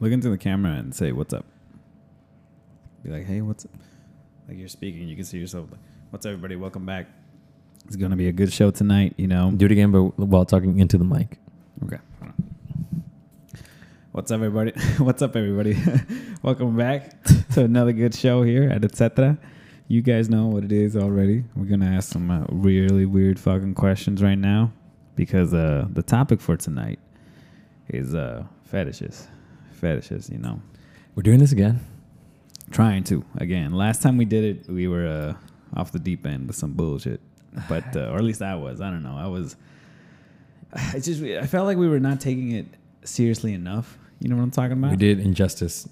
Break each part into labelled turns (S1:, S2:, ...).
S1: Look into the camera and say what's up. Be like, hey, what's up? Like you're speaking, you can see yourself. Like, what's up, everybody? Welcome back. It's gonna be a good show tonight. You know.
S2: Do it again, but while talking into the mic.
S1: Okay. hold on. What's up, everybody? What's up, everybody? Welcome back to another good show here at Etc. You guys know what it is already. We're gonna ask some uh, really weird fucking questions right now because uh, the topic for tonight is uh, fetishes. Fetishes, you know.
S2: We're doing this again.
S1: Trying to again. Last time we did it, we were uh, off the deep end with some bullshit, but uh, or at least I was. I don't know. I was. I just I felt like we were not taking it seriously enough. You know what I'm talking about?
S2: We did injustice.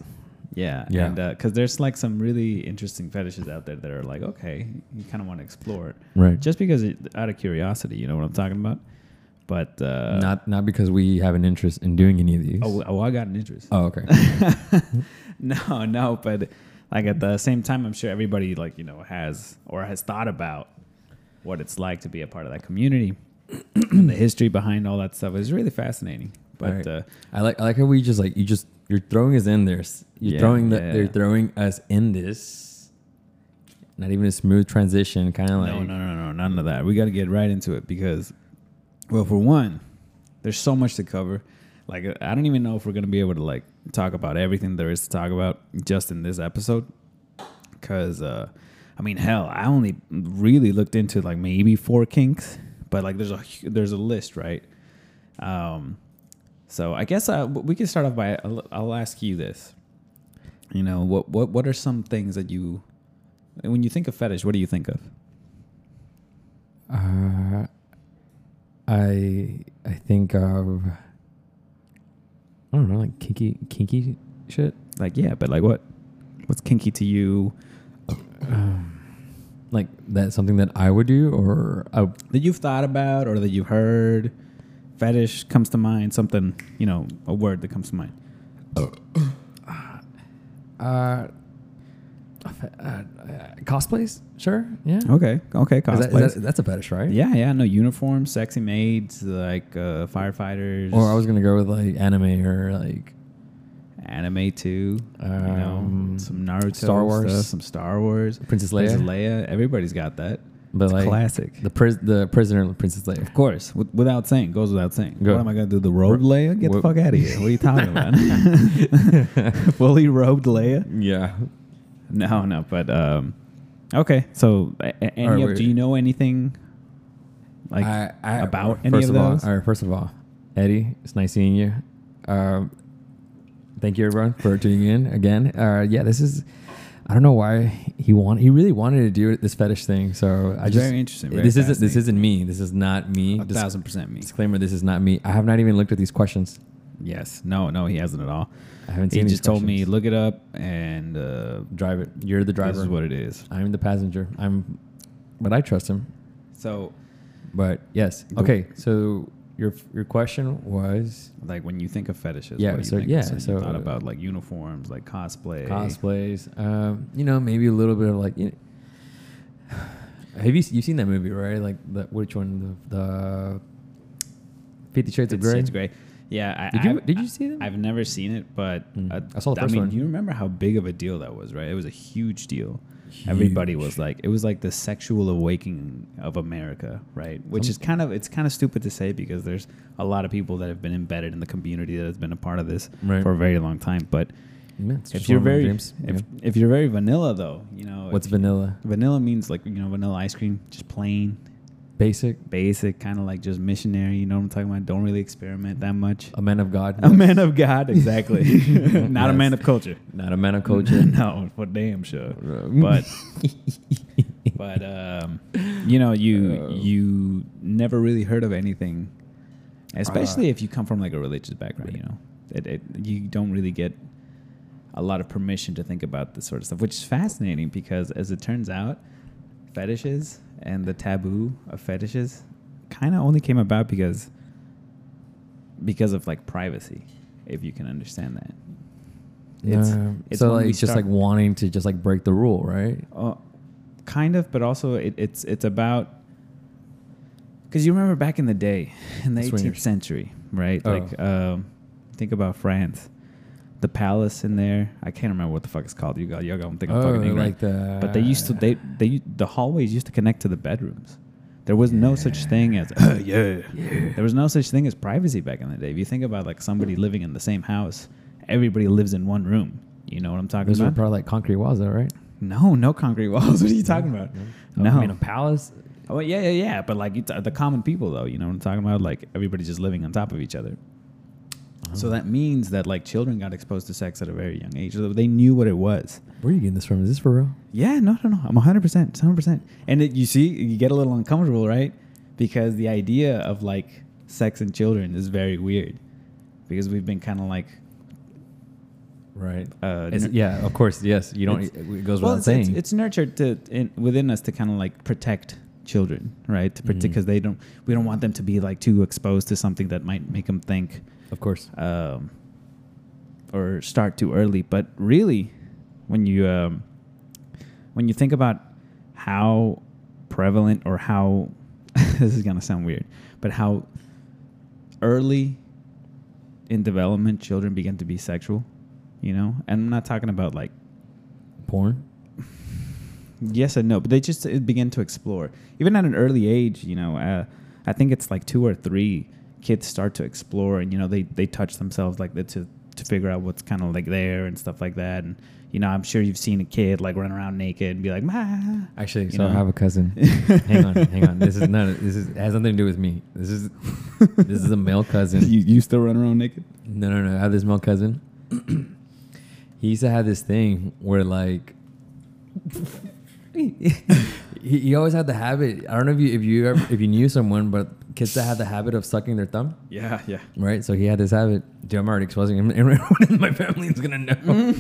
S1: Yeah,
S2: Yeah.
S1: And because there's like some really interesting fetishes out there that are like, okay, you kind of want to explore it,
S2: Right.
S1: just because it, out of curiosity. You know what I'm talking about? But uh,
S2: not not because we have an interest in doing any of these.
S1: oh, oh, I got an interest.
S2: Oh, okay.
S1: no, no, but like at the same time, I'm sure everybody like you know has or has thought about what it's like to be a part of that community. and the history behind all that stuff is really fascinating. But
S2: Right.
S1: uh,
S2: I like I like how we just like you just you're throwing us in there. S- You're
S1: Yeah,
S2: throwing the,
S1: yeah.
S2: they're throwing us in this. Not even a smooth transition, kind of like
S1: no, no, no, no, none of that. We got to get right into it because, well, for one, there's so much to cover. Like I don't even know if we're gonna be able to like talk about everything there is to talk about just in this episode. Cause uh, I mean, hell, I only really looked into like maybe four kinks, but like there's a hu- there's a list, right? Um, so I guess uh, we can start off by I'll, I'll ask you this. You know what what what are some things that you when you think of fetish, what do you think of?
S2: Uh, I I think of I don't know, like kinky kinky shit.
S1: Like, yeah, but like what? What's kinky to you?
S2: Like that's something that I would do, or I,
S1: That you've thought about or that you've heard? Fetish comes to mind, something, you know, a word that comes to mind.
S2: uh, uh, cosplays. Sure, yeah.
S1: Okay, okay,
S2: Is that-
S1: cosplay.
S2: is that- that's a fetish, right?
S1: yeah, yeah, no, uniforms, sexy maids, like uh, firefighters.
S2: Or I was gonna go with like anime or like
S1: anime too. you know,
S2: Um,
S1: some Naruto,
S2: Star Wars.
S1: stuff, some Star Wars,
S2: Princess Leia.
S1: Princess Leia. Everybody's got that.
S2: But
S1: It's a
S2: like
S1: classic.
S2: the pris- the prisoner of Princess Leia.
S1: Of course, with, without saying, goes without saying.
S2: Go.
S1: What am I gonna do? The robed
S2: Ro-
S1: Leia? Get the
S2: wo-
S1: fuck out of here! What are you talking about? Fully robed Leia?
S2: Yeah.
S1: No, no. But um, okay. So, a- a- any
S2: All right,
S1: of-
S2: wait.
S1: do you know anything like
S2: I, I,
S1: about
S2: first
S1: any of
S2: all,
S1: those?
S2: all right, first of all, Eddie, it's nice seeing you. Um, thank you everyone for tuning in again. Uh, yeah, this is. I don't know why he want he really wanted to do this fetish thing. So I
S1: It's
S2: just
S1: very interesting, very
S2: this isn't this
S1: fascinating.
S2: isn't me. This is not me.
S1: a
S2: Dis-
S1: thousand percent me.
S2: disclaimer: This is not me. I have not even looked at these questions.
S1: Yes. No. No. He hasn't at all.
S2: I haven't
S1: He
S2: seen. these
S1: just told me
S2: questions.
S1: look it up and uh,
S2: drive it. You're the driver.
S1: this is what it is.
S2: I'm the passenger. I'm, but I trust him.
S1: So,
S2: But yes.
S1: The-
S2: Okay. So your your question was
S1: like when you think of fetishes,
S2: Yeah,
S1: What do you
S2: so-
S1: think?
S2: yeah,
S1: you
S2: so- uh,
S1: thought about like uniforms, like cosplay.
S2: cosplays. Um, you know, maybe a little bit of like. You have you you seen that movie right? Like the, which one? The, the Fifty Shades of
S1: It's,
S2: Grey.
S1: it's great. Yeah. I,
S2: Did you-
S1: I've-
S2: did you see them?
S1: I've never seen it, but
S2: Mm.
S1: uh,
S2: I saw the
S1: I
S2: first
S1: mean,
S2: one.
S1: you remember how big of a deal that was, right? It was a huge deal. Everybody
S2: Huge.
S1: was like, it was like the sexual awakening of America, right? Which
S2: Some-
S1: is kind of it's kind of stupid to say because there's a lot of people that have been embedded in the community that has been a part of this
S2: Right.
S1: for a very long time. But
S2: Yeah, it's
S1: if
S2: just
S1: you're
S2: one of my
S1: very
S2: dreams,
S1: if,
S2: yeah.
S1: if you're very vanilla though, you know
S2: what's
S1: if-
S2: vanilla?
S1: vanilla means like you know vanilla ice cream, just plain,
S2: Basic.
S1: basic, kind of like just missionary. You know what I'm talking about? Don't really experiment that much.
S2: A man of God.
S1: A man of God, exactly. Not a man
S2: Yes.
S1: of culture.
S2: Not a man of culture.
S1: no, for damn sure.
S2: Um,
S1: But but um, you know, you
S2: Uh,
S1: you never really heard of anything, especially
S2: Uh,
S1: if you come from like a religious background. You know, it, it, you don't really get a lot of permission to think about this sort of stuff, which is fascinating because, as it turns out, fetishes and the taboo of fetishes kind of only came about because because of like privacy, if you can understand that. It's-
S2: Yeah.
S1: it's
S2: so
S1: when
S2: like
S1: we
S2: it's just
S1: start-
S2: like wanting to just like break the rule, right?
S1: Uh, kind of, but also it, it's it's about because you remember back in the day in the
S2: The
S1: 18th
S2: swingers.
S1: century, right?
S2: Oh.
S1: Like, um, think about France. the palace in there. I can't remember what the fuck it's called. You got you got. I'm thinking I'm fucking ignorant.
S2: Oh, like the.
S1: But they used to they they the hallways used to connect to the bedrooms. There was no such thing as yeah. There was no such thing as privacy back in the day. If you think about like somebody living in the same house, everybody lives in one room. You know what I'm talking
S2: Those were
S1: about?
S2: probably like concrete walls, though, right?
S1: no, no concrete walls. What are you talking about?
S2: I
S1: No.
S2: mean, a palace.
S1: Oh yeah, yeah, yeah. But like you t- the common people, though, you know what I'm talking about? Like everybody's just living on top of each other. So that means that like children got exposed to sex at a very young age. So They knew what it was.
S2: Where are you getting this from? Is this for real?
S1: Yeah, no, no, no. I'm 100, percent 100. percent And it, you see, you get a little uncomfortable, right? Because the idea of like sex and children is very weird, because we've been kind of like
S2: Right.
S1: uh,
S2: Is
S1: ner-
S2: it- yeah, of course. Yes, you don't. it goes
S1: well,
S2: without
S1: it's,
S2: saying.
S1: it's, it's nurtured to in, within us to kind of like protect children, right? To
S2: Mm-hmm.
S1: protect because they don't we don't want them to be like too exposed to something that might make them think
S2: of course.
S1: um, or start too early. But really, when you um, when you think about how prevalent or how this is gonna sound weird, but how early in development children begin to be sexual, you know, and I'm not talking about like
S2: Porn.
S1: Yes and no, but they just uh, begin to explore. Even at an early age, you know, uh, I think it's like two or three kids start to explore, and you know, they they touch themselves like that to to figure out what's kind of like there and stuff like that. And you know, I'm sure you've seen a kid like run around naked and be like, "Ma."
S2: Actually,
S1: You
S2: so
S1: know?
S2: I have a cousin. hang on, hang on. This is not. This is it has nothing to do with me. This is this is a male cousin.
S1: you you still run around naked?
S2: No, no, no. I have this male cousin. he used to have this thing where like he, he always had the habit. I don't know if you if you ever, if you knew someone, but kids that had the habit of sucking their thumb,
S1: Yeah, yeah.
S2: right? So he had this habit. Dude, I'm already exposing him. Everyone in my family is gonna know.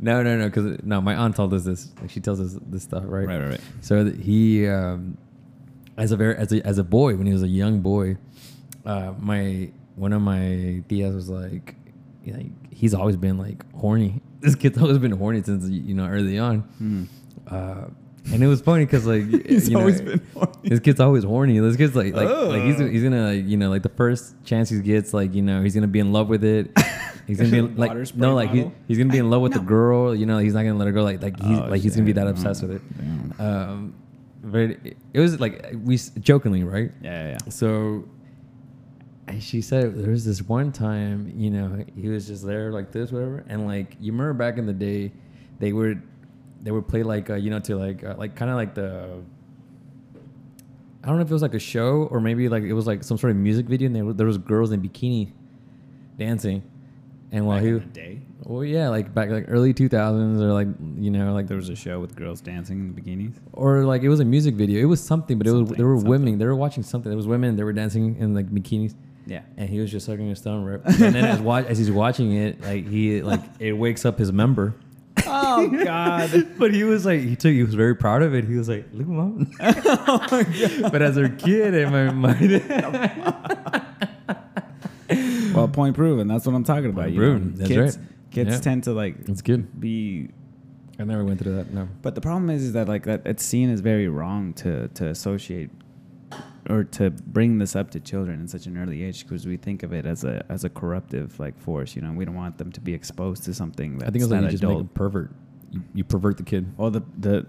S2: no, no, no. Because no, my aunt told us this. Like, she tells us this stuff, right?
S1: Right, right, right.
S2: So th- he, um, as a very as a, as a boy, when he was a young boy, uh, my one of my tias was like, you know, like he's always been like horny. This kid's always been horny since you know early on, uh, and it was funny because like
S1: He's
S2: you know,
S1: always been horny.
S2: This kid's always horny. This kid's like like, like he's
S1: Oh.
S2: he's gonna like you know like the first chance he gets like you know he's gonna be in love with it. He's gonna be like
S1: Water spray
S2: no like he,
S1: bottle?
S2: he's gonna be in love with
S1: No.
S2: the girl. You know he's not gonna let her go. Like like he's
S1: Oh,
S2: like he's gonna be
S1: shit. Mm.
S2: that obsessed with it.
S1: Damn.
S2: Um, but it, it was like we s- jokingly, right?
S1: Yeah, yeah. yeah.
S2: So and she said there was this one time, you know, he was just there like this, whatever, and like you remember back in the day, they would they would play like uh, you know to like uh, like kind of like the. I don't know if it was like a show or maybe like it was like some sort of music video, and there, were- there was girls in bikini dancing, and while
S1: Back
S2: he,
S1: in the day,
S2: well, yeah, like back like early two thousands or like you know like
S1: there was a show with girls dancing in bikinis.
S2: or like it was a music video. It was something, but it was
S1: Something,
S2: there were
S1: something.
S2: women. They were watching something. There was women. They were dancing in like bikinis,
S1: Yeah.
S2: and he was just sucking his thumb. Rip. And then as watch as he's watching it, like he like it wakes up his member.
S1: Oh God.
S2: But he was like he took he was very proud of it. He was like, look, mom. Oh but as a kid, in my mind,
S1: well, point proven. That's what I'm talking about.
S2: Point
S1: you know.
S2: proven. That's
S1: kids,
S2: right.
S1: Kids
S2: Yeah.
S1: tend to like
S2: it's good.
S1: be
S2: I never went through that. No,
S1: But the problem is, is that like that it's seen as very wrong to to associate or to bring this up to children in such an early age because we think of it as a as a corruptive like force. You know, we don't want them to be exposed to something that's
S2: I think it's like
S1: not
S2: you just make
S1: adult.
S2: him pervert. You, you pervert the kid.
S1: well, the the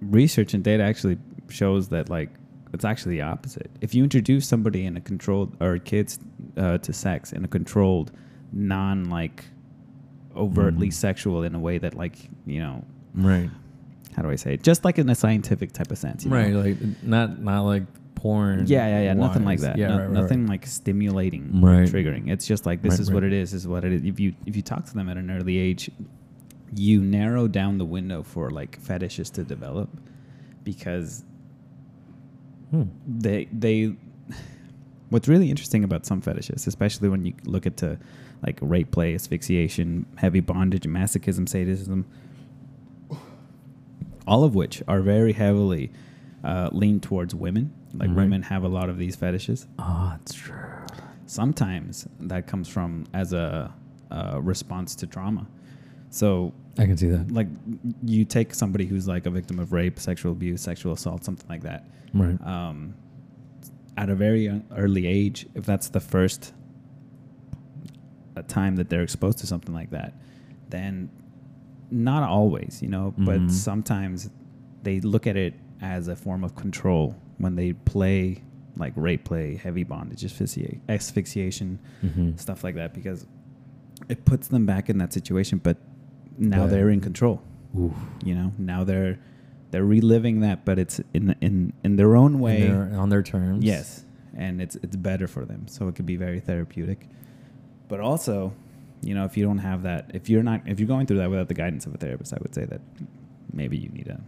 S1: research and data actually shows that like it's actually the opposite. If you introduce somebody in a controlled or kids uh, to sex in a controlled, non like overtly sexual in a way that like you know
S2: Right.
S1: how do I say it? Just like in a scientific type of sense, you know?
S2: Right. Like not not like porn.
S1: Yeah, yeah, yeah. Nothing like
S2: wise.
S1: that.
S2: Yeah.
S1: No-
S2: right, right,
S1: nothing
S2: Right.
S1: like stimulating,
S2: Right.
S1: triggering. It's just like this
S2: Right,
S1: is
S2: right.
S1: what it is. Is what it is. If you if you talk to them at an early age, you narrow down the window for like fetishes to develop, because
S2: Hmm.
S1: they they what's really interesting about some fetishes especially when you look at to like rape play asphyxiation heavy bondage masochism sadism all of which are very heavily uh, leaned towards women like
S2: Right.
S1: women have a lot of these fetishes
S2: Oh, it's true.
S1: sometimes that comes from as a uh, response to trauma so
S2: I can see that.
S1: like you take somebody who's like a victim of rape sexual abuse sexual assault something like that
S2: Right.
S1: um, at a very young- early age, if that's the first a uh, time that they're exposed to something like that, then not always, you know,
S2: Mhm.
S1: but sometimes they look at it as a form of control when they play like rape play, heavy bondage, asphyxia- asphyxiation,
S2: Mhm.
S1: stuff like that, because it puts them back in that situation. But now
S2: Right.
S1: they're in control
S2: Oof.
S1: you know now they're they're reliving that but it's in in in their own
S2: And
S1: way
S2: they're on their terms.
S1: yes and it's it's better for them so it could be very therapeutic but also you know if you don't have that if you're not if you're going through that without the guidance of a therapist i would say that maybe you need to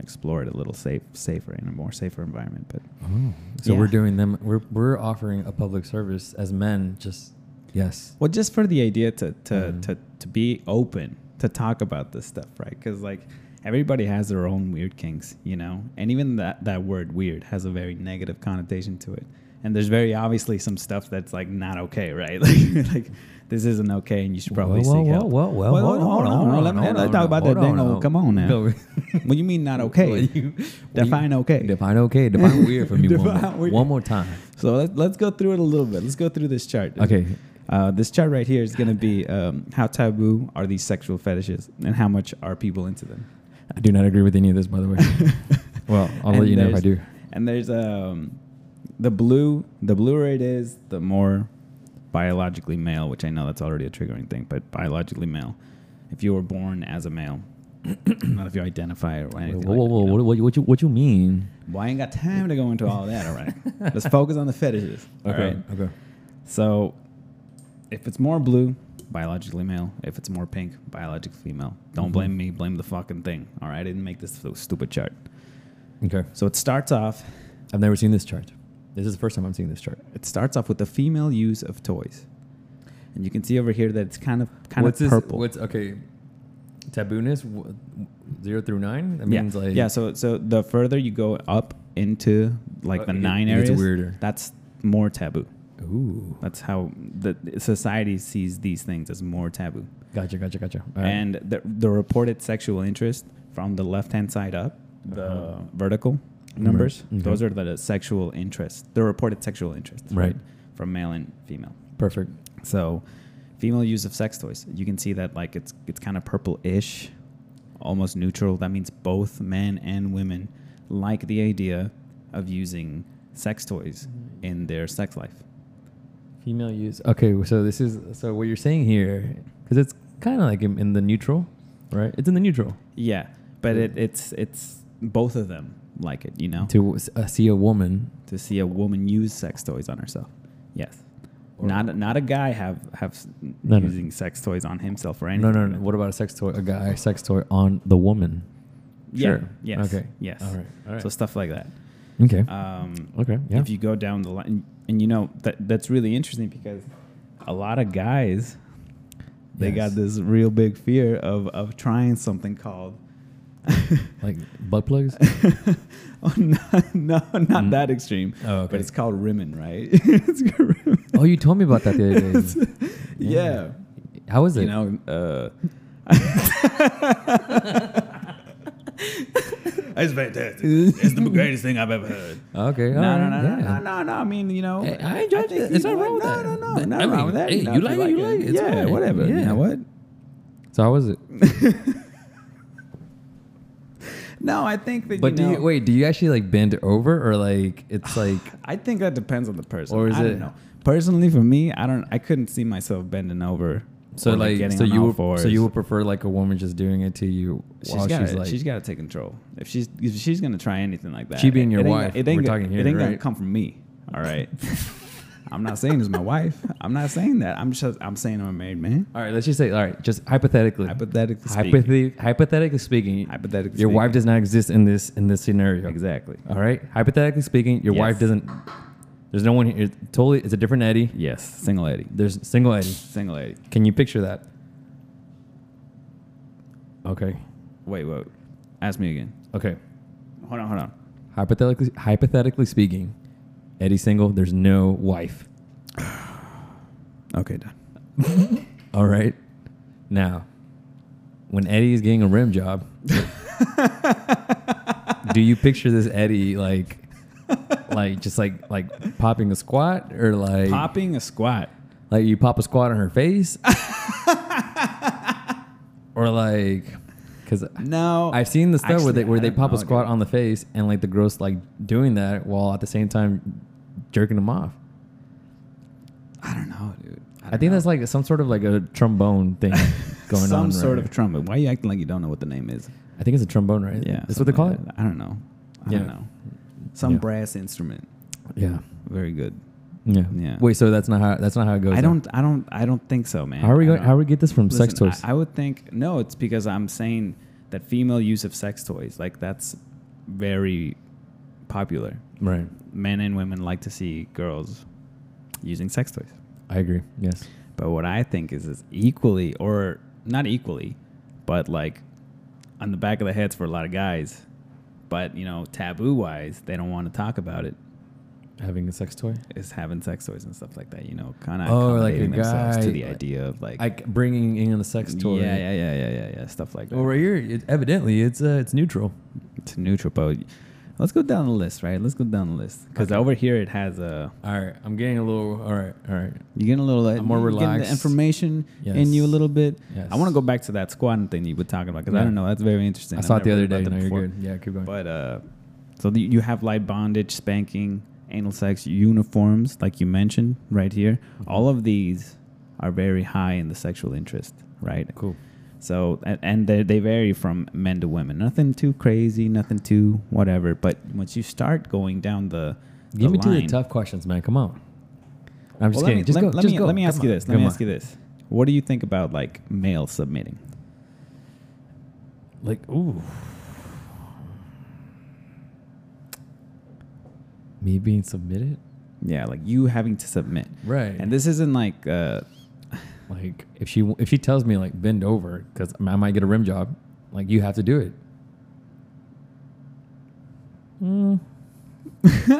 S1: explore it a little safe safer in a more safer environment but
S2: Oh. So
S1: Yeah.
S2: we're doing them. We're we're offering a public service as men. Just yes.
S1: Well, just for the idea to to
S2: Mhm.
S1: to, to be open to talk about this stuff, right? Because like everybody has their own weird kinks, you know, and even that that word "weird" has a very negative connotation to it. And there's very obviously some stuff that's like not okay, right? Like, like this isn't okay, and you should probably
S2: well,
S1: seek
S2: well,
S1: help.
S2: well, well, well,
S1: hold on, hold on, let me-
S2: hold
S1: let's
S2: on,
S1: talk about that
S2: hold on,
S1: thing.
S2: hold
S1: Oh,
S2: on.
S1: Come on now.
S2: No.
S1: What do you mean not okay?
S2: What you-
S1: Define okay.
S2: Define okay. Define weird for me one,
S1: Define
S2: more,
S1: weird.
S2: one more time.
S1: So let, let's go through it a little bit. Let's go through this chart.
S2: Okay.
S1: Uh, this chart right here is going to be um, how taboo are these sexual fetishes and how much are people into them.
S2: I do not agree with any of this, by the way. well, I'll let
S1: And
S2: you know if I
S1: there's-
S2: do.
S1: And there's um, the blue. The bluer it is, the more biologically male. Which I know that's already a triggering thing, but biologically male. If you were born as a male, not if you identify or anything.
S2: Whoa, whoa,
S1: like that,
S2: whoa!
S1: you know?
S2: What, what, you- what you what you mean?
S1: Well, I ain't got time to go into all that. All right, let's focus on the fetishes. all right?
S2: Okay.
S1: So, if it's more blue, biologically male. If it's more pink, biologically female. Don't
S2: Mhm.
S1: blame me. Blame the fucking thing. All right, I didn't make this so stupid chart.
S2: Okay.
S1: So it starts off.
S2: I've never seen this chart. This is the first time I'm seeing this chart.
S1: It starts off with the female use of toys, and you can see over here that it's kind of kind
S2: what's
S1: of
S2: this-
S1: purple.
S2: what's okay? Tabooness w- zero through nine. That
S1: yeah.
S2: means like
S1: yeah. So so the further you go up into like
S2: Uh,
S1: the
S2: it-
S1: nine
S2: it gets
S1: areas,
S2: weirder.
S1: that's more taboo.
S2: Ooh.
S1: That's how the society sees these things as more taboo.
S2: Gotcha. Gotcha. Gotcha. All right.
S1: and the, the reported sexual interest from the left hand side up, the
S2: Uh-huh. Mm-hmm.
S1: vertical numbers,
S2: Okay.
S1: those are the sexual interest, the reported sexual interest,
S2: Right.
S1: from male and female.
S2: perfect.
S1: So, female use of sex toys, you can see that like it's it's kind of purple-ish, almost neutral. That means both men and women like the idea of using sex toys
S2: Mm-hmm.
S1: in their sex life.
S2: Female use. Okay, so this is so what you're saying here, because it's kind of like in, in the neutral, right? It's in the neutral
S1: Yeah, but it,
S2: Yeah.
S1: it's it's both of them like it, you know.
S2: to uh, see a woman.
S1: to see a woman use sex toys on herself. Yes.
S2: Or-
S1: not not a guy have have s-
S2: No, no.
S1: using sex toys on himself or
S2: No,
S1: anything.
S2: no,
S1: like
S2: no.
S1: that.
S2: What about a sex toy? A guy sex toy on the woman.
S1: Yeah.
S2: Sure.
S1: Yes.
S2: Okay.
S1: Yes.
S2: All right. All right.
S1: So stuff like that.
S2: Okay.
S1: Um,
S2: okay. Yeah.
S1: If you go down the line, and, you know that that's really interesting because a lot of guys they
S2: Yes.
S1: got this real big fear of of trying something called
S2: like butt plugs.
S1: oh, no, no not
S2: Mm.
S1: that extreme
S2: Oh, okay.
S1: but it's called rimming right it's called rimming.
S2: oh, you told me about that the other day.
S1: yeah.
S2: How is it?
S1: you know, uh, it's fantastic. It's the greatest thing I've ever heard.
S2: Okay.
S1: No,
S2: all
S1: no,
S2: right,
S1: no, no,
S2: yeah.
S1: no, no, no. I mean, you know,
S2: Hey, I enjoyed
S1: think
S2: it. It's
S1: you
S2: not
S1: know
S2: wrong
S1: what?
S2: with
S1: no,
S2: that.
S1: No, no,
S2: But,
S1: no,
S2: I
S1: wrong
S2: mean,
S1: with that.
S2: hey,
S1: know,
S2: you
S1: if
S2: like it, you like it, it's
S1: yeah,
S2: fine.
S1: whatever. You
S2: Yeah.
S1: know what?
S2: So how was it?
S1: No, I think that.
S2: But
S1: you
S2: do
S1: know,
S2: you wait? Do you actually like bend over or like it's like
S1: I think that depends on the person.
S2: Or is
S1: I
S2: it-
S1: Don't know. Personally, for me, I don't. I couldn't see myself bending over.
S2: so
S1: or,
S2: like
S1: getting
S2: so
S1: on
S2: you
S1: all
S2: would,
S1: fours.
S2: so you would prefer like a woman just doing it to you
S1: She's
S2: while
S1: got
S2: she's
S1: to
S2: like
S1: she's got to take control. If she's if she's gonna try anything like that,
S2: She being
S1: it-
S2: your
S1: it ain't
S2: wife,
S1: gonna- it ain't
S2: we're
S1: gonna-
S2: talking here,
S1: It ain't gonna
S2: right?
S1: come from me. All right. I'm not saying it's my wife. I'm not saying that. I'm just I'm saying I'm a married man.
S2: All right, let's just say, all right, just hypothetically,
S1: Hypothetically speaking.
S2: hypothet- hypothetically speaking,
S1: Hypothetically
S2: your wife
S1: speaking.
S2: does not exist in this in this scenario.
S1: Exactly.
S2: All right, hypothetically speaking, your
S1: Yes.
S2: wife doesn't. There's no one here. It's totally, it's a different Eddie.
S1: Yes. Single lady.
S2: There's single Eddie.
S1: Single lady.
S2: Can you picture that? Okay,
S1: Wait. Wait. Ask me again.
S2: okay.
S1: Hold on. Hold on.
S2: Hypothetically, hypothetically speaking, Eddie's single. There's no wife.
S1: Okay. Done.
S2: All right. Now, when Eddie is getting a rim job, do you picture this Eddie like, like just like like popping a squat or like
S1: Popping a squat.
S2: Like you pop a squat on her face, or like, because
S1: No,
S2: I've seen the stuff where
S1: Actually,
S2: they where
S1: I
S2: they
S1: don't
S2: pop
S1: know,
S2: a squat
S1: dude.
S2: on the face and like the girl's like doing that while at the same time jerking them off.
S1: I don't know, dude.
S2: I, think that's like some sort of like a trombone thing going
S1: Some
S2: on.
S1: sort
S2: right?
S1: of trumpet. Why are you acting like you don't know what the name is?
S2: I think it's a trombone, right?
S1: Yeah,
S2: that's what they
S1: something
S2: call
S1: like
S2: it.
S1: that. I don't know. I
S2: Yeah.
S1: don't know. Some
S2: Yeah.
S1: brass instrument.
S2: Yeah.
S1: Very good.
S2: yeah,
S1: Yeah.
S2: Wait, so that's not how that's not how it goes.
S1: I
S2: then?
S1: don't. I don't. I don't think so, man.
S2: How are we
S1: I
S2: going?
S1: don't-
S2: How we get this from sex
S1: Listen,
S2: toys?
S1: I, I would think no. It's because I'm saying that female use of sex toys, like that's very popular.
S2: right.
S1: Men and women like to see girls using sex toys.
S2: I agree. Yes.
S1: But what I think is, is equally or not equally, but like on the back of the heads for a lot of guys. But you know, taboo wise, they don't want to talk about it.
S2: Having a sex toy.
S1: Is having sex toys and stuff like that. You know, kind of
S2: Oh, like a
S1: accommodating themselves
S2: guy-
S1: to the idea of like,
S2: Like bringing in the sex toy.
S1: yeah, yeah, yeah, yeah, yeah, yeah, stuff like that.
S2: Well, right here, it, evidently, it's uh, it's neutral.
S1: It's neutral, but let's go down the list, right? Let's go down the list because
S2: Okay.
S1: over here it has a.
S2: All right, I'm getting a little. All right, all right.
S1: You're getting a little like,
S2: I'm more
S1: you're getting
S2: relaxed.
S1: The information in you a
S2: Yes.
S1: little bit.
S2: Yes.
S1: I want to go back to that squatting thing you were talking about because I
S2: Yeah.
S1: don't know. That's very interesting.
S2: I
S1: I've
S2: saw it the
S1: never
S2: other
S1: heard
S2: day.
S1: about
S2: No,
S1: that
S2: you're
S1: before.
S2: good. Yeah, keep going.
S1: But uh, so the, you have light bondage, spanking, anal sex, uniforms, like you mentioned right here.
S2: Mm-hmm.
S1: All of these are very high in the sexual interest, right?
S2: cool.
S1: So and, and they, they vary from men to women. Nothing too crazy, nothing too whatever. But once you start going down the, the
S2: Give me two of
S1: line-
S2: the tough questions, man. Come on. I'm just
S1: Well, let
S2: kidding.
S1: me,
S2: just
S1: let,
S2: go.
S1: let
S2: just
S1: me,
S2: go.
S1: let me
S2: Come
S1: ask you
S2: on,
S1: this. Let
S2: come
S1: me
S2: on.
S1: ask you this. What do you think about like male submitting?
S2: Like, ooh. Me being submitted?
S1: Yeah, like you having to submit.
S2: Right.
S1: And this isn't like uh,
S2: like if she if she tells me like bend over because I might get a rim job, like you have to do it.
S1: yeah, I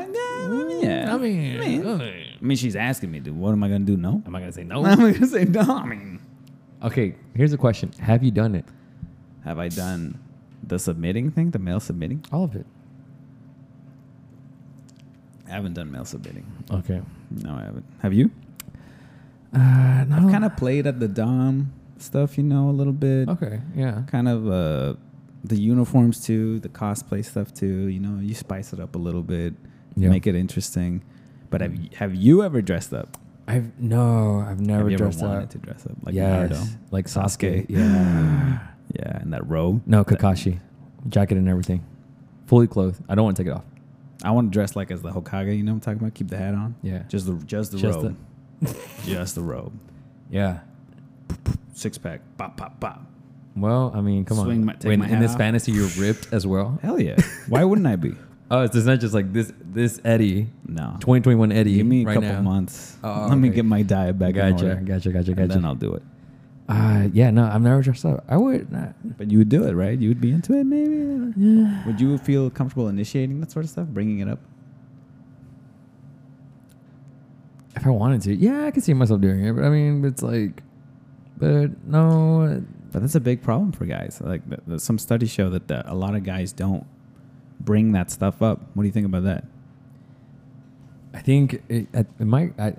S1: mean, yeah. I mean, I mean, she's asking me, dude. What am I gonna do? No,
S2: am I gonna say
S1: I'm
S2: no?
S1: gonna say no. I mean,
S2: okay, here's a question: Have you done it?
S1: have I done the submitting thing? The male submitting?
S2: All of it.
S1: I haven't done male submitting.
S2: Okay.
S1: No, I haven't. Have you?
S2: Uh, no.
S1: Kind of played at the dom stuff, you know, a little bit.
S2: Okay. Yeah.
S1: Kind of uh, the uniforms too, the cosplay stuff too. You know, you spice it up a little bit,
S2: Yeah.
S1: make it interesting. But have you, have you ever dressed up?
S2: I've no. I've never
S1: have you
S2: dressed
S1: ever wanted
S2: up.
S1: to dress up like
S2: yes.
S1: Naruto?
S2: Like
S1: Sasuke.
S2: Sasuke. Yeah.
S1: Yeah, and that robe.
S2: no, Kakashi, jacket and everything, fully clothed. I don't want to take it off.
S1: I want to dress like as the Hokage. You know what I'm talking about? Keep the hat on.
S2: Yeah.
S1: Just the just the
S2: Just
S1: robe. just the robe.
S2: Yeah.
S1: Six pack. Pop pop pop.
S2: Well, I mean, come
S1: Swing
S2: on.
S1: my- take
S2: when,
S1: my
S2: in
S1: hat
S2: this
S1: off.
S2: fantasy, you're ripped as well.
S1: Hell yeah. Why wouldn't I be?
S2: Oh, it's it's not just like this. This Eddie,
S1: No.
S2: 2021 Eddie.
S1: Give me a
S2: right
S1: couple
S2: now.
S1: months.
S2: Oh,
S1: Let me
S2: okay.
S1: get my diet back. in
S2: Gotcha,
S1: order,
S2: gotcha, gotcha,
S1: And then
S2: gotcha.
S1: I'll do it.
S2: Uh, yeah, no, I've never dressed up. I would. Not.
S1: But you would do it, right? You would be into it, maybe. Would you feel comfortable initiating that sort of stuff, bringing it up?
S2: If I wanted to, yeah, I could see myself doing it. But I mean, it's like, but no,
S1: But that's a big problem for guys. Like th- th- some studies show that the, a lot of guys don't bring that stuff up. What do you think about that?
S2: I think it, I- it might. I,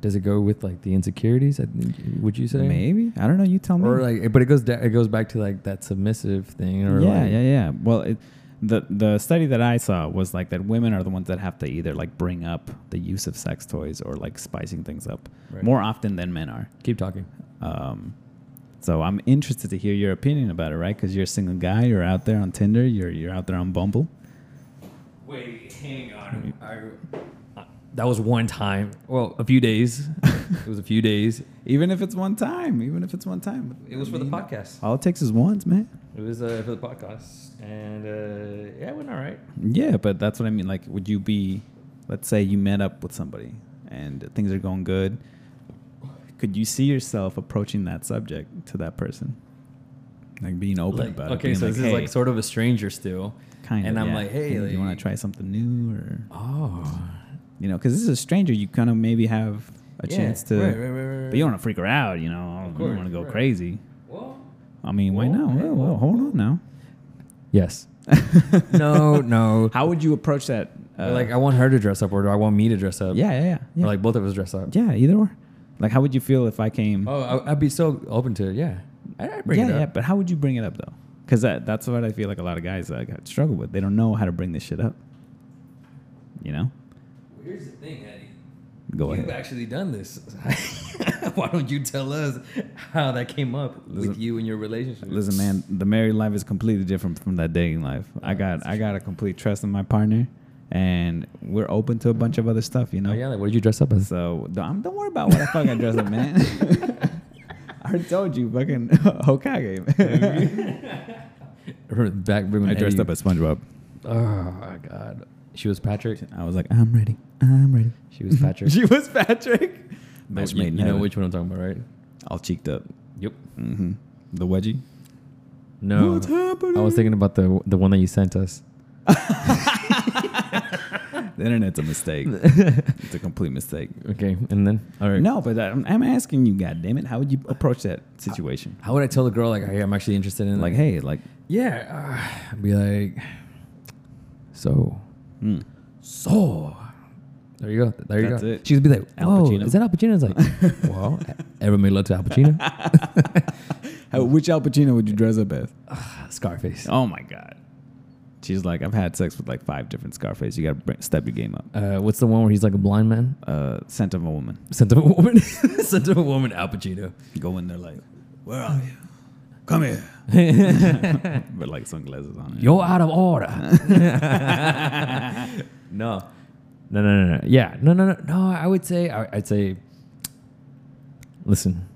S2: does it go with like the insecurities? I think, would you say
S1: Maybe I don't know. You tell me.
S2: Or like, but it goes. Da- it goes back to like that submissive thing. Or
S1: yeah,
S2: like,
S1: yeah, yeah. Well, it, the the study that I saw was like that women are the ones that have to either like bring up the use of sex toys or like spicing things up
S2: Right.
S1: more often than men are.
S2: Keep talking.
S1: Um, so I'm interested to hear your opinion about it, right? Because you're a single guy, you're out there on Tinder, you're you're out there on Bumble.
S2: Wait, hang on. I, that was one time. Well, a few days. it was a few days.
S1: Even if it's one time, even if it's one time,
S2: It was
S1: I
S2: for the
S1: mean,
S2: podcast.
S1: All it takes is once, man.
S2: It was uh, for the podcast, and uh, yeah, it went all right.
S1: Yeah, but that's what I mean. Like, would you be, let's say you met up with somebody and things are going good. Could you see yourself approaching that subject to that person? Like being open
S2: Like,
S1: about
S2: okay,
S1: it. being
S2: so this is
S1: "Hey,"
S2: like sort of a stranger still,
S1: kind
S2: and
S1: of,
S2: I'm
S1: yeah.
S2: like, hey,
S1: do you want
S2: like-
S1: to try something new or,
S2: Oh,
S1: you know, because this is a stranger, you kind of maybe have a
S2: Yeah,
S1: chance to,
S2: right, right, right, right,
S1: but you don't want to freak her out, you know, you
S2: course,
S1: don't want to go
S2: right.
S1: crazy.
S2: well,
S1: I mean, why
S2: Well,
S1: not?
S2: hey,
S1: Well,
S2: well,
S1: well, hold on now.
S2: yes, no, no,
S1: How would you approach that? Uh,
S2: like I want her to dress up, or do I want me to dress up?
S1: yeah, yeah, yeah. yeah.
S2: or like both of us dress up.
S1: Yeah, either or. Like, how would you feel if I came?
S2: Oh, I, I'd be so open to it. Yeah, I, I'd bring
S1: yeah,
S2: it
S1: yeah.
S2: up.
S1: But how would you bring it up though? Because that, that's what I feel like a lot of guys uh, got- struggle with. They don't know how to bring this shit up. You know?
S2: Here's the thing, Eddie.
S1: Go
S2: You've
S1: ahead.
S2: actually done this. Why don't you tell us how that came up with
S1: Listen-
S2: you and your relationship?
S1: Listen, man, the married life is completely different from that dating life. I got I got a complete trust in my partner, and we're open to a bunch of other stuff. You know?
S2: Oh yeah, like, what did you dress up as?
S1: So don't, don't worry about what I fucking dress up, man. I already told you, fucking Hokage.
S2: Mm-hmm.
S1: man.
S2: Remember back when
S1: I
S2: Eddie-
S1: dressed up as SpongeBob.
S2: Oh my god, she was Patrick.
S1: I was like, I'm ready. I'm ready.
S2: She was Patrick.
S1: she was Patrick.
S2: No,
S1: Match
S2: you,
S1: made in
S2: you know
S1: heaven.
S2: which one I'm talking about, right?
S1: all cheeked up.
S2: Yep.
S1: Mm-hmm. The wedgie.
S2: No,
S1: What's happening?
S2: I was thinking about the the one that you sent us.
S1: The internet's a mistake. it's a complete mistake.
S2: Okay, and then all right.
S1: No, but I'm, I'm asking you, goddamn it, how would you approach that situation?
S2: How would I tell the girl like, hey, I'm actually interested in
S1: Like, hey, like,
S2: yeah, uh, I'd be like, so,
S1: hmm.
S2: so. There you go. There you
S1: That's
S2: go.
S1: it.
S2: She'd be like,
S1: Al
S2: "Oh,
S1: Pacino.
S2: is that Al Pacino?" It's like, "Well, ever made love to Al Pacino?"
S1: how, which Al Pacino would you dress up as?
S2: Scarface.
S1: Oh my god. She's like, I've had sex with like five different Scarface. You gotta bring, step your game up.
S2: Uh, what's the one where he's like a blind man?
S1: Uh, scent of a woman.
S2: Scent of a woman. Scent of a woman. Al Pacino.
S1: Go in there like, where are you? Come here. but like sunglasses on. it.
S2: You're out of order. no. No, no, no, no. Yeah. No, no, no. No, I would say, I, I'd say, listen,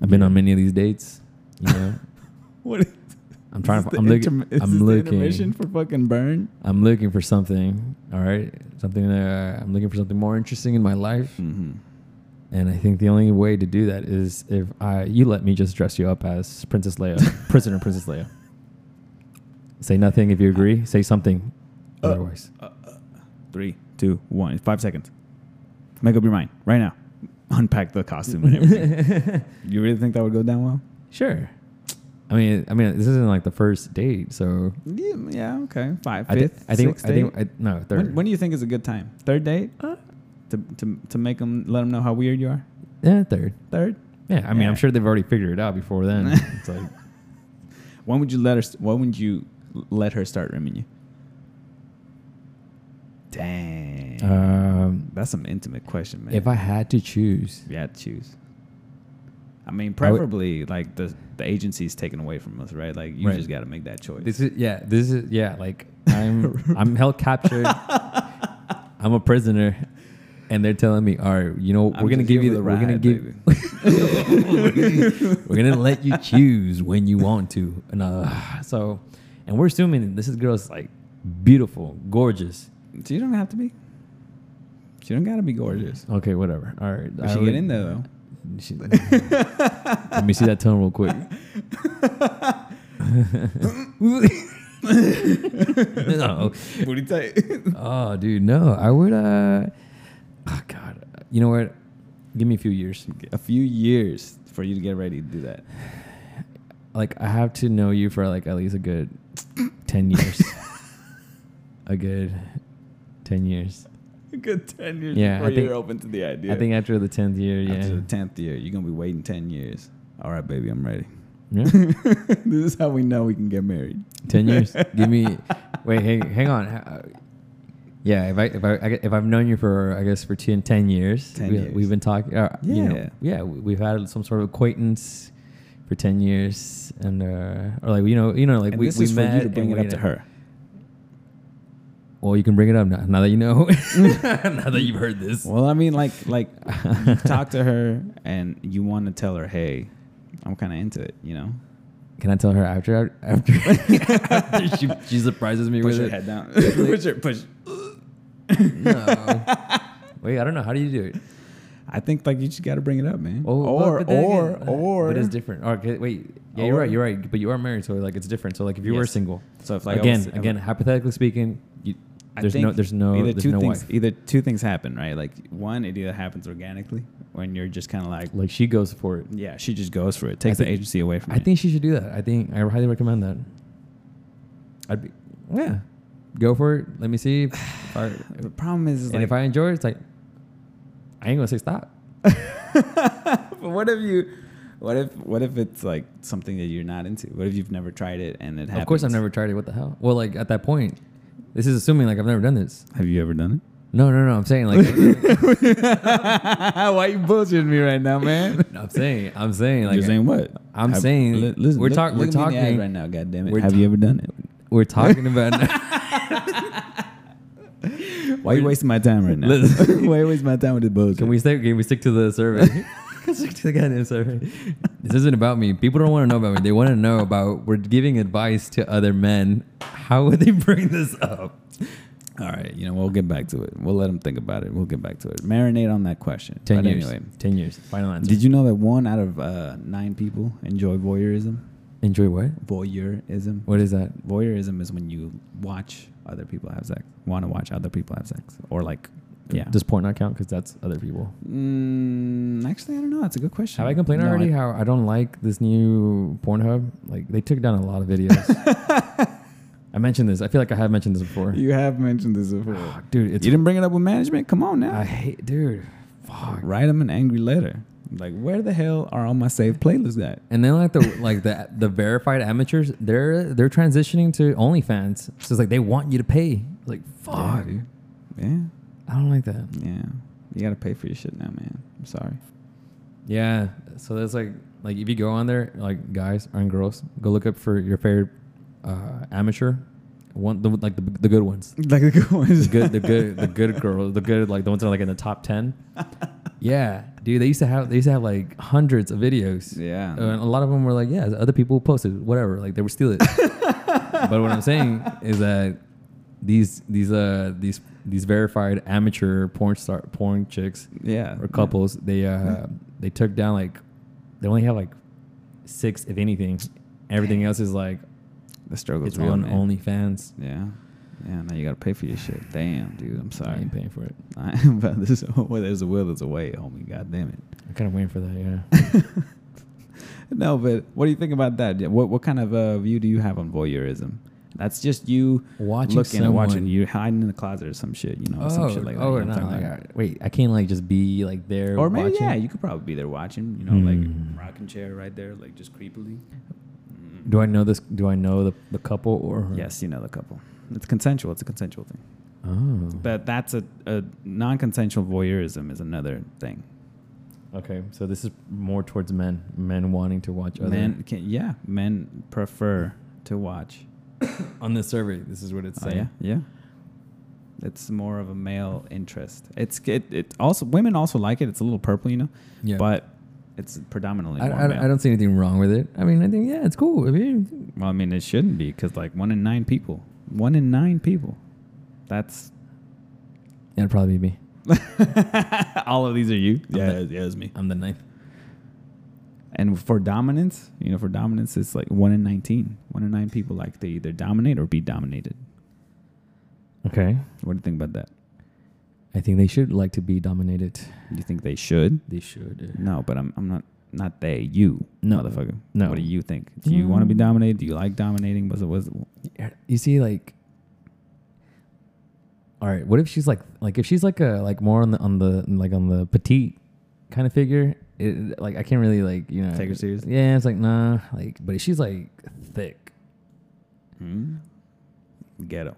S2: I've been on many of these dates. You know,
S1: What is,
S2: I'm trying
S1: is
S2: to,
S1: the
S2: I'm looking,
S1: intermi- is
S2: I'm
S1: this the
S2: looking,
S1: intermission for fucking burn.
S2: I'm looking for something. All right. Something that I'm looking for something more interesting in my life.
S1: Mm-hmm.
S2: And I think the only way to do that is if I you let me just dress you up as Princess Leia, prisoner Princess Leia. Say nothing if you agree. Say something.
S1: Uh,
S2: Otherwise,
S1: Three, two, one. Five seconds. Make up your mind right now. Unpack the costume and everything. you really think that would go down well?
S2: sure. I mean, I mean, this isn't like the first date, so
S1: Yeah, yeah okay. Five,
S2: I, thi-
S1: fifth,
S2: I think
S1: sixth
S2: I think
S1: date?
S2: I, no third.
S1: When, when do you think is a good time? Third date
S2: Uh,
S1: to to to make them let them know how weird you are.
S2: yeah, third.
S1: Third.
S2: Yeah, I mean,
S1: Yeah.
S2: I'm sure they've already figured it out before then. it's like
S1: When would you let her? st- When would you l- let her start rimming you? Dang,
S2: um,
S1: that's some intimate question, man.
S2: if I had to choose,
S1: you had to choose, I mean, preferably like the the agency's taken away from us, right? Like you
S2: Right.
S1: just got to make that choice.
S2: This is yeah. This is yeah. Like I'm I'm held captured. I'm a prisoner, and they're telling me, "All right, you know,
S1: I'm
S2: we're gonna
S1: just
S2: give
S1: here
S2: you.
S1: for
S2: The, we're gonna
S1: ride,
S2: give.
S1: baby.
S2: We're gonna let you choose when you want to." And uh, so, and we're assuming this is girl's like beautiful, gorgeous.
S1: so you don't have to be. She don't gotta be gorgeous.
S2: Okay, whatever. All right,
S1: But she get in there though.
S2: She, let me see that tongue real quick. no.
S1: What do you say?
S2: Oh, dude, no. I would. uh Oh God. You know what? Give me a few years.
S1: a few years for you to get ready to do that.
S2: Like I have to know you for like at least a good ten years. a good ten years.
S1: A good ten years
S2: Yeah, I
S1: before
S2: think-
S1: you're open to the idea.
S2: I think after the tenth year, yeah.
S1: after the tenth year, you're gonna be waiting ten years. All right, baby, I'm ready.
S2: yeah.
S1: this is how we know we can get married.
S2: ten years. Give me. Wait. Hang. Hang on. Uh, Yeah. If I if I I gue- if I've known you for I guess for ten, 10 years,
S1: 10
S2: we,
S1: years.
S2: we've been talking. Uh, yeah. You know,
S1: Yeah.
S2: yeah. we- We've had some sort of acquaintance for ten years, and uh, or like you know you know like
S1: and
S2: we
S1: this
S2: we
S1: is
S2: met
S1: for you to
S2: and
S1: bring it
S2: we
S1: up to
S2: didn't-
S1: her.
S2: Well, you can bring it up now, now that you know. now that you've heard this.
S1: Well, I mean, like, like you talk to her, and you want to tell her, "Hey, I'm kind of into it," you know.
S2: Can I tell her after after, after she, she surprises me
S1: Push
S2: with
S1: her
S2: it?
S1: head down. push her, push.
S2: No. Wait, I don't know. How do you do it?
S1: I think like you just got to bring it up, man.
S2: Oh, but-
S1: or
S2: but then
S1: or
S2: again, uh,
S1: or
S2: but it's different. Or okay, wait, yeah, you're
S1: Or-
S2: right, you're right. But you are married, so like it's different. So like if you were
S1: Yes.
S2: single,
S1: So if, like, I
S2: again,
S1: was-
S2: again, hypothetically speaking, you,
S1: I
S2: there's
S1: think
S2: no, there's no,
S1: either
S2: there's
S1: two
S2: no
S1: things.
S2: wife.
S1: Either two things happen, right? Like one, it either happens organically when you're just kind of like,
S2: Like she goes for it.
S1: yeah, she just goes for it, takes the
S2: think-
S1: agency away from.
S2: I
S1: it.
S2: think she should do that. I think I highly recommend that. I'd be, yeah, go for it. Let me see. If, if I,
S1: The problem is, is
S2: and
S1: like,
S2: if I enjoy it, it's like, I ain't gonna say stop.
S1: But what if you? What if what if it's like something that you're not into? What if you've never tried it and it happens?
S2: Of course, I've never tried it. What the hell? Well, like at that point, this is assuming like I've never done this.
S1: Have you ever done
S2: No, no, no. I'm saying like,
S1: it? Why you bullshitting me right now, man?
S2: I'm saying, I'm saying like,
S1: You're saying what?
S2: I'm
S1: Have-
S2: saying
S1: li- listen,
S2: we're
S1: look-
S2: talk-
S1: look me
S2: we're
S1: in the eye
S2: talking-
S1: right now. God damn
S2: we're
S1: it! Have you ever done it?
S2: we're talking about.
S1: Why are you wasting my time right now?
S2: Listen.
S1: Why are you wasting my time with this bullshit?
S2: Can we stay? Can we stick to the survey? stick to the goddamn survey. This isn't about me. People don't want to know about me. They want to know about we're giving advice to other men. How would they bring this up?
S1: All right, you know we'll get back to it. We'll let them think about it. We'll get back to it. Marinate on that question.
S2: Ten
S1: But
S2: years.
S1: Anyway,
S2: Ten years. Final answer.
S1: did you know that one out of uh, nine people enjoy voyeurism?
S2: enjoy what?
S1: Voyeurism.
S2: What is that?
S1: Voyeurism is when you watch other people have sex, want to watch other people have sex, or like, yeah.
S2: Does porn not count? Because that's other people.
S1: mm, actually, I don't know. That's a good question.
S2: Have I complained
S1: No,
S2: already
S1: I-
S2: how I don't like this new Pornhub? Like they took down a lot of videos. I mentioned this. I feel like I have mentioned this before.
S1: you have mentioned this before.
S2: Fuck, dude,
S1: you
S2: Ah, it's
S1: didn't bring it up with management. Come on now.
S2: I hate, dude. Fuck.
S1: Write them an angry letter. Like, where the hell are all my saved playlists at?
S2: And then like the like the the verified amateurs, they're they're transitioning to OnlyFans. So it's like they want you to pay. It's like fuck,
S1: dude. Yeah,
S2: I don't like that.
S1: yeah. You gotta pay for your shit now, man. I'm sorry.
S2: Yeah. So that's like like if you go on there, like guys and girls, go look up for your favorite uh, amateur, one the, like the, the good ones.
S1: Like the good ones.
S2: the good, the good, the good girls, the good, like the ones that are like in the top ten. Yeah, dude, they used to have they used to have like hundreds of videos.
S1: Yeah.
S2: and a lot of them were like, yeah, other people posted whatever, like they would steal it. but what I'm saying is that these these uh these these verified amateur porn star porn chicks
S1: Yeah.
S2: or couples they uh they took down like they only have like six if anything. Everything else is like
S1: The struggle's
S2: it's
S1: real,
S2: on
S1: man.
S2: OnlyFans.
S1: Yeah. Yeah, now you gotta pay for your shit. Damn, dude, I'm
S2: I
S1: sorry.
S2: ain't paying for it.
S1: I am about this. Where there's a will, there's a way, homie. God damn it.
S2: I'm kind of waiting for that. Yeah.
S1: No, but what do you think about that? Yeah, What what kind of uh, view do you have on voyeurism? That's just you
S2: Watching
S1: looking and watching.
S2: someone-
S1: You're hiding in the closet or some shit, you know, some shit like that.
S2: oh,
S1: you know
S2: no,
S1: what I'm
S2: like,
S1: talking
S2: uh,
S1: about?
S2: wait, I can't like just be like there
S1: or maybe
S2: watching?
S1: yeah, you could probably be there watching, you know,
S2: Hmm. Mm-hmm.
S1: like rocking chair right there, like just creepily.
S2: Do I know this? Do I know the, the couple or her?
S1: Yes, you know the couple. It's consensual. It's a consensual thing.
S2: Oh,
S1: But that's a, a non-consensual voyeurism is another thing.
S2: okay. So this is more towards men, men wanting to watch other
S1: Men can yeah, men prefer to watch.
S2: on this survey. This is what it's
S1: Oh,
S2: saying.
S1: yeah, yeah. It's more of a male interest. It's it, it also women also like it. It's a little purple, you know.
S2: Yeah.
S1: But it's predominantly
S2: I,
S1: more
S2: I,
S1: male.
S2: I don't see anything wrong with it. I mean, I think yeah, it's cool. I mean,
S1: Well, I mean, it shouldn't be because like one in nine people, one in nine people. That's
S2: it'd probably be me.
S1: all of these are you.
S2: Yeah,
S1: yeah, it's me.
S2: I'm the ninth.
S1: And for dominance, you know, for dominance, it's like one in 19. One in nine people like they either dominate or be dominated.
S2: Okay,
S1: What do you think about that?
S2: I think they should like to be dominated.
S1: Do you think they should?
S2: They should.
S1: No, but I'm, I'm not, not they, you,
S2: No.
S1: motherfucker.
S2: No.
S1: What do you think? Do you want to be
S2: Mm.
S1: dominated? Do you like dominating? Was it, was it,
S2: You see, like, all right. What if she's like, like if she's like a like more on the on the like on the petite kind of figure? It, like I can't really like you know
S1: Take her serious?
S2: Yeah, it's like nah. Like, but if she's like thick
S1: hmm? ghetto?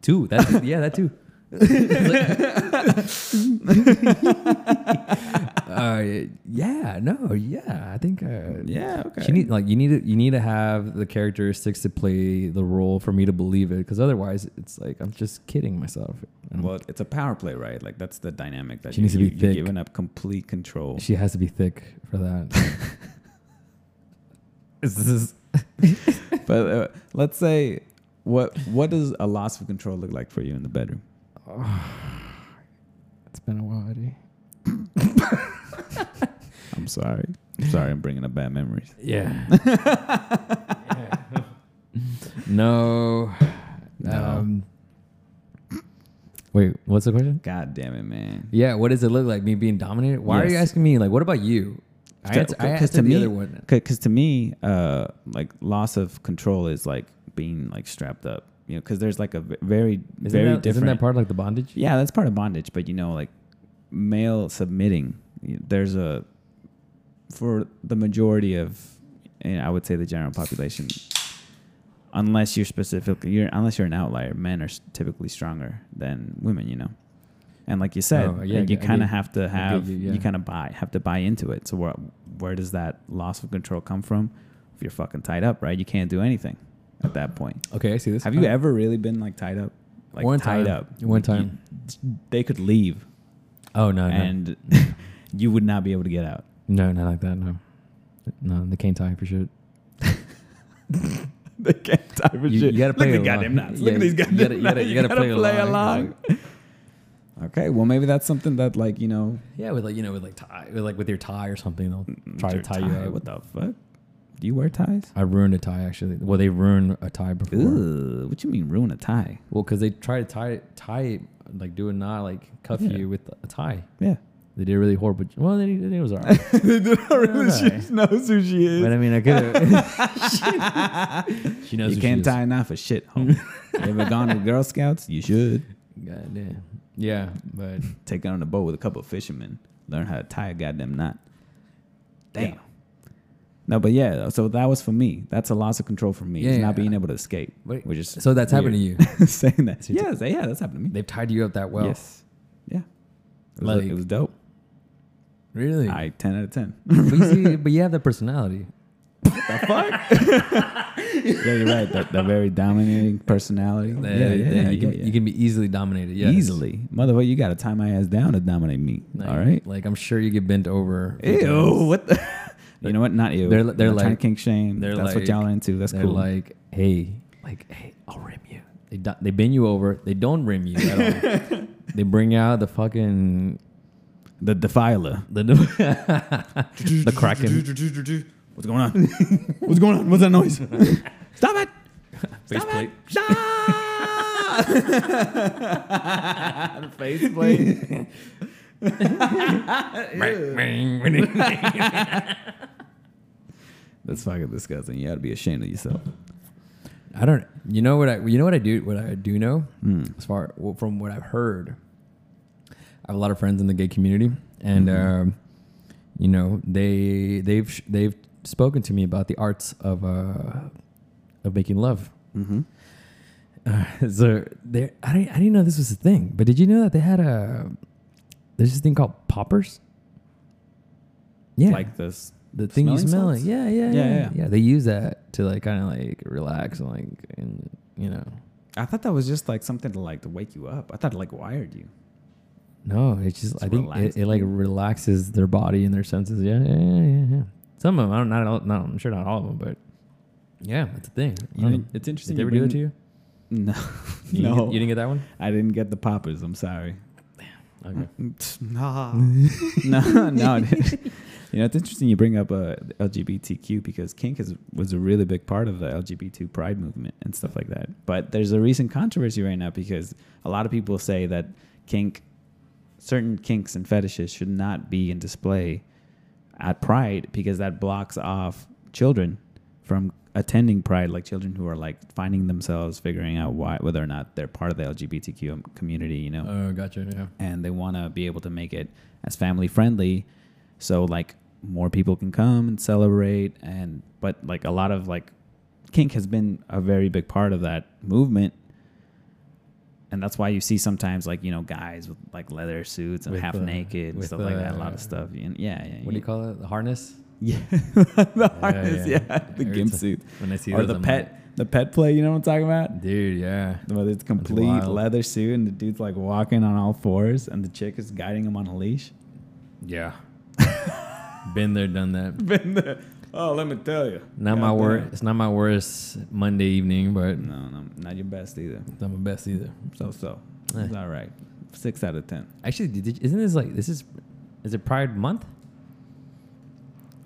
S2: too. That yeah, that too. uh, yeah, no, yeah. I think uh,
S1: Yeah, okay.
S2: She need like you need to you need to have the characteristics to play the role for me to believe it because otherwise it's like I'm just kidding myself. And
S1: well, it's a power play, right? Like that's the dynamic that
S2: She
S1: you,
S2: needs to be
S1: you- you're
S2: thick.
S1: giving up complete control.
S2: she has to be thick for that. Is this-
S1: but uh, let's say, what what does a loss of control look like for you in the bedroom?
S2: it's been a while already.
S1: I'm sorry. I'm sorry. I'm bringing up bad memories.
S2: Yeah. No.
S1: No.
S2: Um, wait, what's the question?
S1: God damn it, man.
S2: Yeah, what does it look like? Me being dominated? Why are you
S1: Yes.
S2: asking me? Like, what about you? I, ans- I answered the
S1: me,
S2: other one.
S1: Because to me, uh, like loss of control is like being like strapped up. You know, because there's like a v- very
S2: Isn't
S1: very
S2: that,
S1: different.
S2: Isn't that part of, like the bondage?
S1: yeah, that's part of bondage. But you know, like male submitting, there's a for the majority of, and I would say the general population, unless you're specifically you're unless you're an outlier, men are s- typically stronger than women, you know. And like you said,
S2: Oh, yeah,
S1: like you
S2: I
S1: kind
S2: get-
S1: of have to have
S2: you,
S1: you,
S2: yeah.
S1: kind of buy have to buy into it. So where where does that loss of control come from? If you're fucking tied up, right? You can't do anything at that point.
S2: Okay, I see this.
S1: Have you ever really been like tied up? Like
S2: One
S1: tied
S2: time.
S1: up.
S2: One
S1: You-
S2: time.
S1: they could leave
S2: Oh no, no,
S1: and you would not be able to get out.
S2: no, not like that. No, no, they can't tie for shit.
S1: They can't type of
S2: You- you gotta play
S1: Look at the goddamn
S2: along.
S1: knots. Look
S2: Yeah,
S1: at these
S2: you gotta-
S1: goddamn
S2: you
S1: knots.
S2: gotta- you gotta play along,
S1: okay, well maybe that's something that like, you know,
S2: Yeah, with like you know, with like tie, with like with your tie or something, they'll try to
S1: your
S2: Mm, tie, you up.
S1: What the fuck? Do you wear ties?
S2: I ruined a tie actually. Well, they ruined a tie before.
S1: Ooh, what you mean ruin a tie?
S2: Well, because they try to tie tie like do a knot, like cuff
S1: Yeah.
S2: you with a tie.
S1: Yeah.
S2: They did really horrible. Well, they, they, it was alright.
S1: they do not
S2: really- she
S1: knows who she
S2: but I mean, I could. she knows
S1: You
S2: who
S1: can't
S2: she is.
S1: tie a knot for shit, homie. you ever gone to Girl Scouts? You should.
S2: God damn. Yeah, but
S1: Take it on a boat with a couple of fishermen. Learn how to tie a goddamn knot. Damn.
S2: Yeah.
S1: No, but yeah, so that was for me. That's a loss of control for me.
S2: Yeah,
S1: it's
S2: yeah.
S1: not being able to escape.
S2: Wait,
S1: which is
S2: so that's happened to you.
S1: weird. saying that.
S2: So you
S1: yeah, so yeah, that's happened to me.
S2: They've tied you up that well.
S1: yes. Yeah. It was,
S2: Like-
S1: it was dope.
S2: Really?
S1: I 10 out of 10.
S2: but, you see, but you have that personality.
S1: yeah, you're right. That, that very dominating personality.
S2: Yeah,
S1: yeah, yeah, yeah,
S2: you, can,
S1: yeah.
S2: you can be easily dominated. Yes.
S1: Easily. Motherfucker, you got to tie my ass down to dominate me.
S2: Like,
S1: All right.
S2: Like I'm sure you get bent over. a few
S1: Ew,
S2: times.
S1: what the? you know what? Not ew.
S2: They're- they're
S1: Not trying
S2: like-
S1: to kink shame.
S2: they're
S1: That's
S2: like-
S1: what y'all are into. That's
S2: They're
S1: cool.
S2: like, hey, like, hey, I'll rim you. They do, they bend you over. They don't rim you at all. they bring out the fucking
S1: the defiler.
S2: the the kraken.
S1: What's going on? What's going on? What's that noise? Stop it! Stop
S2: Faceplate.
S1: it! Stop! the faceplate. That's fucking disgusting. You ought to be ashamed of yourself.
S2: I don't. You know what I? You know what I do? What I do know, as far well, from what I've heard, I have a lot of friends in the gay community, and
S1: Mm-hmm.
S2: um, you know they they've sh- they've spoken to me about the arts of uh, of making love.
S1: Mm-hmm.
S2: Uh, so there, I didn't, I didn't know this was a thing, but did you know that they had a there's this thing called poppers? Yeah,
S1: Like this.
S2: the thing you
S1: smelling
S2: smell.
S1: salts?
S2: Yeah, yeah, yeah,
S1: Yeah,
S2: yeah,
S1: yeah.
S2: They use that to like kind of like relax and like and you know.
S1: I thought that was just like something to like to wake you up. I thought it like wired you.
S2: No, it's just I
S1: It's
S2: think it, it
S1: relaxing.
S2: like relaxes their body and their senses. Yeah, yeah, yeah, yeah, yeah. Some of them, I don't not all, not I'm sure not all of them, but yeah, that's a thing. I
S1: You
S2: don't
S1: know,
S2: know.
S1: it's
S2: Did
S1: interesting.
S2: they ever do that to
S1: bring-
S2: you?
S1: No,
S2: You
S1: no.
S2: didn't get- you didn't get that one.
S1: I didn't get the poppers. I'm sorry.
S2: Okay.
S1: Nah. no, no. dude. you know, it's interesting you bring up uh, LGBTQ because kink is, was a really big part of the LGBT pride movement and stuff like that. But there's a recent controversy right now because a lot of people say that kink, certain kinks and fetishes should not be in display at pride because that blocks off children from attending pride like children who are like finding themselves figuring out why whether or not they're part of the lgbtq community you know
S2: Oh, gotcha. Yeah.
S1: and they want to be able to make it as family friendly so like more people can come and celebrate and but like a lot of like kink has been a very big part of that movement and that's why you see sometimes like you know guys with like leather suits and
S2: With,
S1: half
S2: uh,
S1: naked and
S2: with,
S1: stuff like that a lot
S2: uh,
S1: of stuff and yeah, yeah
S2: What do you call it? The harness.
S1: yeah the
S2: Yeah,
S1: harness yeah, the
S2: Every
S1: gimp
S2: time-
S1: suit
S2: When I see
S1: or
S2: those,
S1: the
S2: I'm
S1: pet the pet play you know what i'm talking about
S2: like, dude. Yeah.
S1: whether it's complete
S2: wild.
S1: leather suit and the dude's like walking on all fours and the chick is guiding him on a leash.
S2: Yeah. Been there, done that.
S1: Been there. Oh, let me tell you.
S2: Not my worst. It's not my worst Monday evening, but
S1: No, no, not your best either.
S2: it's not my best either.
S1: So so.
S2: Eh.
S1: It's all right. Six out of ten.
S2: Actually, did, did- isn't this like this is is it Pride Month?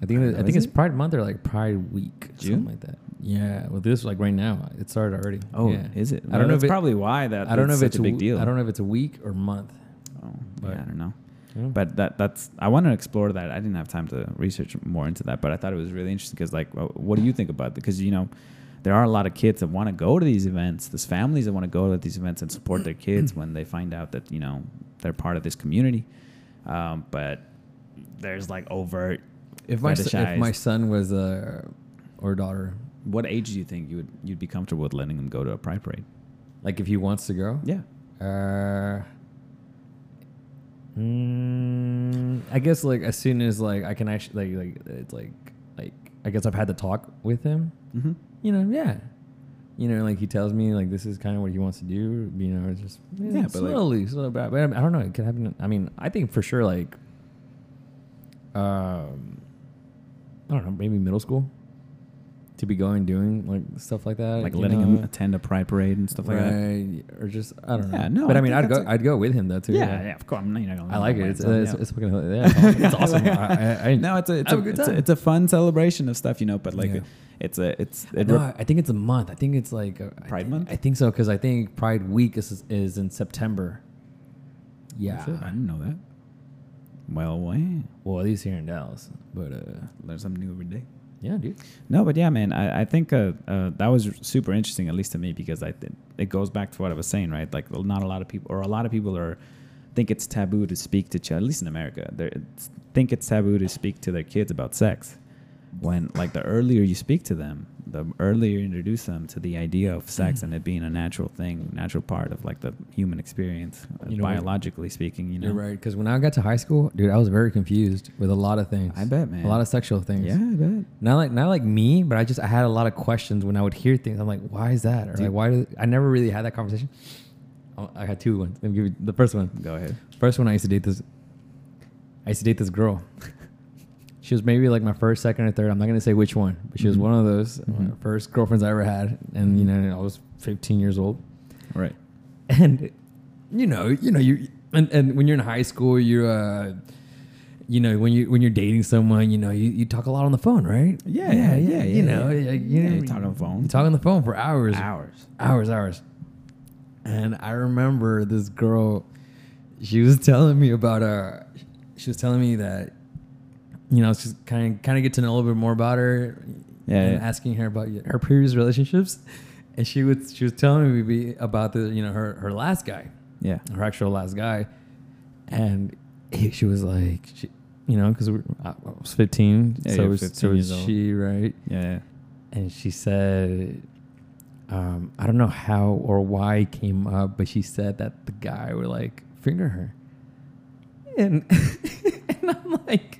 S2: I think
S1: I
S2: it-
S1: don't
S2: I
S1: know,
S2: think
S1: is
S2: it's
S1: it?
S2: Pride Month or like Pride Week,
S1: June?
S2: something like that. Yeah, well, this like right now, it started already.
S1: Oh,
S2: Yeah.
S1: is it?
S2: I don't know if
S1: That's
S2: it,
S1: probably why that.
S2: I don't know if
S1: such
S2: it's
S1: a big
S2: w-
S1: deal.
S2: I don't know if it's a week or month.
S1: Oh,
S2: but-
S1: yeah, I don't know.
S2: You know?
S1: But that that's I want to explore that. I didn't have time to research more into that, but I thought it was really interesting because like, wh- what do you think about it? Because you know, there are a lot of kids that want to go to these events. There's families that want to go to these events and support their kids when they find out that you know they're part of this community. um, but there's like overt.
S2: If my son, if my
S1: fetishized-
S2: son was uh, or daughter,
S1: what age do you think you would you'd be comfortable with letting him go to a pride parade?
S2: like if he wants to go,
S1: Yeah,
S2: Uh, mm, I guess like as soon as like I can actually like like it's like like I guess I've had the talk with him.
S1: mm-hmm.
S2: You know, yeah. You know, like he tells me like this is kind of what he wants to do. You know, it's just yeah,
S1: Yeah, but, like-
S2: slowly, slowly. But but I don't know. It could happen. I mean, I think for sure like. Um, I don't know, maybe middle school. To be going doing like stuff like that,
S1: like
S2: you
S1: letting
S2: know?
S1: him attend a pride parade and stuff like that.
S2: right. Or just I don't
S1: Yeah,
S2: know.
S1: no,
S2: but I
S1: I
S2: mean,
S1: think
S2: I'd go.
S1: that's a-
S2: I'd go with him though too.
S1: Yeah, yeah, of course. I'm not, you're not gonna
S2: I
S1: let
S2: like
S1: him
S2: it.
S1: by
S2: It's,
S1: himself,
S2: it's,
S1: yeah.
S2: it's fucking yeah, it's, it's awesome. I, I, I,
S1: no, it's a it's
S2: I
S1: a,
S2: have a good
S1: it's, a,
S2: time.
S1: it's a fun celebration of stuff, you know. But like,
S2: Yeah.
S1: it's a it's
S2: I
S1: it
S2: know,
S1: rep-
S2: I think it's a month. I think it's like a, I
S1: Pride
S2: thi-
S1: month?
S2: I think so because I think Pride Week is is in September. Yeah.
S1: Shit, I didn't know that. Well, wow.
S2: Well, at least here in Dallas, but uh,
S1: learn something new every day.
S2: yeah, dude.
S1: No, but yeah, man, I, I think uh, uh, that was super interesting, at least to me, because I th- it goes back to what I was saying, right? Like, not a lot of people, or a lot of people are think it's taboo to speak to, ch- at least in America, they think it's taboo to speak to their kids about sex. When like the earlier you speak to them, the earlier you introduce them to the idea of
S2: Mm-hmm.
S1: sex and it being a natural thing, natural part of like the human experience, uh,
S2: You know what?
S1: biologically speaking. You know,
S2: You're right. Because when I got to high school, dude, I was very confused with a lot of things.
S1: I bet, man.
S2: A lot of sexual things.
S1: Yeah, I bet.
S2: Not like not like me, but I just I had a lot of questions when I would hear things. I'm like, why is that? Or
S1: Dude.
S2: like, why do I never really had that conversation? Oh, I- I had two ones. Let me give you the first one.
S1: Go ahead.
S2: First one, I used to date this. I used to date this girl. she was maybe like my first, second, or third. I'm not gonna say which one, but she was
S1: Mhm.
S2: one of those uh,
S1: Mhm.
S2: first girlfriends I ever had, and you know I was 15 years old
S1: Right.
S2: and you know, you know, you and, and when you're in high school, you're, uh, you know, when you when you're dating someone, you know, you, you talk a lot on the phone, right?
S1: Yeah, yeah, yeah,
S2: you
S1: yeah,
S2: know,
S1: yeah.
S2: like, you
S1: Yeah,
S2: know,
S1: you talk on the phone.
S2: you talk on the phone for hours,
S1: Hours.
S2: hours, hours. And I remember this girl, she was telling me about uh, she was telling me that, you know, just kind of kind of get to know a little bit more about her,
S1: Yeah,
S2: and
S1: yeah.
S2: asking her about her previous relationships, and she was she was telling me about the you know her her last guy,
S1: Yeah.
S2: her actual last guy, and he, she was like, she, you know, because I I was fifteen,
S1: Yeah,
S2: so
S1: you're
S2: was,
S1: 15
S2: so was
S1: years old.
S2: she, right?
S1: Yeah. yeah.
S2: And she said, um, I don't know how or why it came up, but she said that the guy would like finger her, and and I'm like.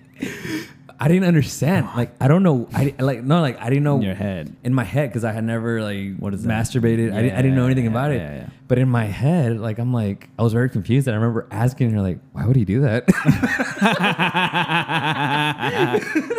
S2: I didn't understand. Like, I don't know. I like no. Like, I didn't know
S1: In your head.
S2: in my head because I had never like
S1: What is that?
S2: masturbated. I, didn't, I didn't know anything
S1: Yeah,
S2: about it.
S1: yeah, yeah.
S2: But in my head, like I'm like I was very confused, and I remember asking her like, "Why would he do that?"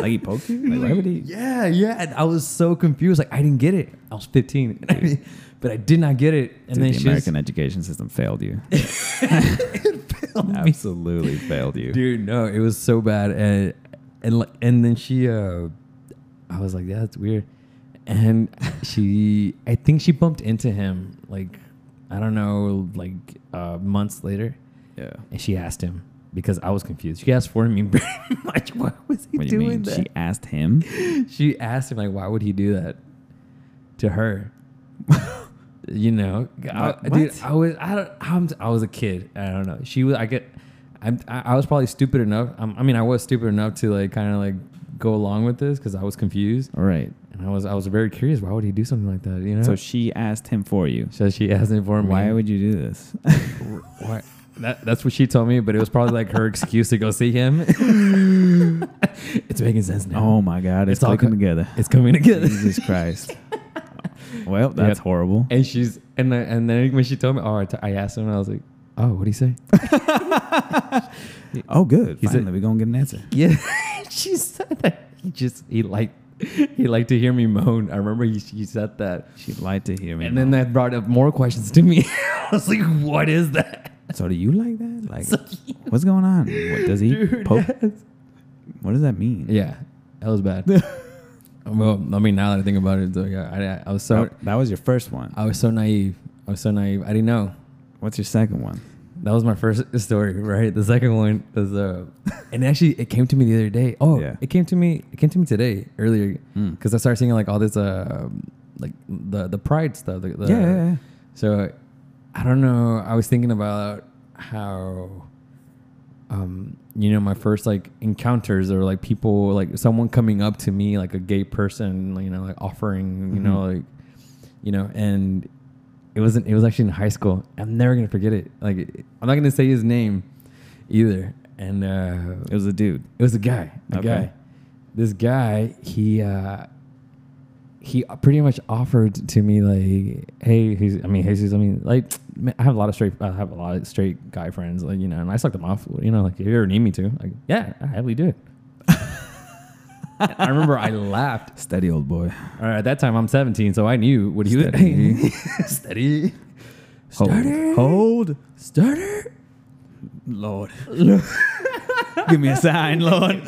S1: like he poked you? Like why would he?
S2: yeah, yeah. And I was so confused. Like I didn't get it. I was 15, and I- but I did not get it. And
S1: Dude,
S2: then
S1: the
S2: she
S1: American education system failed you.
S2: failed me.
S1: Absolutely failed you.
S2: dude. No, it was so bad, and and like and then she, uh I was like, "Yeah, that's weird." And she, I think she bumped into him like I don't know, like uh, months later.
S1: Yeah.
S2: And she asked him because I was confused. She asked for him. I'm like, why was he
S1: What do you
S2: doing
S1: mean? She
S2: that?
S1: asked him.
S2: She, asked him like, why would he do that to her? you know, I-
S1: What-
S2: dude,
S1: what?
S2: I was I don't I'm, I was a kid. I don't know. She was I get I'm, I I was probably stupid enough. um, i I mean, I was stupid enough to like kind of like go along with this because I was confused
S1: All right.
S2: and I was I was very curious. Why would he do something like that? You know.
S1: So she asked him for you.
S2: so she asked him for me.
S1: Why would you do this?
S2: Why? That, that's what she told me, but it was probably like her excuse to go see him. it's making sense now.
S1: oh my God! It's,
S2: It's all
S1: clicking
S2: co-
S1: together.
S2: It's coming together.
S1: Jesus Christ. Well, that's
S2: Yeah.
S1: horrible.
S2: And she's and I, and then when she told me, oh, I, t- I asked him, and I was like, oh, what do you say?
S1: Oh, good.
S2: He said-
S1: Finally, we're gonna get an answer.
S2: Yeah, she said that. He just he liked he liked to hear me moan. I remember he, he said that,
S1: She lied to hear me.
S2: and then that brought up more questions to me. I was like, what is that?
S1: so do you like that? Like, what's going on? What does he
S2: Dude,
S1: poke?
S2: yes.
S1: What does that mean?
S2: Yeah, that was bad. well, I mean, now that I think about it, though, yeah, I, I- I was so
S1: That- that was your first one.
S2: I was so naive. I was so naive. I didn't know.
S1: What's your second one?
S2: That was my first story, right? The second one was uh, and actually it came to me the other day. Oh,
S1: Yeah.
S2: it came to me. It came to me today earlier
S1: Mm.
S2: because I started seeing like all this uh, like the the pride stuff. Like the,
S1: Yeah, yeah, yeah.
S2: So I don't know. I was thinking about how um, you know, my first like encounters or like people like someone coming up to me like a gay person, you know, like offering, you
S1: Mm-hmm.
S2: know, like you know, and it wasn't. It was actually in high school. I'm never gonna forget it. Like it- I'm not gonna say his name either. And uh,
S1: It was a dude.
S2: it was a guy. A
S1: Okay.
S2: guy. This guy, he uh he pretty much offered to me like, hey, he's, I mean, Jesus, I mean, like, man, I have a lot of straight, I have a lot of straight guy friends, like, you know, and I suck them off, you know, like, if you ever need me to, like, yeah, I happily do it. And I remember I laughed.
S1: Steady old boy.
S2: All right, at that time I'm 17, so I knew what he was.
S1: Steady.
S2: Steady.
S1: Hold.
S2: Starter.
S1: Hold.
S2: Starter.
S1: Lord. Give me a sign, Lord.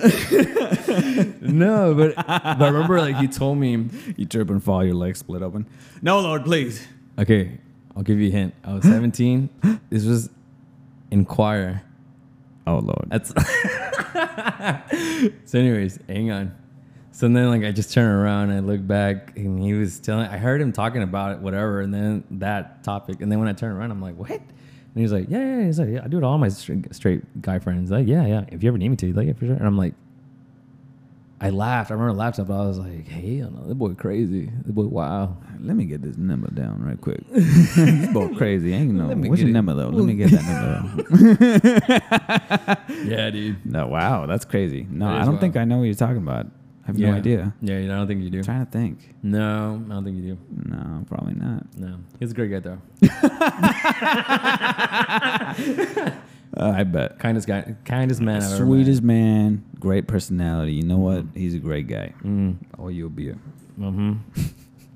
S2: No, but, but I remember like he told me
S1: you trip and fall, your legs split open. No, Lord, please.
S2: Okay, I'll give you a hint. I was 17. this was in choir.
S1: Oh, Lord.
S2: That's so. Anyways, hang on. So then, like, I just turn around and I look back, and he was telling. I heard him talking about it, whatever, and then that topic. And then when I turn around, I'm like, what? And he's like, yeah, yeah. yeah." He's like, yeah, I do it to all my straight, straight guy friends. Like, yeah, yeah. If you ever need me to, like, yeah, for sure. And I'm like, I laughed. I remember laughing, but I was like, hell no, that boy crazy. That boy, wow.
S1: Let me get this number down right quick. this boy crazy. Ain't no.
S2: Let me
S1: What's
S2: get
S1: your
S2: it.
S1: number though? Let me get that number. down.
S2: Yeah, dude.
S1: no, wow, that's crazy. No,
S2: That
S1: I
S2: is
S1: don't think
S2: wild.
S1: I know what you're talking about. I have
S2: yeah.
S1: no idea.
S2: Yeah, I don't think you do.
S1: I'm trying to think.
S2: No, I don't think you do.
S1: No, probably not.
S2: No, he's a great guy though.
S1: Uh, I bet.
S2: Kindest guy, kindest man. I've ever
S1: Sweetest man, great personality. You know what? He's a great guy.
S2: Mm.
S1: Oh, you'll be. A,
S2: Met. hmm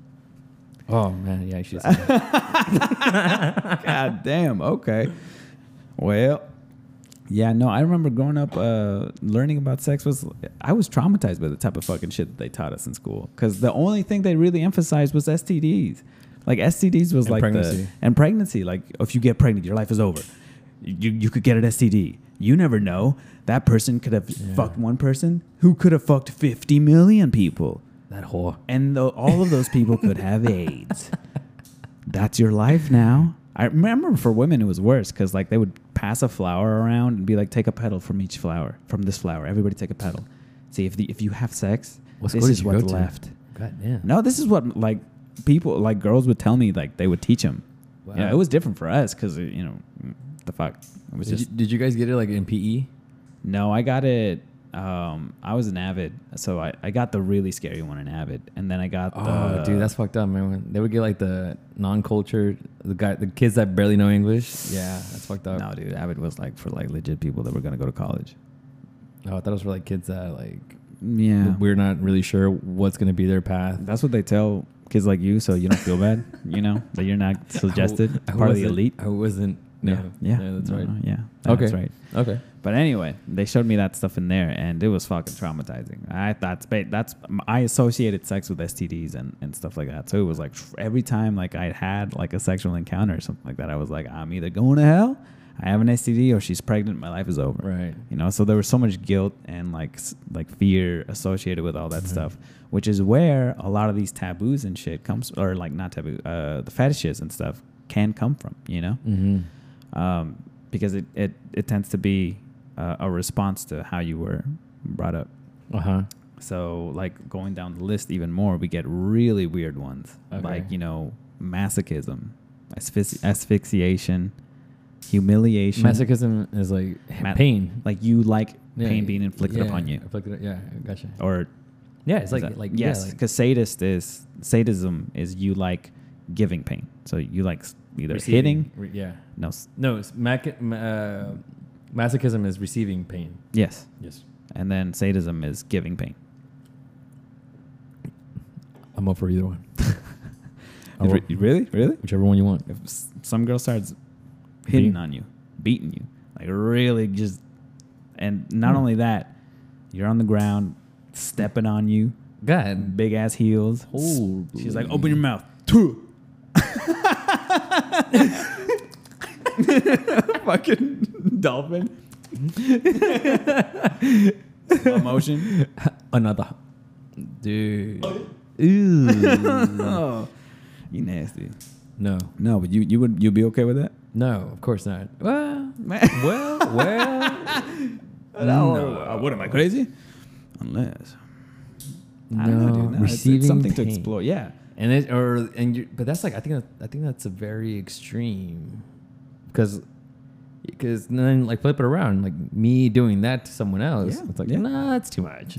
S2: oh man, yeah, you should. Say that.
S1: God damn. Okay. Well, yeah. No, I remember growing up, uh, learning about sex was I was traumatized by the type of fucking shit that they taught us in school because the only thing they really emphasized was STDs. Like STDs was
S2: And
S1: like
S2: pregnancy.
S1: the and pregnancy. Like if you get pregnant, your life is over. You you could get an STD. You never know. That person could have fucked one person who could have fucked fifty million people
S2: that whore.
S1: and tho- all of those people could have AIDS. That's your life now. I remember for women it was worse because like they would pass a flower around and be like, take a petal from each flower, from this flower. Everybody take a petal. See if the if you have sex,
S2: What
S1: this
S2: school
S1: is
S2: did you
S1: what's
S2: go to?
S1: left.
S2: God damn.
S1: No, this is what like people like girls would tell me like they would teach them.
S2: Wow.
S1: You know, it was different for us because you know the fuck. It was
S2: Did,
S1: just
S2: you, did you guys get it like in E? PE?
S1: no, I got it. Um, I was an avid, so I, I got the really scary one in avid, and then I got
S2: Oh,
S1: the
S2: dude, that's fucked up, man. When they would get like the non-cultured, the guy, the kids that barely know English. Yeah, that's fucked up.
S1: No, dude, Avid was like for like legit people that were gonna go to college.
S2: Oh, I thought it was for like kids that like
S1: Yeah,
S2: we're not really sure what's gonna be their path.
S1: that's what they tell kids like you, so you don't feel bad. you know that you're not suggested
S2: I
S1: part of the
S2: wasn't-
S1: elite.
S2: I wasn't. No.
S1: yeah,
S2: No, that's
S1: No,
S2: right.
S1: no, yeah,
S2: Okay.
S1: that's right.
S2: Okay.
S1: But anyway, they showed me that stuff in there, and it was fucking traumatizing. I thought spa- that's I associated sex with STDs and, and stuff like that. So it was like every time like I had like a sexual encounter or something like that, I was like, I'm either going to hell, I have an STD, or she's pregnant, my life is over.
S2: Right.
S1: You know, so there was so much guilt and like s- like fear associated with all that
S2: Mm-hmm.
S1: stuff, which is where a lot of these taboos and shit comes, or like not taboo, uh, the fetishes and stuff can come from. You know
S2: Mm-hmm.
S1: um, because it, it, it tends to be uh, a response to how you were brought up.
S2: Uh huh.
S1: So, like going down the list even more, we get really weird ones
S2: Okay.
S1: like, you know, masochism, asphyxi- asphyxiation, humiliation.
S2: Masochism is like h-
S1: Ma-
S2: pain.
S1: Like you like
S2: Yeah,
S1: pain being inflicted
S2: yeah,
S1: upon you.
S2: Inflicted, yeah, gotcha.
S1: Or,
S2: Yeah, it's
S1: is
S2: like
S1: that-
S2: like
S1: yes,
S2: yeah, like
S1: because sadist is sadism is you like giving pain. So you like s- either
S2: receiving-
S1: hitting,
S2: re- yeah.
S1: no, s-
S2: No, it's mac- ma- uh, masochism is receiving pain.
S1: yes,
S2: Yes.
S1: and then sadism is giving pain.
S2: I'm up for either one.
S1: Re-
S2: Or
S1: really, really?
S2: whichever one you want.
S1: if s- some girl starts hitting
S2: Beating.
S1: on you, beating you, like really just, and not
S2: Hmm.
S1: only that, you're on the ground, stepping on you,
S2: God.
S1: big ass heels. S- She's like, open your mouth. Fucking dolphin. Slow motion.
S2: Another. Dude.
S1: Ew. you nasty.
S2: No.
S1: No, but you you would you be okay with that?
S2: No, of course not. Well, well, well.
S1: No, uh, what am I crazy? Unless
S2: No,
S1: I don't know, dude. No, it's-
S2: receiving
S1: it's something
S2: pain.
S1: to explore. Yeah,
S2: and it or and you but that's like I think that, I think that's a very extreme because because then like flip it around like me doing that to someone else
S1: Yeah,
S2: it's like
S1: yeah.
S2: nah that's too much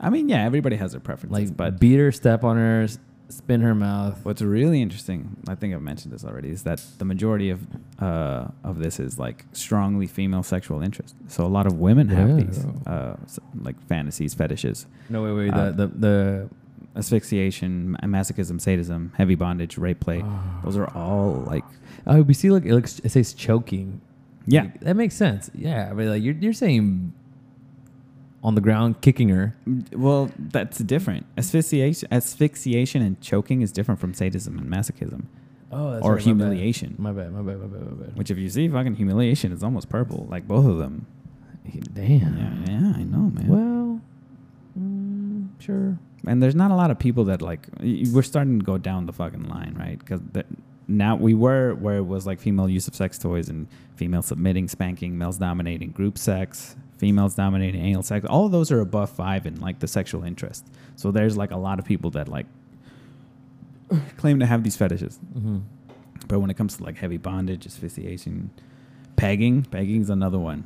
S1: I mean, yeah, everybody has their preferences,
S2: like
S1: but
S2: beat her step on her s- spin her mouth
S1: What's really interesting, I think I've mentioned this already, is that the majority of uh, of this is like strongly female sexual interest. So a lot of women have
S2: Yeah.
S1: these uh, s- like fantasies, fetishes,
S2: no wait wait
S1: Uh,
S2: the, the the
S1: asphyxiation, ma- masochism, sadism, heavy bondage, rape play.
S2: Oh.
S1: Those are all like
S2: oh we see like it, looks, it says choking
S1: yeah,
S2: Like, that makes sense yeah I mean like you're you're saying on the ground kicking her
S1: Well, that's different. Asphyxiation, asphyxiation, and choking is different from sadism and masochism.
S2: oh that's
S1: Or
S2: right, my bad.
S1: humiliation.
S2: my bad my bad my bad my bad
S1: Which, if you see fucking humiliation, it's almost purple, like both of them.
S2: damn
S1: Yeah, yeah, I know, Oh, man.
S2: Well, mm, sure.
S1: and there's not a lot of people that like y- we're starting to go down the fucking line right because now we were where it was like female use of sex toys and female submitting spanking males dominating group sex females dominating anal sex all of those are above five in like the sexual interest so there's like a lot of people that like claim to have these fetishes
S2: Mm-hmm.
S1: but when it comes to like heavy bondage asphyxiation pegging pegging's another one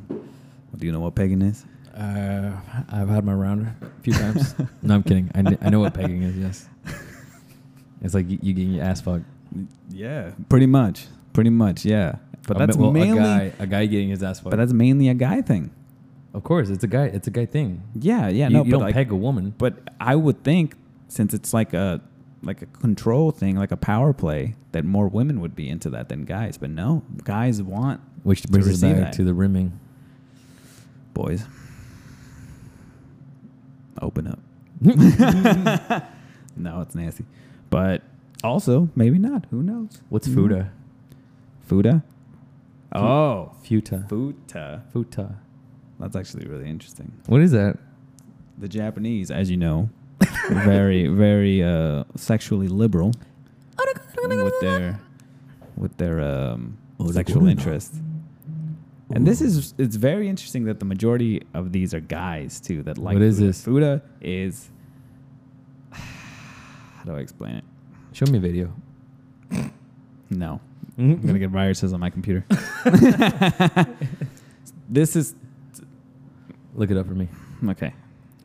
S1: do you know what pegging is
S2: Uh, I've had my round a few times. no, I'm kidding. I, kn- I know what pegging is. Yes, it's like you, you getting your ass fucked.
S1: yeah pretty much pretty much yeah but
S2: A
S1: that's
S2: ma- well,
S1: mainly
S2: a guy. A guy getting his ass fucked.
S1: But that's mainly a guy thing.
S2: of course, it's a guy. It's a guy thing.
S1: Yeah, yeah,
S2: you,
S1: no,
S2: you
S1: but
S2: don't
S1: like,
S2: peg a woman.
S1: but I would think since it's like a like a control thing, like a power play, that more women would be into that than guys. But no, guys want
S2: Which
S1: to
S2: brings us
S1: receive that.
S2: back to the rimming.
S1: boys. Open up. No, it's nasty. But also, maybe not. Who knows?
S2: What's
S1: Who
S2: futa?
S1: knows? Fuda? Oh,
S2: Futa.
S1: futa.
S2: Futa.
S1: That's actually really interesting.
S2: What is that?
S1: The Japanese, as you know, very very uh, sexually liberal with their with their um,
S2: Oh, the
S1: sexual
S2: gorilla.
S1: interest. And this is it's very interesting that the majority of these are guys too that like
S2: What is
S1: fuda.
S2: this?
S1: Fuda is how do I explain it?
S2: Show me a video.
S1: No. I'm
S2: Mm-hmm.
S1: gonna get viruses on my computer. this is
S2: Look it up for me.
S1: okay.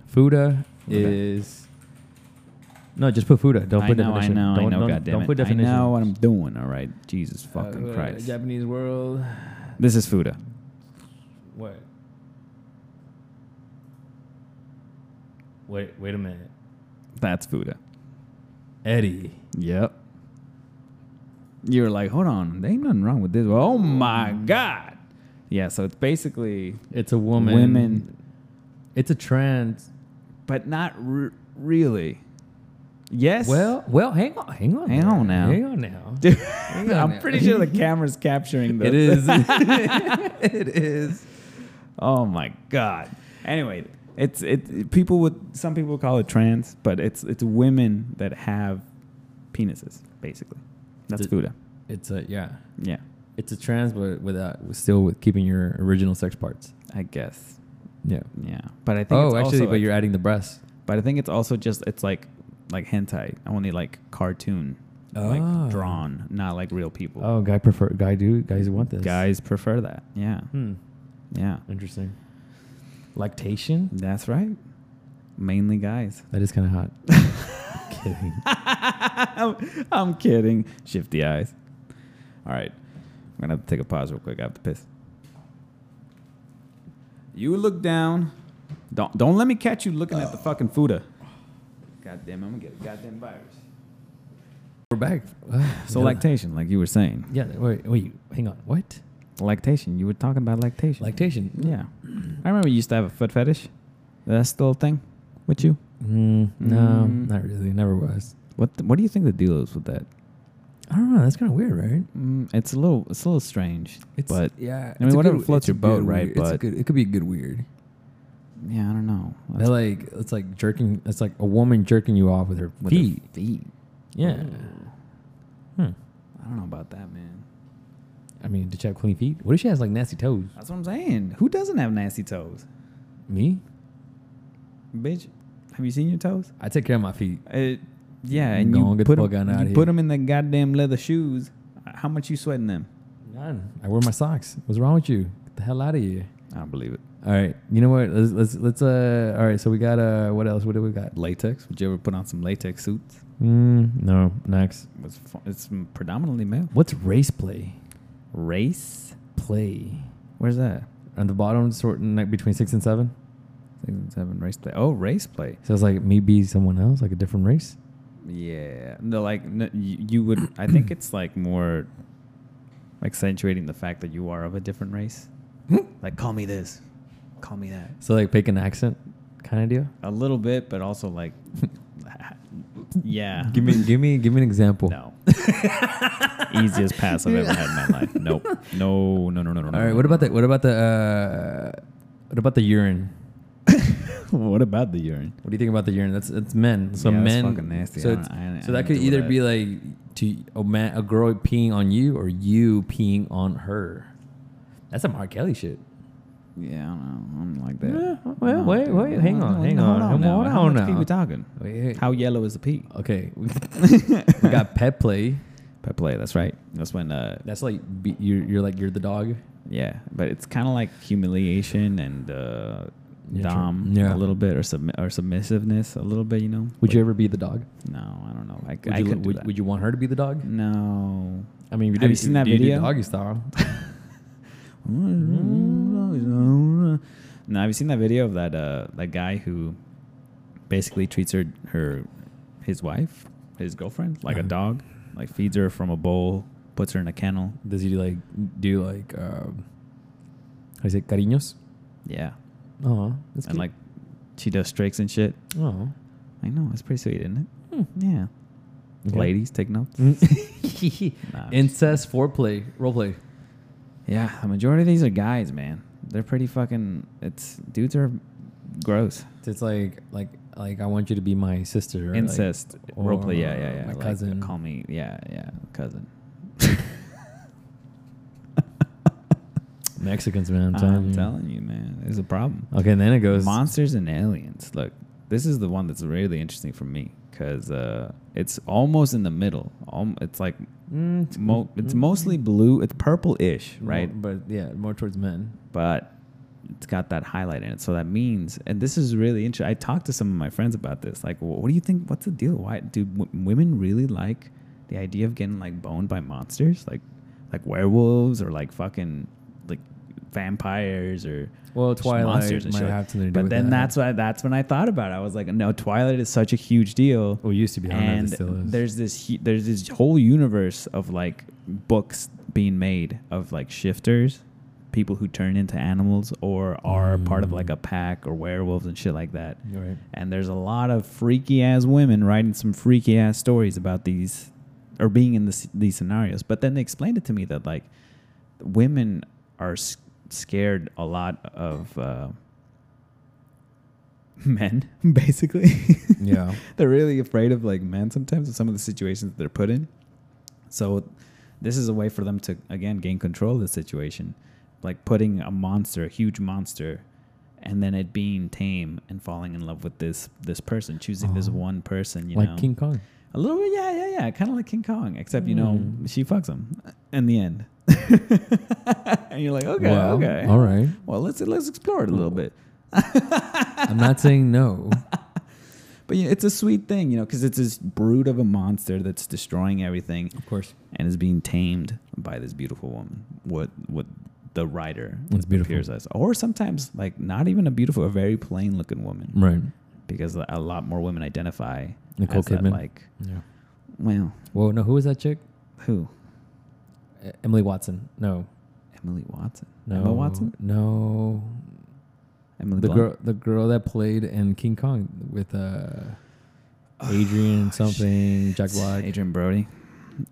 S2: Fuda
S1: Okay.
S2: is. No, just put Fuda. Don't
S1: I
S2: put
S1: know,
S2: definition.
S1: I know,
S2: don't,
S1: I know,
S2: Don't,
S1: goddamn
S2: don't
S1: it.
S2: put definition.
S1: I know what I'm doing, all right. Jesus fucking
S2: Uh,
S1: Christ.
S2: Japanese world.
S1: This is Fuda.
S2: What? Wait, wait a minute.
S1: That's Fuda.
S2: Eddie.
S1: Yep. You're like, hold on, there ain't nothing wrong with this. Oh my
S2: Mm.
S1: God. Yeah, so it's basically
S2: It's a woman.
S1: women,
S2: It's a trans.
S1: but not r- really. Yes.
S2: Well, well, hang on, hang on,
S1: Hang on now.
S2: hang on now.
S1: Dude,
S2: on
S1: I'm
S2: now.
S1: pretty sure the camera's capturing the.
S2: It is. it is.
S1: Oh my God. Anyway, it's it. People would some people would call it trans, but it's it's women that have penises basically. That's
S2: Th-
S1: Fuda.
S2: It's a yeah.
S1: Yeah,
S2: It's a trans, but without with still with keeping your original sex parts.
S1: I guess.
S2: Yeah.
S1: Yeah, but I think
S2: Oh,
S1: it's
S2: actually,
S1: also
S2: but
S1: a-
S2: you're adding the breasts.
S1: But I think it's also just it's like like hentai, only like cartoon,
S2: Oh.
S1: like drawn, not like real people.
S2: Oh, guy prefer guy do guys want this.
S1: Guys prefer that. Yeah,
S2: Hmm.
S1: yeah,
S2: Interesting. Lactation?
S1: that's right. Mainly guys.
S2: That is kind of hot. Kidding.
S1: I'm, I'm kidding. Shifty eyes. All right, I'm gonna have to take a pause real quick. I have to piss. You look down. Don't don't let me catch you looking at the fucking fuda. God damn, I'm gonna get a goddamn virus.
S2: We're back.
S1: So lactation, like you were saying.
S2: Uh, Yeah. Wait. Wait. Hang on. What?
S1: Lactation. You were talking about lactation.
S2: Lactation. Mm,
S1: yeah. I remember you used to have a foot fetish. That's still a thing with you.
S2: Mm, no,
S1: Mm.
S2: not really. Never was.
S1: What What do you think the deal is with that?
S2: I don't know. That's kind of weird, right?
S1: Mm, it's a little It's a little strange.
S2: It's
S1: but
S2: yeah.
S1: I mean,
S2: it's a
S1: whatever
S2: good-
S1: floats
S2: it's a
S1: your boat,
S2: good
S1: right?
S2: weird- it's a
S1: But-
S2: good, it could be a good weird.
S1: yeah, I don't know.
S2: They're like it's like jerking. It's like a woman jerking you off with her
S1: With their
S2: feet.
S1: feet.
S2: Yeah.
S1: Ooh.
S2: Hmm.
S1: I don't know about that, man.
S2: I mean, did she have clean feet? What if she has like nasty toes?
S1: That's what I'm saying. Who doesn't have nasty toes?
S2: Me?
S1: Bitch, have you seen your toes?
S2: I take care of my feet.
S1: Uh, yeah, and
S2: Go
S1: you
S2: on, get the
S1: put
S2: fuck
S1: them,
S2: on outta
S1: you
S2: here.
S1: put 'em in the goddamn leather shoes. How much you sweating them?
S2: None. I wear my socks. What's wrong with you? Get the hell out of here.
S1: I don't believe it.
S2: All right. You know what? Let's let's, let's uh. All right. So we got uh. What else? What do we got?
S1: Latex. Would you ever put on some latex suits?
S2: Mm, no. Next.
S1: It's, fu- it's predominantly male.
S2: What's race play?
S1: Race?
S2: Play.
S1: Where's that?
S2: On the bottom, sort of like between six and seven.
S1: Six and seven race play. Oh, race play.
S2: So it's like maybe someone else, like a different race.
S1: Yeah, no, like no, you, you would. I think it's like more accentuating the fact that you are of a different race. like, call me this, call me that.
S2: So like pick an accent, kind of deal.
S1: A little bit, but also like, yeah.
S2: Give me give me give me an example.
S1: no. Easiest pass I've ever had in my life. Nope. No. No. No. No. No.
S2: All right. What about the what about the uh, what about the urine?
S1: what about the urine?
S2: What do you think about the urine? That's it's men. So
S1: Yeah, that's
S2: men.
S1: fucking nasty.
S2: So,
S1: I
S2: it's-
S1: don't- I ain't-
S2: so
S1: I
S2: that
S1: ain't
S2: could
S1: doing
S2: either
S1: that.
S2: be like to a man, a girl peeing on you, or you peeing on her. That's some R. Kelly shit.
S1: Yeah, I don't know. I'm like that.
S2: Yeah, well,
S1: No,
S2: wait,
S1: dude.
S2: wait, hang
S1: No,
S2: on,
S1: no,
S2: hang
S1: no,
S2: on,
S1: Hold on.
S2: hold
S1: now.
S2: on,
S1: How
S2: hold
S1: much pee
S2: on.
S1: we talking?
S2: Wait.
S1: How yellow is the pee?
S2: Okay, we got pet play.
S1: Pet play. That's right. That's when uh,
S2: That's like be, you're, you're like you're the dog.
S1: Yeah, but it's kind of like humiliation and uh,
S2: Yeah, true.
S1: dom
S2: Yeah.
S1: a little bit, or submi- or submissiveness a little bit. You know?
S2: Would you ever be the dog?
S1: No, I don't know. I, c-
S2: Would
S1: I
S2: you,
S1: couldn't do
S2: would,
S1: that.
S2: would you want her to be the dog?
S1: No.
S2: I mean, if you
S1: Have
S2: do,
S1: you seen that
S2: do do
S1: video?
S2: doggy style.
S1: No, have you seen that video of that uh, that guy who basically treats her her his wife, his girlfriend, like a
S2: Uh-huh.
S1: dog, like feeds her from a bowl, puts her in a kennel.
S2: Does he like do like um, how do you say cariños?
S1: Yeah,
S2: Oh,
S1: Uh-huh. and
S2: that's cute.
S1: like she does tricks and shit.
S2: oh,
S1: I know it's pretty sweet, isn't it?
S2: Hmm.
S1: Yeah.
S2: Okay.
S1: Ladies, take notes.
S2: Mm.
S1: Nah.
S2: incest foreplay role play.
S1: yeah, the majority of these are guys, man. They're pretty fucking. It's dudes are gross.
S2: It's like like like I want you to be my sister. or, like-
S1: Incest
S2: or
S1: roleplay. Yeah, yeah, yeah.
S2: My
S1: Like,
S2: cousin.
S1: Call me. Yeah, yeah, cousin.
S2: Mexicans, man. I'm
S1: I'm
S2: telling
S1: telling,
S2: you.
S1: you, man. There's a problem.
S2: Okay, and then it goes.
S1: Monsters and aliens. Look, this is the one that's really interesting for me because uh, it's almost in the middle. Um, it's like
S2: Mm, it's-
S1: mo- it's mostly blue. It's purple-ish,
S2: more-
S1: right?
S2: but yeah, more towards men.
S1: but it's got that highlight in it. So that means, and this is really interesting. I talked to some of my friends about this. Like, "Wh- what do you think? What's the deal? Why do w- women really like the idea of getting like boned by monsters, like like werewolves or like fucking like vampires or
S2: Well,
S1: just
S2: Twilight might
S1: shit.
S2: have something to do
S1: But
S2: with
S1: then
S2: that.
S1: that's why that's when I thought about it. I was like, no, Twilight is such a huge deal.
S2: Well, it used to be. I don't know if it
S1: And
S2: still is.
S1: there's this hu- there's this whole universe of like books being made of like shifters, people who turn into animals or are part of like a pack or werewolves and shit like that.
S2: You're right.
S1: And there's a lot of freaky ass women writing some freaky ass stories about these or being in this, these scenarios. But then they explained it to me that like women are s- scared a lot of uh, men, basically.
S2: Yeah.
S1: they're really afraid of like men sometimes in some of the situations that they're put in. So this is a way for them to again gain control of the situation, like putting a monster, a huge monster, and then it being tame and falling in love with this this person, choosing this
S2: Oh.
S1: one person, you
S2: like
S1: know,
S2: King Kong.
S1: a little bit, yeah, yeah, yeah, kind of like King Kong, except you know
S2: Hmm.
S1: she fucks him in the end, and you're like, okay,
S2: Well,
S1: okay,
S2: All right.
S1: Well, let's let's explore it a little bit.
S2: I'm not saying no.
S1: But yeah, it's a sweet thing, you know, because it's this brood of a monster that's destroying everything
S2: Of course.
S1: and is being tamed by this beautiful woman. What what the writer
S2: It's beautiful.
S1: appears as, or sometimes like not even a beautiful, a very plain looking woman,
S2: Right.
S1: because a lot more women identify
S2: Mm. Nicole
S1: as that,
S2: Kidman.
S1: like,
S2: Yeah.
S1: well,
S2: Whoa, no, who was that chick?
S1: who
S2: E- Emily Watson. No.
S1: Emily Watson,
S2: No.
S1: Emma Watson,
S2: No.
S1: Emily
S2: The
S1: Blunt?
S2: girl the girl that played in King Kong with uh Adrian something, Jack Black.
S1: Oh, Adrian Brody.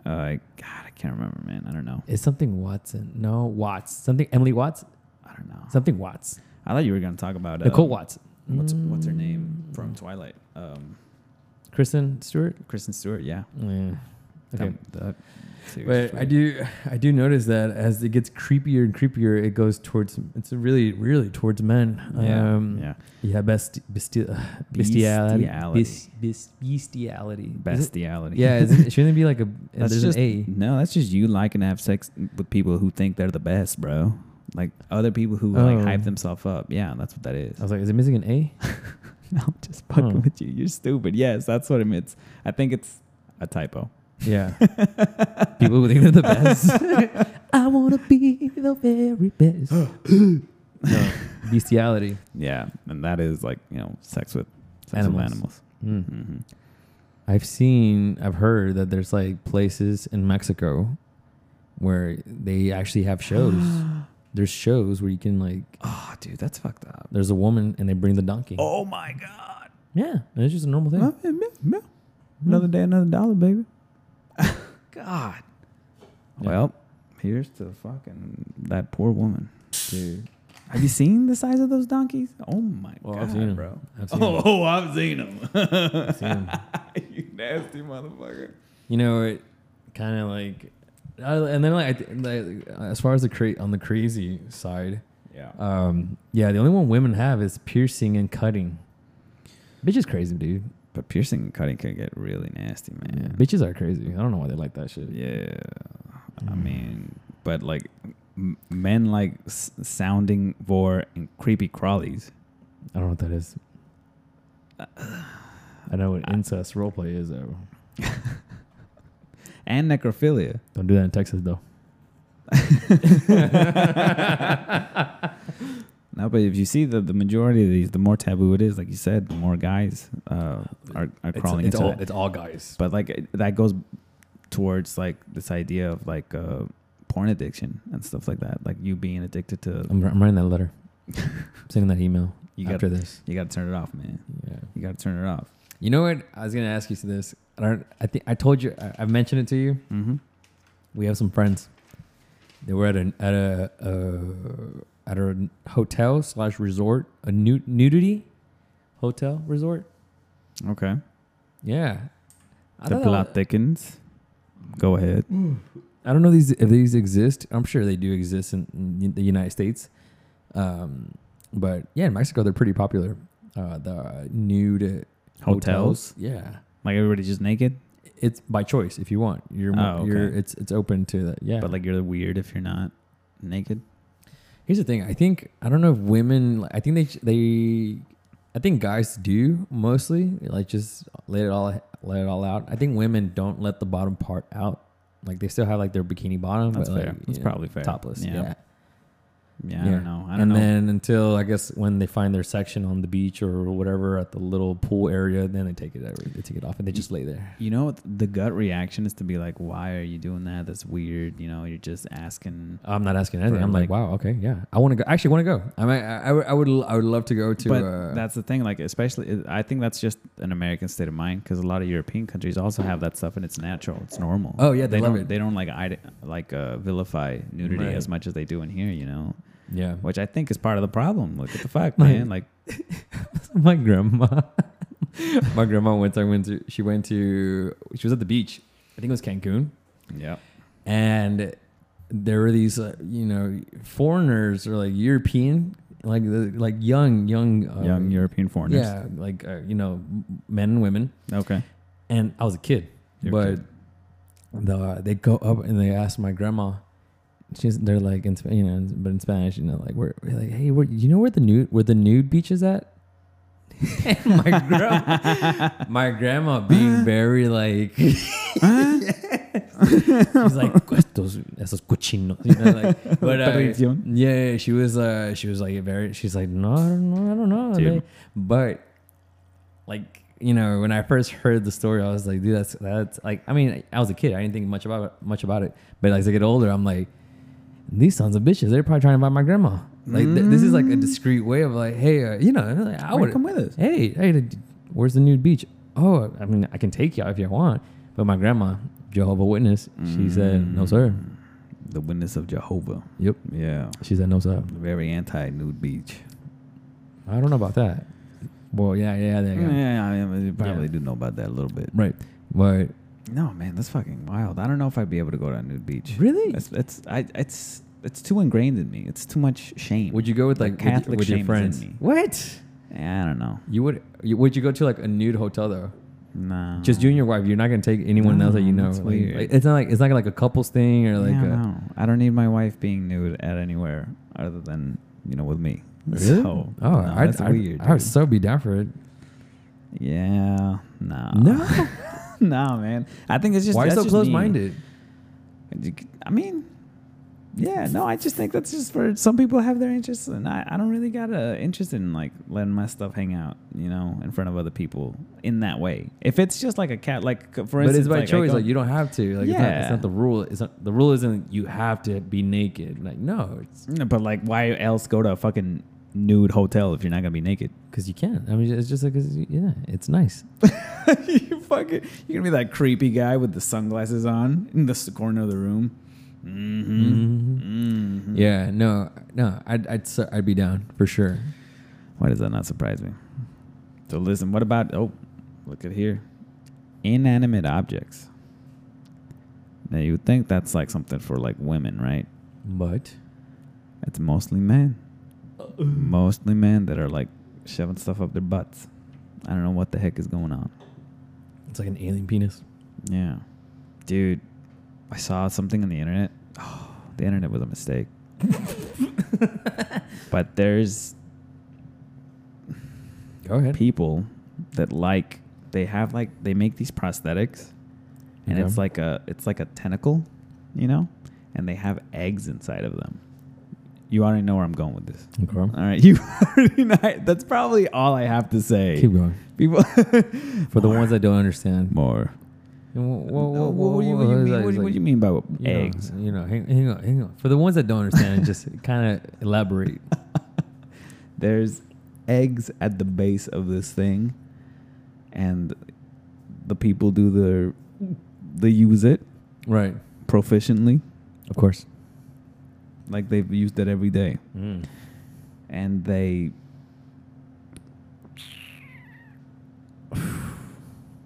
S1: Uh, God, I can't remember, man. I don't know.
S2: It's something Watson. No, Watts. Something Emily Watts?
S1: I don't know.
S2: Something Watts.
S1: I thought you were gonna talk about
S2: Nicole
S1: um,
S2: Watts.
S1: What's what's her
S2: Mm,
S1: name from Twilight? Um,
S2: Kristen Stewart?
S1: Kristen Stewart. Yeah.
S2: Yeah. Okay.
S1: That, that
S2: But I do, I do notice that as it gets creepier and creepier, it goes towards. It's really, really towards men.
S1: Yeah.
S2: um,
S1: yeah.
S2: yeah, besti- besti- uh, bestiality,
S1: Bestiality.
S2: Bes- bes- bestiality, Is it-
S1: Bestiality.
S2: Yeah, is it, shouldn't it be like a?
S1: That's
S2: there's
S1: just
S2: an A.
S1: no. That's just you liking to have sex with people who think they're the best, bro. Like other people who
S2: Oh.
S1: like hype themselves up. Yeah, that's what that is.
S2: I was like, is it missing an A?
S1: No, I'm just fucking
S2: Huh.
S1: with you. You're stupid. Yes, that's what it means. I think it's a typo.
S2: Yeah. People who think they're the best. I want to be the very best. no, bestiality.
S1: Yeah, and that is like you know sex with sex animals.
S2: Animals.
S1: animals.
S2: Mm.
S1: hmm
S2: I've seen, I've heard that there's like places in Mexico where they actually have shows. there's shows where you can like,
S1: Oh, dude, that's fucked up.
S2: there's a woman and they bring the donkey.
S1: Oh my god.
S2: Yeah, and it's just a normal thing.
S1: Well, yeah, yeah, yeah. Another day, another dollar, baby. god. Well, here's to fucking that poor woman, dude. Have you seen the size of those donkeys? Oh my
S2: Well,
S1: god,
S2: I've seen 'em.
S1: bro.
S2: I've seen 'em.
S1: oh, oh, I've seen them.
S2: I've seen 'em.
S1: you nasty motherfucker.
S2: you know, it kind of like, uh, and then like, I th- like, as far as the cra- on the crazy side,
S1: Yeah.
S2: um, yeah, the only one women have is piercing and cutting. Bitches crazy, dude.
S1: But piercing and cutting can get really nasty, man.
S2: Bitches are crazy. I don't know why they like that shit.
S1: Yeah. I
S2: Mm.
S1: mean, but like m- men like s- sounding vor and creepy crawlies.
S2: I don't know what that is. I know what incest roleplay is though.
S1: And necrophilia.
S2: Don't do that in Texas though.
S1: No, but if you see the, the majority of these, the more taboo it is, like you said, the more guys uh, are, are crawling into that.
S2: it's all guys.
S1: But like it- that goes towards like this idea of like uh, porn addiction and stuff like that. Like you being addicted to,
S2: I'm, I'm writing that letter. sending that email
S1: You got-
S2: after this.
S1: you got to turn it off, man.
S2: Yeah.
S1: You got to turn it off.
S2: You know what? I was gonna ask you this. I don't. I think I told you. I, I mentioned it to you.
S1: Mm-hmm.
S2: We have some friends. They were at an at a uh, at a hotel slash resort, a nu- nudity hotel resort.
S1: Okay.
S2: Yeah. I
S1: the
S2: thought that
S1: plot
S2: was-
S1: thickens. Go ahead.
S2: I don't know these if these exist. I'm sure they do exist in, in the United States, um, but yeah, in Mexico they're pretty popular. Uh, the nude
S1: Hotels?
S2: yeah,
S1: Like everybody's just naked,
S2: it's by choice if you want. You're, mo-
S1: Oh, okay.
S2: you're it's it's open to that. Yeah,
S1: but like you're weird if you're not naked.
S2: Here's the thing. I think I don't know if women. like, I think they ch- they. I think guys do mostly like just let it all let it all out. I think women don't let the bottom part out. Like they still have like their bikini bottom.
S1: That's
S2: but, like,
S1: fair. That's
S2: you know,
S1: probably fair.
S2: Topless. Yeah.
S1: Yeah. Yeah, I
S2: Yeah.
S1: don't know. I don't
S2: and
S1: know.
S2: then until I guess when they find their section on the beach or whatever at the little pool area, then they take it every, they take it off and they just lay there.
S1: you know, what the gut reaction is to be like, "Why are you doing that? That's weird." You know, you're just asking.
S2: I'm not asking anything.
S1: For,
S2: I'm
S1: like-
S2: like, wow, okay, yeah, I want to go. I Actually, want to go. I might. I, I would- I would. l- I would love to go to.
S1: but
S2: uh,
S1: that's the thing. Like, especially, I think that's just an American state of mind because a lot of European countries also have that stuff, and it's natural. It's normal.
S2: Oh, yeah, they
S1: they
S2: love
S1: don't.
S2: it.
S1: They don't like ide- like uh, vilify nudity
S2: Right.
S1: as much as they do in here. You know,
S2: yeah.
S1: which I think is part of the problem. Look at the fuck,
S2: Right.
S1: man. Like,
S2: my grandma my grandma one time went to she went to she was at the beach i think it was cancun
S1: yeah,
S2: and there were these uh, you know foreigners or like european like the, like young young uh,
S1: young European foreigners.
S2: yeah like uh, you know m- men and women
S1: Okay.
S2: and i was a kid
S1: You're a
S2: but the they go up and they ask my grandma She's, they're like in Sp- you know, but in Spanish, you know, like we're, we're like, hey, where, you know where the nude where the nude beach is at? And my grandma, my grandma being very like, she's like estos esos cochinos, you know, like, but uh,
S1: Tradición.
S2: yeah, yeah, she was uh, she was like very, she's like, no, I don't know, I don't know,
S1: Dude.
S2: They- but like you know when i first heard the story i was like dude that's that's like i mean i was a kid i didn't think much about it much about it but as i get older i'm like these sons of bitches they're probably trying to buy my grandma like th- this is like a discreet way of like hey uh, you know like, i
S1: Why
S2: would
S1: come with us?
S2: hey hey d- where's the nude beach oh i mean i can take you out if you want but my grandma jehovah witness she said
S1: Mm.
S2: no sir
S1: The witness of Jehovah.
S2: yep
S1: Yeah.
S2: she said no sir
S1: Very anti nude beach.
S2: i don't know about that well yeah yeah yeah, yeah.
S1: Yeah, I mean, you probably
S2: Yeah.
S1: do know about that a little bit.
S2: right but
S1: No, man, that's fucking wild. I don't know if I'd be able to go to a nude beach.
S2: Really?
S1: It's it's I, it's it's too ingrained in me. It's too much shame.
S2: Would you go with
S1: The
S2: like with your-
S1: Catholic
S2: with your,
S1: shame is in
S2: friends?
S1: me.
S2: What?
S1: Yeah, I don't know.
S2: You would? You, would you go to like a nude hotel though?
S1: No.
S2: Just you and your wife. You're not gonna take anyone else that you
S1: No,
S2: know.
S1: that's
S2: Like,
S1: weird.
S2: like, it's not like it's not like a couples thing or like. uh,
S1: yeah,
S2: a,
S1: no. I don't need my wife being nude at anywhere other than you know with me.
S2: Really?
S1: So,
S2: oh,
S1: no,
S2: I'd,
S1: that's
S2: I'd-
S1: weird.
S2: I would
S1: dude.
S2: so be down for it.
S1: yeah, no,
S2: No?
S1: no, man. I think it's just
S2: Why
S1: that's
S2: so
S1: just me.
S2: close-minded?
S1: I mean, yeah, no, I just think that's just for some people have their interests, and I, I don't really got a interest in like letting my stuff hang out, you know, in front of other people in that way. If it's just like a cat, like c- for
S2: But
S1: instance,
S2: it's by
S1: like, I
S2: choice.
S1: go-
S2: Like you don't have to. Like it's, not, it's
S1: Yeah.
S2: not the rule. It's not the rule. Isn't you have to be naked? Like no, it's
S1: No, but like, why else go to a fucking nude hotel if you're not gonna be naked?
S2: because you can. I mean, it's just like it's, yeah, it's nice.
S1: you fucking, you're gonna be that creepy guy with the sunglasses on in the s- corner of the room. Mm-hmm. Mm-hmm.
S2: Yeah, no, no, I'd I'd so- I'd be down for sure.
S1: Why does that not surprise me? So listen, what about oh, look at here. Inanimate objects. Now you would think that's like something for like women, right?
S2: But
S1: It's mostly men. Mostly men that are like shoving stuff up their butts. I don't know what the heck is going on.
S2: it's like an alien penis.
S1: Yeah. Dude, I saw something on the internet. Oh, the internet was a mistake. but there's
S2: Go ahead.
S1: people that like they have like they make these prosthetics and
S2: Okay.
S1: it's like a it's like a tentacle, you know? And they have eggs inside of them. You already know where I'm going with this.
S2: Okay.
S1: All right, you already know. That's probably all I have to say.
S2: Keep going.
S1: People
S2: For the ones that don't understand.
S1: more.
S2: Wha- wha-
S1: No,
S2: wha-
S1: what, what do you,
S2: wha-
S1: what do you
S2: it's
S1: mean?
S2: like-
S1: What,
S2: it's
S1: do you- what
S2: like,
S1: do you mean by
S2: you know,
S1: eggs?
S2: You know, hang, hang on, hang on. For the ones that don't understand, just kind of elaborate.
S1: There's eggs at the base of this thing, and the people do their they use it
S2: Right.
S1: proficiently,
S2: Of course.
S1: like they've used it every day. and they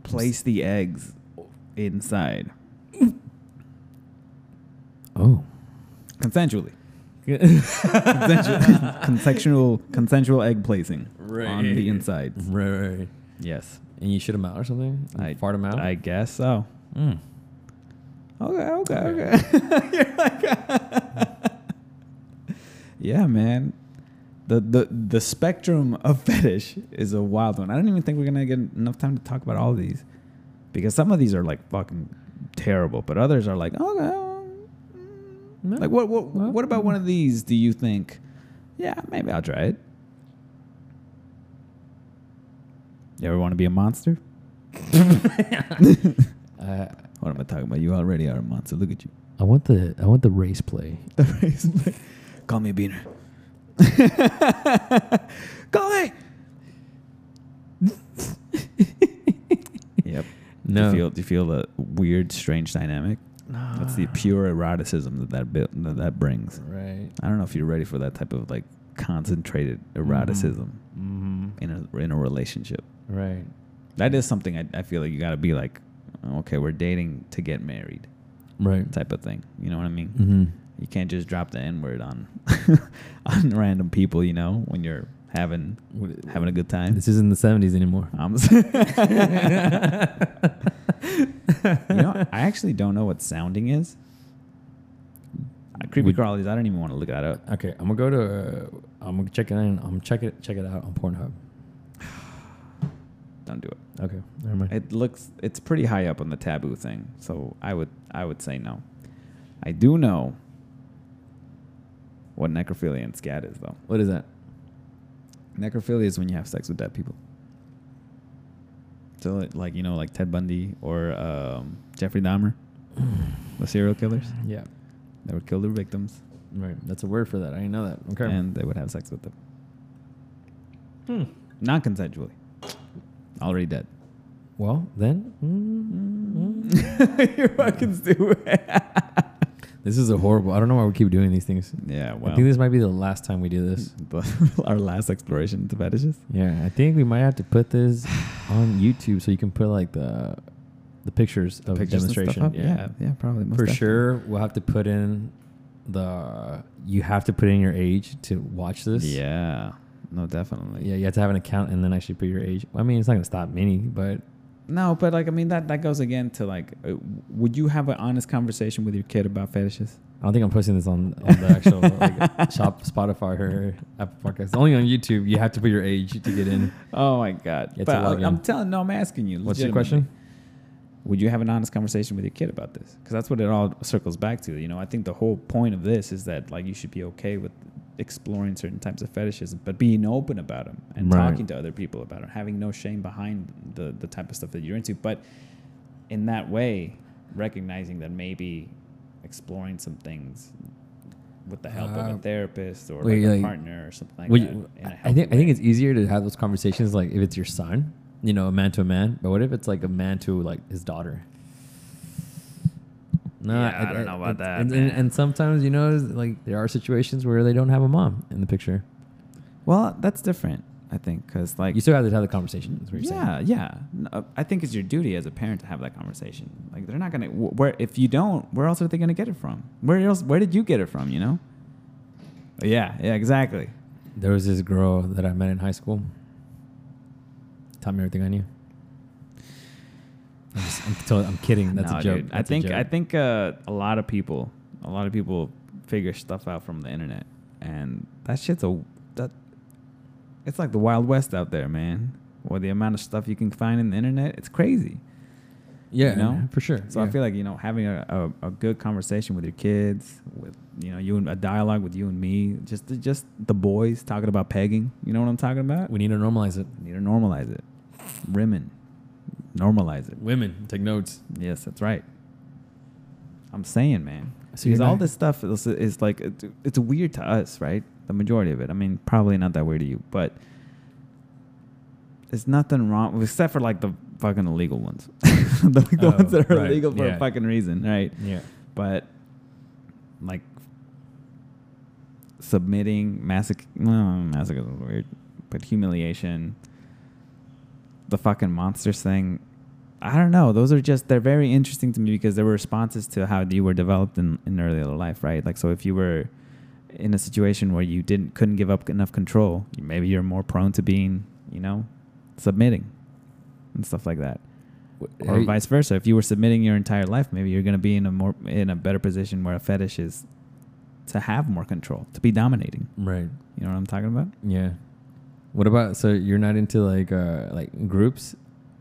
S1: place the eggs inside
S2: Oh.
S1: consensually. Consensual, consensual, consensual egg placing on the inside.
S2: Right, right, right.
S1: Yes,
S2: And you shit them out or something? You
S1: I
S2: fart them out?
S1: I guess so.
S2: Mm.
S1: Okay, okay,
S2: Okay.
S1: okay. You're like, yeah, man. The, the the spectrum of fetish is a wild one. I don't even think we're gonna get enough time to talk about all these, because some of these are like fucking terrible, but others are like okay. well,
S2: No.
S1: mm. Like what what
S2: Well, mm.
S1: what about one of these? Do you think? Yeah, maybe I'll try it. You ever want to be a monster?
S2: Uh,
S1: What am I talking about? You already are a monster. Look at you.
S2: I want the I want the race play.
S1: The race play. Call me a beaner. Call me. yep. Do
S2: No.
S1: you feel, do you feel the weird, strange dynamic? That's the pure eroticism that that, built, that that brings.
S2: Right.
S1: I don't know if you're ready for that type of like concentrated eroticism
S2: Mm-hmm.
S1: in a in a relationship.
S2: Right.
S1: That is something I, I feel like you got to be like, okay, we're dating to get married,
S2: Right.
S1: type of thing. You know what I mean?
S2: Mm-hmm.
S1: You can't just drop the N word on on random people, you know, when you're having having a good time.
S2: This isn't the seventies anymore.
S1: I'm s- you know, I actually don't know what sounding is. Uh, creepy
S2: Would-
S1: crawlies. I don't even want to look that up.
S2: Okay, I'm gonna go to. Uh, I'm gonna check it in. I'm check it check it out on Pornhub.
S1: Don't do it.
S2: Okay, never mind.
S1: It looks it's pretty high up on the taboo thing, so I would I would say no. I do know what necrophilia and scat is though.
S2: what is that?
S1: Necrophilia is when you have sex with dead people. So, like- like you know, like Ted Bundy or um, Jeffrey Dahmer, the serial killers.
S2: Mm-hmm. Yeah,
S1: They would kill their victims,
S2: right. That's a word for that. I didn't know that. Okay. Hmm.
S1: and they would have sex with them, non-consensually, already dead.
S2: Well, then mm, mm.
S1: You're fucking stupid.
S2: this is a horrible. I don't know why we keep doing these things.
S1: Yeah,
S2: I
S1: well,
S2: think this might be the last time we do this.
S1: our last exploration into fetishes.
S2: Yeah, I think we might have to put this on YouTube so you can put like the the pictures of the
S1: pictures and stuff
S2: demonstration.
S1: up? yeah, yeah, probably most
S2: for
S1: definitely.
S2: sure. We'll have to put in the. You have to put in your age to watch this.
S1: Yeah, no, definitely.
S2: Yeah, you have to have an account and then actually put your age. I mean, it's not gonna stop many, but
S1: No, but like I mean that that goes again to like, uh, would you have an honest conversation with your kid about fetishes?
S2: I don't think I'm posting this on, on the actual like, shop Spotify or Apple Podcast. Only on YouTube. You have to put your age to get in.
S1: Oh my god!
S2: It's
S1: but
S2: a lot
S1: I-
S2: again.
S1: I'm telling, no, I'm asking you.
S2: What's your
S1: legitimately.
S2: question?
S1: Would you have an honest conversation with your kid about this? Because that's what it all circles back to. You know, I think the whole point of this is that like you should be okay with exploring certain types of fetishes, but being open about them and
S2: Right.
S1: talking to other people about them, having no shame behind the the type of stuff that you're into. But in that way, recognizing that maybe exploring some things with the help of
S2: Uh,
S1: a therapist or
S2: wait,
S1: like a
S2: like-
S1: partner or something like
S2: Would
S1: that.
S2: you-
S1: in a
S2: I think
S1: healthy
S2: I think
S1: way.
S2: it's e, easier to have those conversations like if it's your son, you know, a man to a man. But what if it's like a man to like his daughter?
S1: Yeah, I don't know about
S2: it's-
S1: that,
S2: And, and,
S1: man.
S2: and sometimes you know, like there are situations where they don't have a mom in the picture.
S1: well, that's different. I think because like
S2: You still have to have the conversation. Is what you're
S1: yeah,
S2: saying.
S1: yeah. No, I think it's your duty as a parent to have that conversation. Like they're not gonna wh- where if you don't, where else are they gonna get it from? Where else? Where did you get it from? You know? Yeah, yeah, exactly.
S2: There was this girl that I met in high school. Taught me everything I knew. I'm, just, I'm, totally- I'm kidding. That's
S1: No,
S2: a joke.
S1: dude. I
S2: That's a
S1: think
S2: joke.
S1: I think uh, a lot of people, a lot of people figure stuff out from the internet, and that shit's a that. It's like the wild west out there, man. Or the amount of stuff you can find in the internet, it's crazy.
S2: yeah,
S1: you know?
S2: for sure.
S1: So I
S2: yeah.
S1: feel like you know having a, a, a good conversation with your kids, with you know you and a dialogue with you and me, just just the boys talking about pegging. You know what I'm talking about?
S2: we need to normalize it.
S1: need to normalize it, rimming, normalize it.
S2: Women take notes.
S1: Yes, that's right. I'm saying, man,
S2: So you're
S1: because all
S2: not-
S1: this stuff is, is like it's, it's weird to us, right? The majority of it. I mean, probably not that weird to you, but there's nothing wrong except for like the fucking illegal ones, the, the
S2: Oh,
S1: ones that are
S2: right,
S1: illegal for
S2: yeah.
S1: a fucking reason, right?
S2: Yeah.
S1: But like submitting masoch no, masochism is weird, but humiliation, the fucking monsters thing. I don't know. Those are just they're very interesting to me because they were responses to how you were developed in, in earlier life, right? Like so if you were in a situation where you didn't couldn't give up enough control, you- maybe you're more prone to being, you know, submitting and stuff like that or vice versa. If you were submitting your entire life, maybe you're going to be in a more in a better position where a fetish is to have more control, to be dominating.
S2: Right.
S1: You know what I'm talking about?
S2: Yeah. What about so you're not into like uh like groups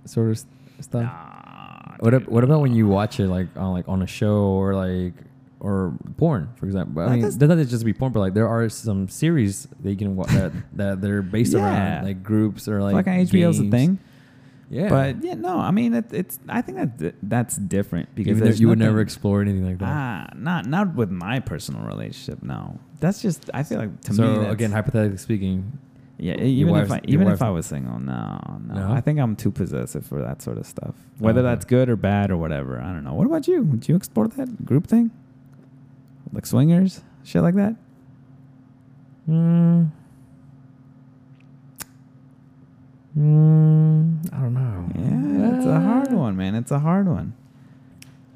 S2: sort of s- stuff?
S1: Nah,
S2: what ab-
S1: dude.
S2: what about when you watch it like on like on a show or like or porn for example? I
S1: Nah,
S2: mean,
S1: that's-
S2: doesn't that just be porn? But like there are some series that you can watch that that they're based
S1: Yeah.
S2: around like groups or like
S1: fucking HBO's a
S2: games.
S1: thing?
S2: Yeah,
S1: But yeah, no, I mean it, it's. I think that that's different because
S2: because
S1: there's
S2: you would never
S1: nothing-
S2: explore anything like that.
S1: Ah, not not with my personal relationship. No, that's just. I feel like to me.
S2: so
S1: that's-
S2: again, hypothetically speaking,
S1: Yeah, e- even if
S2: wife's-
S1: I,
S2: your
S1: even if
S2: wife's-
S1: I was single, no, no,
S2: No? Oh,
S1: I think I'm too possessive for that sort of stuff. Whether
S2: Okay.
S1: that's good or bad or whatever, I don't know. What about you? Would you explore that group thing, like swingers, shit like that?
S2: Mm. Mm, I don't know.
S1: Yeah, it's a hard
S2: Uh,
S1: one, man. It's a hard one.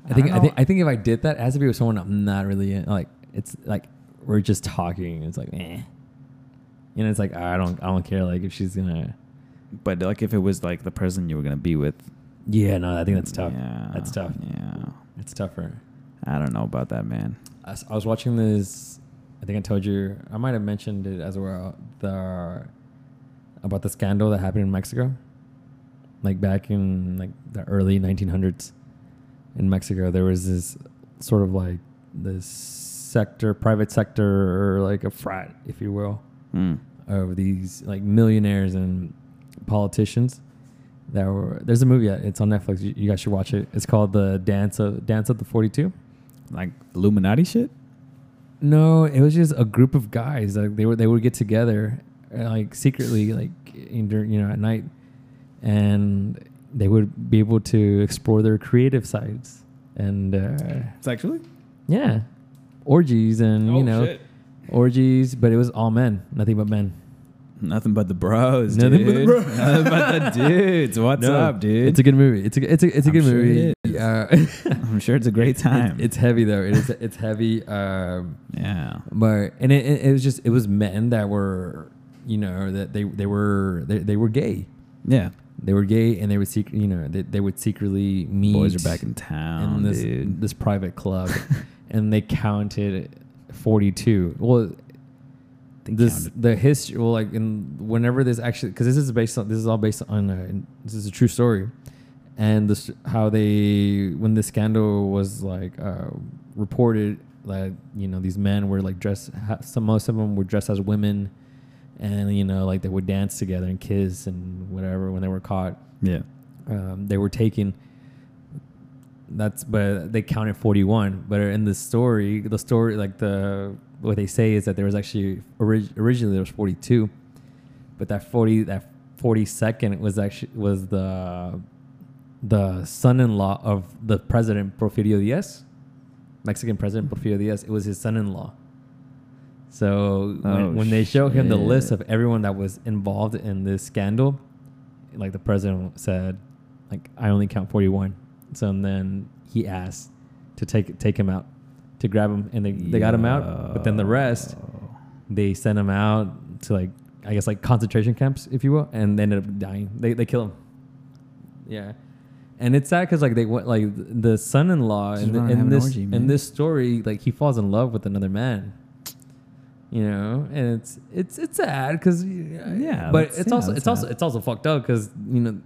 S2: I think
S1: don't
S2: I think
S1: know.
S2: I think if I did that, it has to be with someone I'm not really in. like. It's like we're just talking. It's like, eh. You know, it's like I don't I don't care. Like if she's gonna,
S1: but like if it was like the person you were gonna be with,
S2: yeah, no, I think that's tough.
S1: Yeah,
S2: that's tough.
S1: Yeah,
S2: It's tougher.
S1: I don't know about that, man.
S2: I, s- I was watching this. I think I told you. I might have mentioned it as well. The about the scandal that happened in Mexico, like back in like the early 1900s in Mexico, there was this sort of like this sector, private sector, or like a frat, if you will,
S1: Mm.
S2: of these like millionaires and politicians. That were there's a movie. uh, It's on Netflix. You, you guys should watch it. It's called the Dance of Dance of the 42.
S1: Like Illuminati shit.
S2: No, it was just a group of guys. Like they were, they would get together, uh, like secretly, like in, dur- you know, at night, and they would be able to explore their creative sides and uh,
S1: Sexually?
S2: yeah,
S1: Oh,
S2: orgies and you know, orgies. But it was all men, nothing but men.
S1: Nothing but the bros,
S2: Nothing but the
S1: dude.
S2: bros.
S1: Nothing but the dudes. What's
S2: No,
S1: up, dude?
S2: It's a good movie. It's a it's a it's a
S1: I'm
S2: good
S1: sure
S2: movie.
S1: it is.
S2: Uh,
S1: I'm sure it's a great time.
S2: it's heavy though. It is it's heavy. Um,
S1: yeah.
S2: but and it, it, it was just it was men that were you know that they they were they, they were gay.
S1: Yeah.
S2: They were gay and they would secret you know they, they would secretly meet.
S1: Boys are back in town,
S2: in this
S1: dude.
S2: this private club, and they counted forty two. Well, this
S1: counted.
S2: the history. Well, like in whenever this actually because this is based on this is all based on uh, this is a true story, and this how they when the scandal was like uh, reported like you know these men were like dressed ha- some most of them were dressed as women. And you know, like they would dance together and kiss and whatever when they were caught
S1: Yeah.
S2: um, they were taken. That's but they counted forty one. But in the story, the story like the what they say is that there was actually orig- originally there was forty two, but that forty that forty second was actually was the the son in law of the president Porfirio Diaz, Mexican president Porfirio Diaz. It was his son in law. So
S1: Oh,
S2: when, when they show him the list
S1: shit.
S2: of everyone that was involved in this scandal, like the president said, like I only count forty one. So and then he asked to take take him out, to grab him, and they, they got him out. But then the rest, they sent him out to like I guess like concentration camps, if you will, and they ended up dying. They they kill him. Yeah, and it's sad because like they went like the son-in-law
S1: Just
S2: in, the,
S1: wanna have
S2: in
S1: an
S2: this
S1: orgy,
S2: in
S1: man.
S2: this story like he falls in love with another man. You know, and it's it's it's sad because
S1: Yeah,
S2: but
S1: that's-
S2: it's
S1: yeah,
S2: also
S1: that's
S2: it's also
S1: sad.
S2: it's also fucked up because you know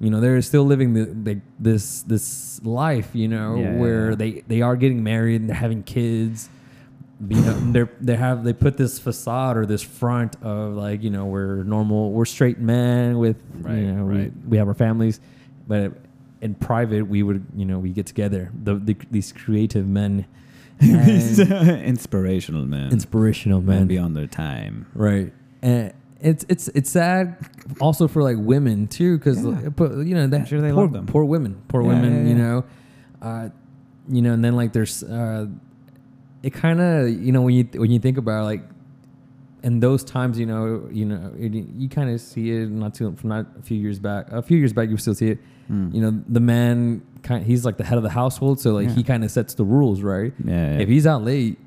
S2: you know they're still living the, the this this life you know
S1: Yeah, yeah,
S2: where
S1: yeah.
S2: they they are getting married and they're having kids you know they're they have they put this facade or this front of like you know we're normal we're straight men with
S1: Right,
S2: you know
S1: right.
S2: we, we have our families but in private we would you know we get together the, the these creative men and
S1: Inspirational man.
S2: inspirational men
S1: and beyond their time.
S2: right and it's it's it's sad also for like women too because
S1: Yeah.
S2: you know that
S1: sure they
S2: poor,
S1: love them.
S2: poor women poor
S1: Yeah,
S2: women
S1: yeah,
S2: you
S1: yeah.
S2: know uh you know and then like there's uh it kind of you know when you when you think about it, like in those times you know you know it, you kind of see it not too from not a few years back a few years back you still see it
S1: Hmm.
S2: you know the man kind he's like the head of the household so like
S1: Yeah.
S2: he kind of sets the rules right
S1: Yeah, yeah.
S2: if he's out late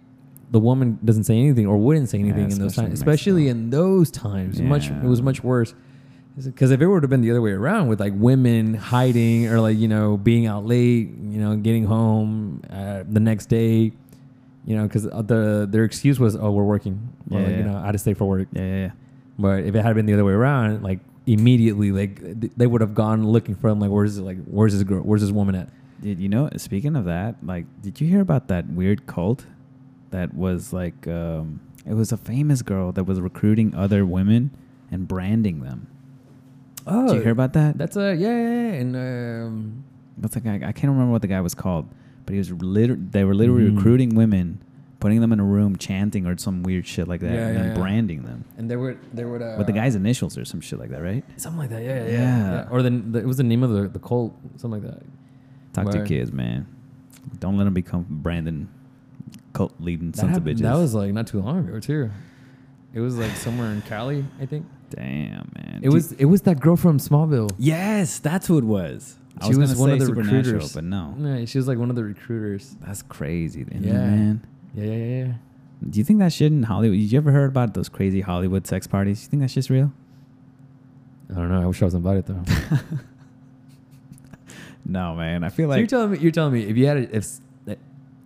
S2: the woman doesn't say anything or wouldn't say anything in those
S1: especially in
S2: times especially
S1: Mexico.
S2: in those times much it
S1: Yeah.
S2: was much worse because if it would have been the other way around with like women hiding or like you know being out late you know getting home uh, the next day you know because the their excuse was oh we're working or,
S1: Yeah,
S2: like, you
S1: yeah.
S2: know i had to stay for work
S1: Yeah, yeah, yeah.
S2: but if it had been the other way around like immediately like th- they would have gone looking for him like where's like where's this girl where's this woman at
S1: Did you know? Speaking of that, like, did you hear about that weird cult that was like, um, it was a famous girl that was recruiting other women and branding them.
S2: oh
S1: did you hear about that?
S2: that's a yeah, yeah, yeah. and um
S1: What's the guy? I can't remember what the guy was called, but he was liter- They were literally
S2: Mm.
S1: recruiting women, putting them in a room, chanting or some weird shit like that,
S2: Yeah,
S1: and then
S2: yeah, yeah.
S1: branding them
S2: and there were there would uh,
S1: with the guy's initials or some shit like that, right?
S2: something like that yeah yeah, yeah.
S1: Yeah.
S2: yeah. or the, the it was the name of the, the cult something like that
S1: Talk to your
S2: Right.
S1: kids, man. Don't let them become Brandon cult leading
S2: that,
S1: sons of
S2: happened-
S1: bitches.
S2: that was like not too long ago too it was like somewhere in Cali I think
S1: damn, man.
S2: it was it was that girl from Smallville
S1: Yes, that's who it was. I
S2: She
S1: was,
S2: was
S1: gonna
S2: one
S1: say
S2: of the
S1: Supernatural,
S2: recruiters.
S1: but no,
S2: yeah she was like one of the recruiters
S1: that's crazy, isn't it,
S2: Yeah.
S1: man.
S2: yeah yeah yeah, yeah.
S1: Do you think that shit in Hollywood? You ever heard about those crazy Hollywood sex parties? You think that shit's real?
S2: I don't know I wish I was invited though.
S1: No, man. I feel
S2: so you're
S1: like
S2: telling me you're telling me if you had a, if s- that-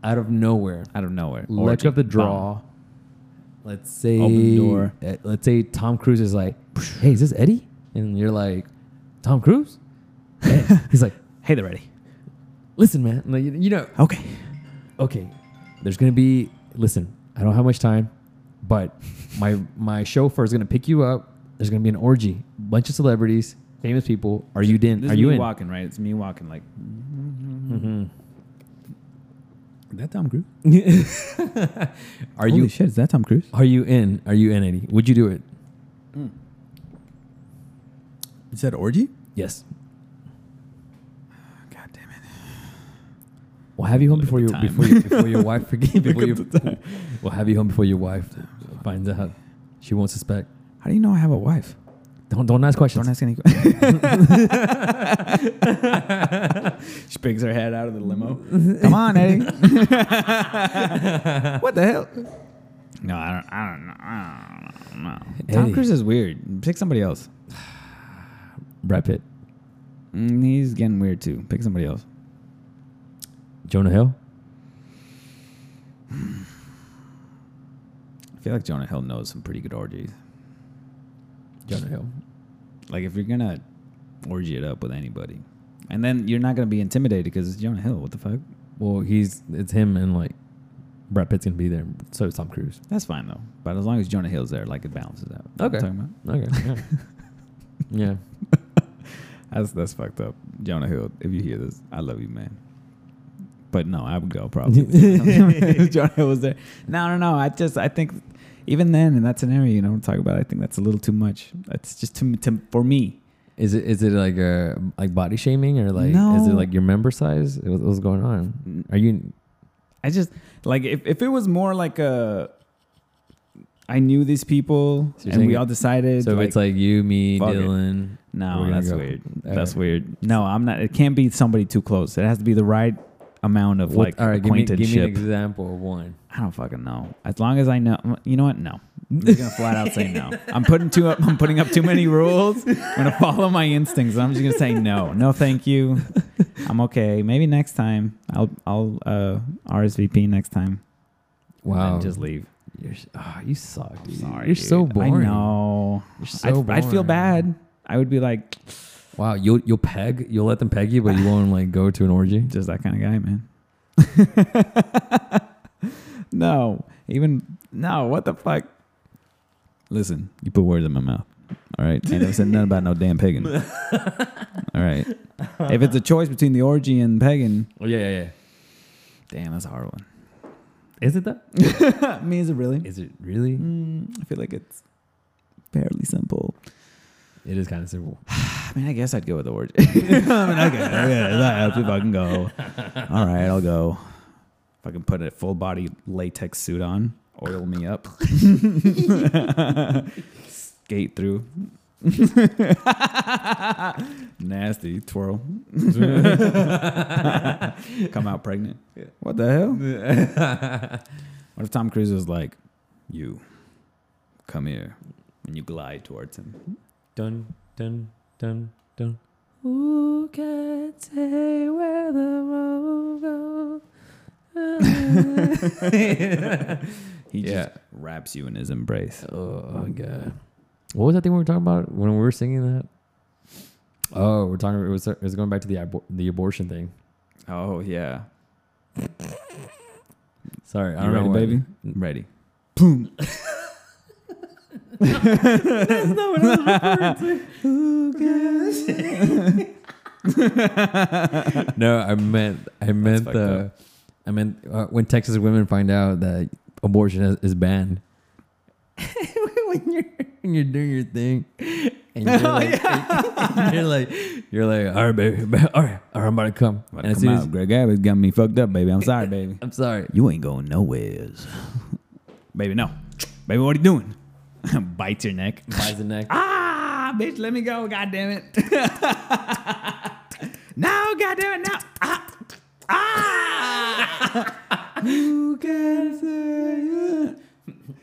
S2: out of nowhere
S1: out of nowhere.
S2: look
S1: Orgy.
S2: up the
S1: Bomb.
S2: draw let's say
S1: Open the door.
S2: uh, let's say Tom Cruise is like hey is this Eddie and you're like Tom Cruise Hey. he's like
S1: Hey, they're ready.
S2: listen man like, you you know
S1: Okay.
S2: okay there's gonna be listen I don't have much time but my my chauffeur is gonna pick you up there's gonna be an orgy bunch of celebrities famous people are you in
S1: This
S2: are
S1: is
S2: you
S1: me
S2: in
S1: walking right? It's me walking. Like
S2: Mhm.
S1: is that Tom Cruise?
S2: are
S1: Holy
S2: you
S1: shit? Is that Tom Cruise?
S2: are you in are you in Eddie would you do it Mm.
S1: Is that orgy?
S2: yes
S1: God damn it!
S2: We'll have you home
S1: Look at
S2: before
S1: the
S2: your
S1: time.
S2: before, you, before your wife forget before
S1: at
S2: you.
S1: the time.
S2: We'll have you home before your wife finds out. She won't suspect.
S1: How How do you know I have a wife?
S2: Don't don't ask questions.
S1: Don't ask any questions. she picks her head out of the limo. Come on, Eddie. what the hell? No, I don't. I don't know. I don't know. Tom
S2: Eddie.
S1: Cruise is weird. Pick somebody else.
S2: Brad Pitt,
S1: Mm, he's getting weird too. Pick somebody else.
S2: Jonah Hill.
S1: I feel like Jonah Hill knows some pretty good orgies.
S2: Jonah Hill.
S1: Like if you're gonna orgy it up with anybody, and then you're not gonna be intimidated because it's Jonah Hill. What the fuck?
S2: Well, he's it's him and like Brad Pitt's gonna be there. So is Tom Cruise.
S1: That's fine though. But as long as Jonah Hill's there, like it balances out. You know what I'm
S2: Okay.
S1: talking about?
S2: Okay. Yeah. yeah.
S1: That's that's fucked up, Jonah Hill. If you hear this, I love you, man. But no, I would go probably. if Jonah Hill was there. No, no, no. I just I think even then in that scenario, you know, I'm talking about. I think that's a little too much. That's just too to, for me.
S2: Is it is it like a like body shaming or like is it
S1: No.
S2: like your member size? What- What's going on? Are you
S1: I just like if if it was more like a. I knew these people,
S2: So you're
S1: and we
S2: saying-
S1: all decided.
S2: so it's like you, me,
S1: fuck it.
S2: Dylan. we're
S1: no,
S2: gonna
S1: that's
S2: go.
S1: weird.
S2: All
S1: That's
S2: right.
S1: weird. No, I'm not. It can't be somebody too close. It has to be the right amount of
S2: What-
S1: like
S2: all right, give me, give
S1: acquaintanceship.
S2: me an example of one.
S1: I don't fucking know. As long as I know, you know what? No, I'm just gonna flat out say no. I'm putting too up. I'm putting up too many rules. I'm gonna follow my instincts. I'm just gonna say no. No, thank you. I'm okay. Maybe next time I'll I'll uh, RSVP next time. and then
S2: Wow,
S1: just leave.
S2: You're, s- ah, you suck. Dude.
S1: Sorry,
S2: You're so
S1: dude.
S2: boring.
S1: I know.
S2: You're so
S1: I'd, I'd feel
S2: boring.
S1: bad. I would be like,
S2: Wow, you'll you'll peg, you'll let them peg you, but you won't like go to an orgy.
S1: just that kind of guy, man. no, even no. What the fuck? Listen, you put words in my mouth. All right, I never said nothing about no damn pegging. All right, if it's a choice between the orgy and pegging,
S2: Oh yeah, yeah, yeah.
S1: damn, that's a hard one.
S2: Is it that?
S1: I mean, is it really?
S2: Is it really?
S1: Mm, I feel like it's fairly simple.
S2: It is kind of simple.
S1: I mean, I guess I'd go with the orgy. I mean, okay, yeah, that helps if I can go. All right, I'll go. If I can put a full body latex suit on, oil me up, skate through. Nasty twirl. Come out pregnant. What the hell? what if Tom Cruise was like, you come here and you glide towards him?
S2: Dun dun dun dun. Who can say where the road goes?
S1: He
S2: Yeah.
S1: just wraps you in his embrace.
S2: Oh god. What was that thing we were talking about when we were singing that? Oh, we're talking. It was it was going back to the abor- the abortion thing.
S1: Oh yeah.
S2: Sorry, I
S1: You
S2: don't
S1: ready,
S2: know. why-
S1: baby? Ready.
S2: That's not what I was referring to. no, I meant I meant
S1: fucked
S2: the I meant uh, when Texas women find out that abortion is, is banned. when you're when you're doing your thing, and you're, like, and you're like you're like all right, baby, all right, all right, I'm about to come.
S1: About
S2: and
S1: to
S2: as
S1: come
S2: soon as,
S1: out. Greg Abbott got me fucked up, baby. I'm sorry, baby.
S2: I'm sorry,
S1: You ain't going nowheres. baby, no. Baby, what are you doing? Bites your neck.
S2: buys the neck.
S1: Ah, bitch, let me go. God damn it. no, God damn it, no. Ah. Ah. Who can say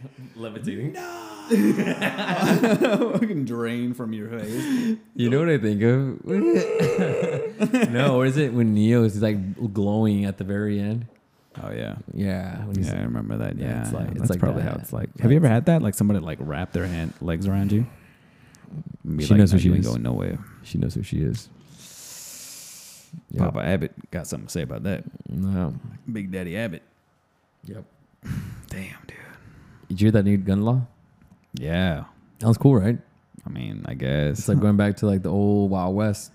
S2: Levitating.
S1: no? Fucking drain from your face.
S2: You know what I think of? no, or is it when Neo is like glowing at the very end?
S1: Oh yeah.
S2: Yeah, when he's-
S1: Yeah, I remember that. Yeah,
S2: it's like-
S1: yeah,
S2: it's
S1: that's
S2: like
S1: probably
S2: that.
S1: how it's like. Have you ever had that? Like somebody like wrap their hand legs around you. And be
S2: She knows
S1: "No,
S2: who she
S1: you ain't
S2: is."
S1: Going nowhere.
S2: She knows who she is.
S1: Papa Abbott got something to say about that.
S2: No.
S1: Big Daddy Abbott.
S2: Yep.
S1: Damn, dude.
S2: Did you hear that new gun law?
S1: Yeah.
S2: That was cool, right?
S1: I mean, I guess.
S2: It's like going back to like the old Wild West.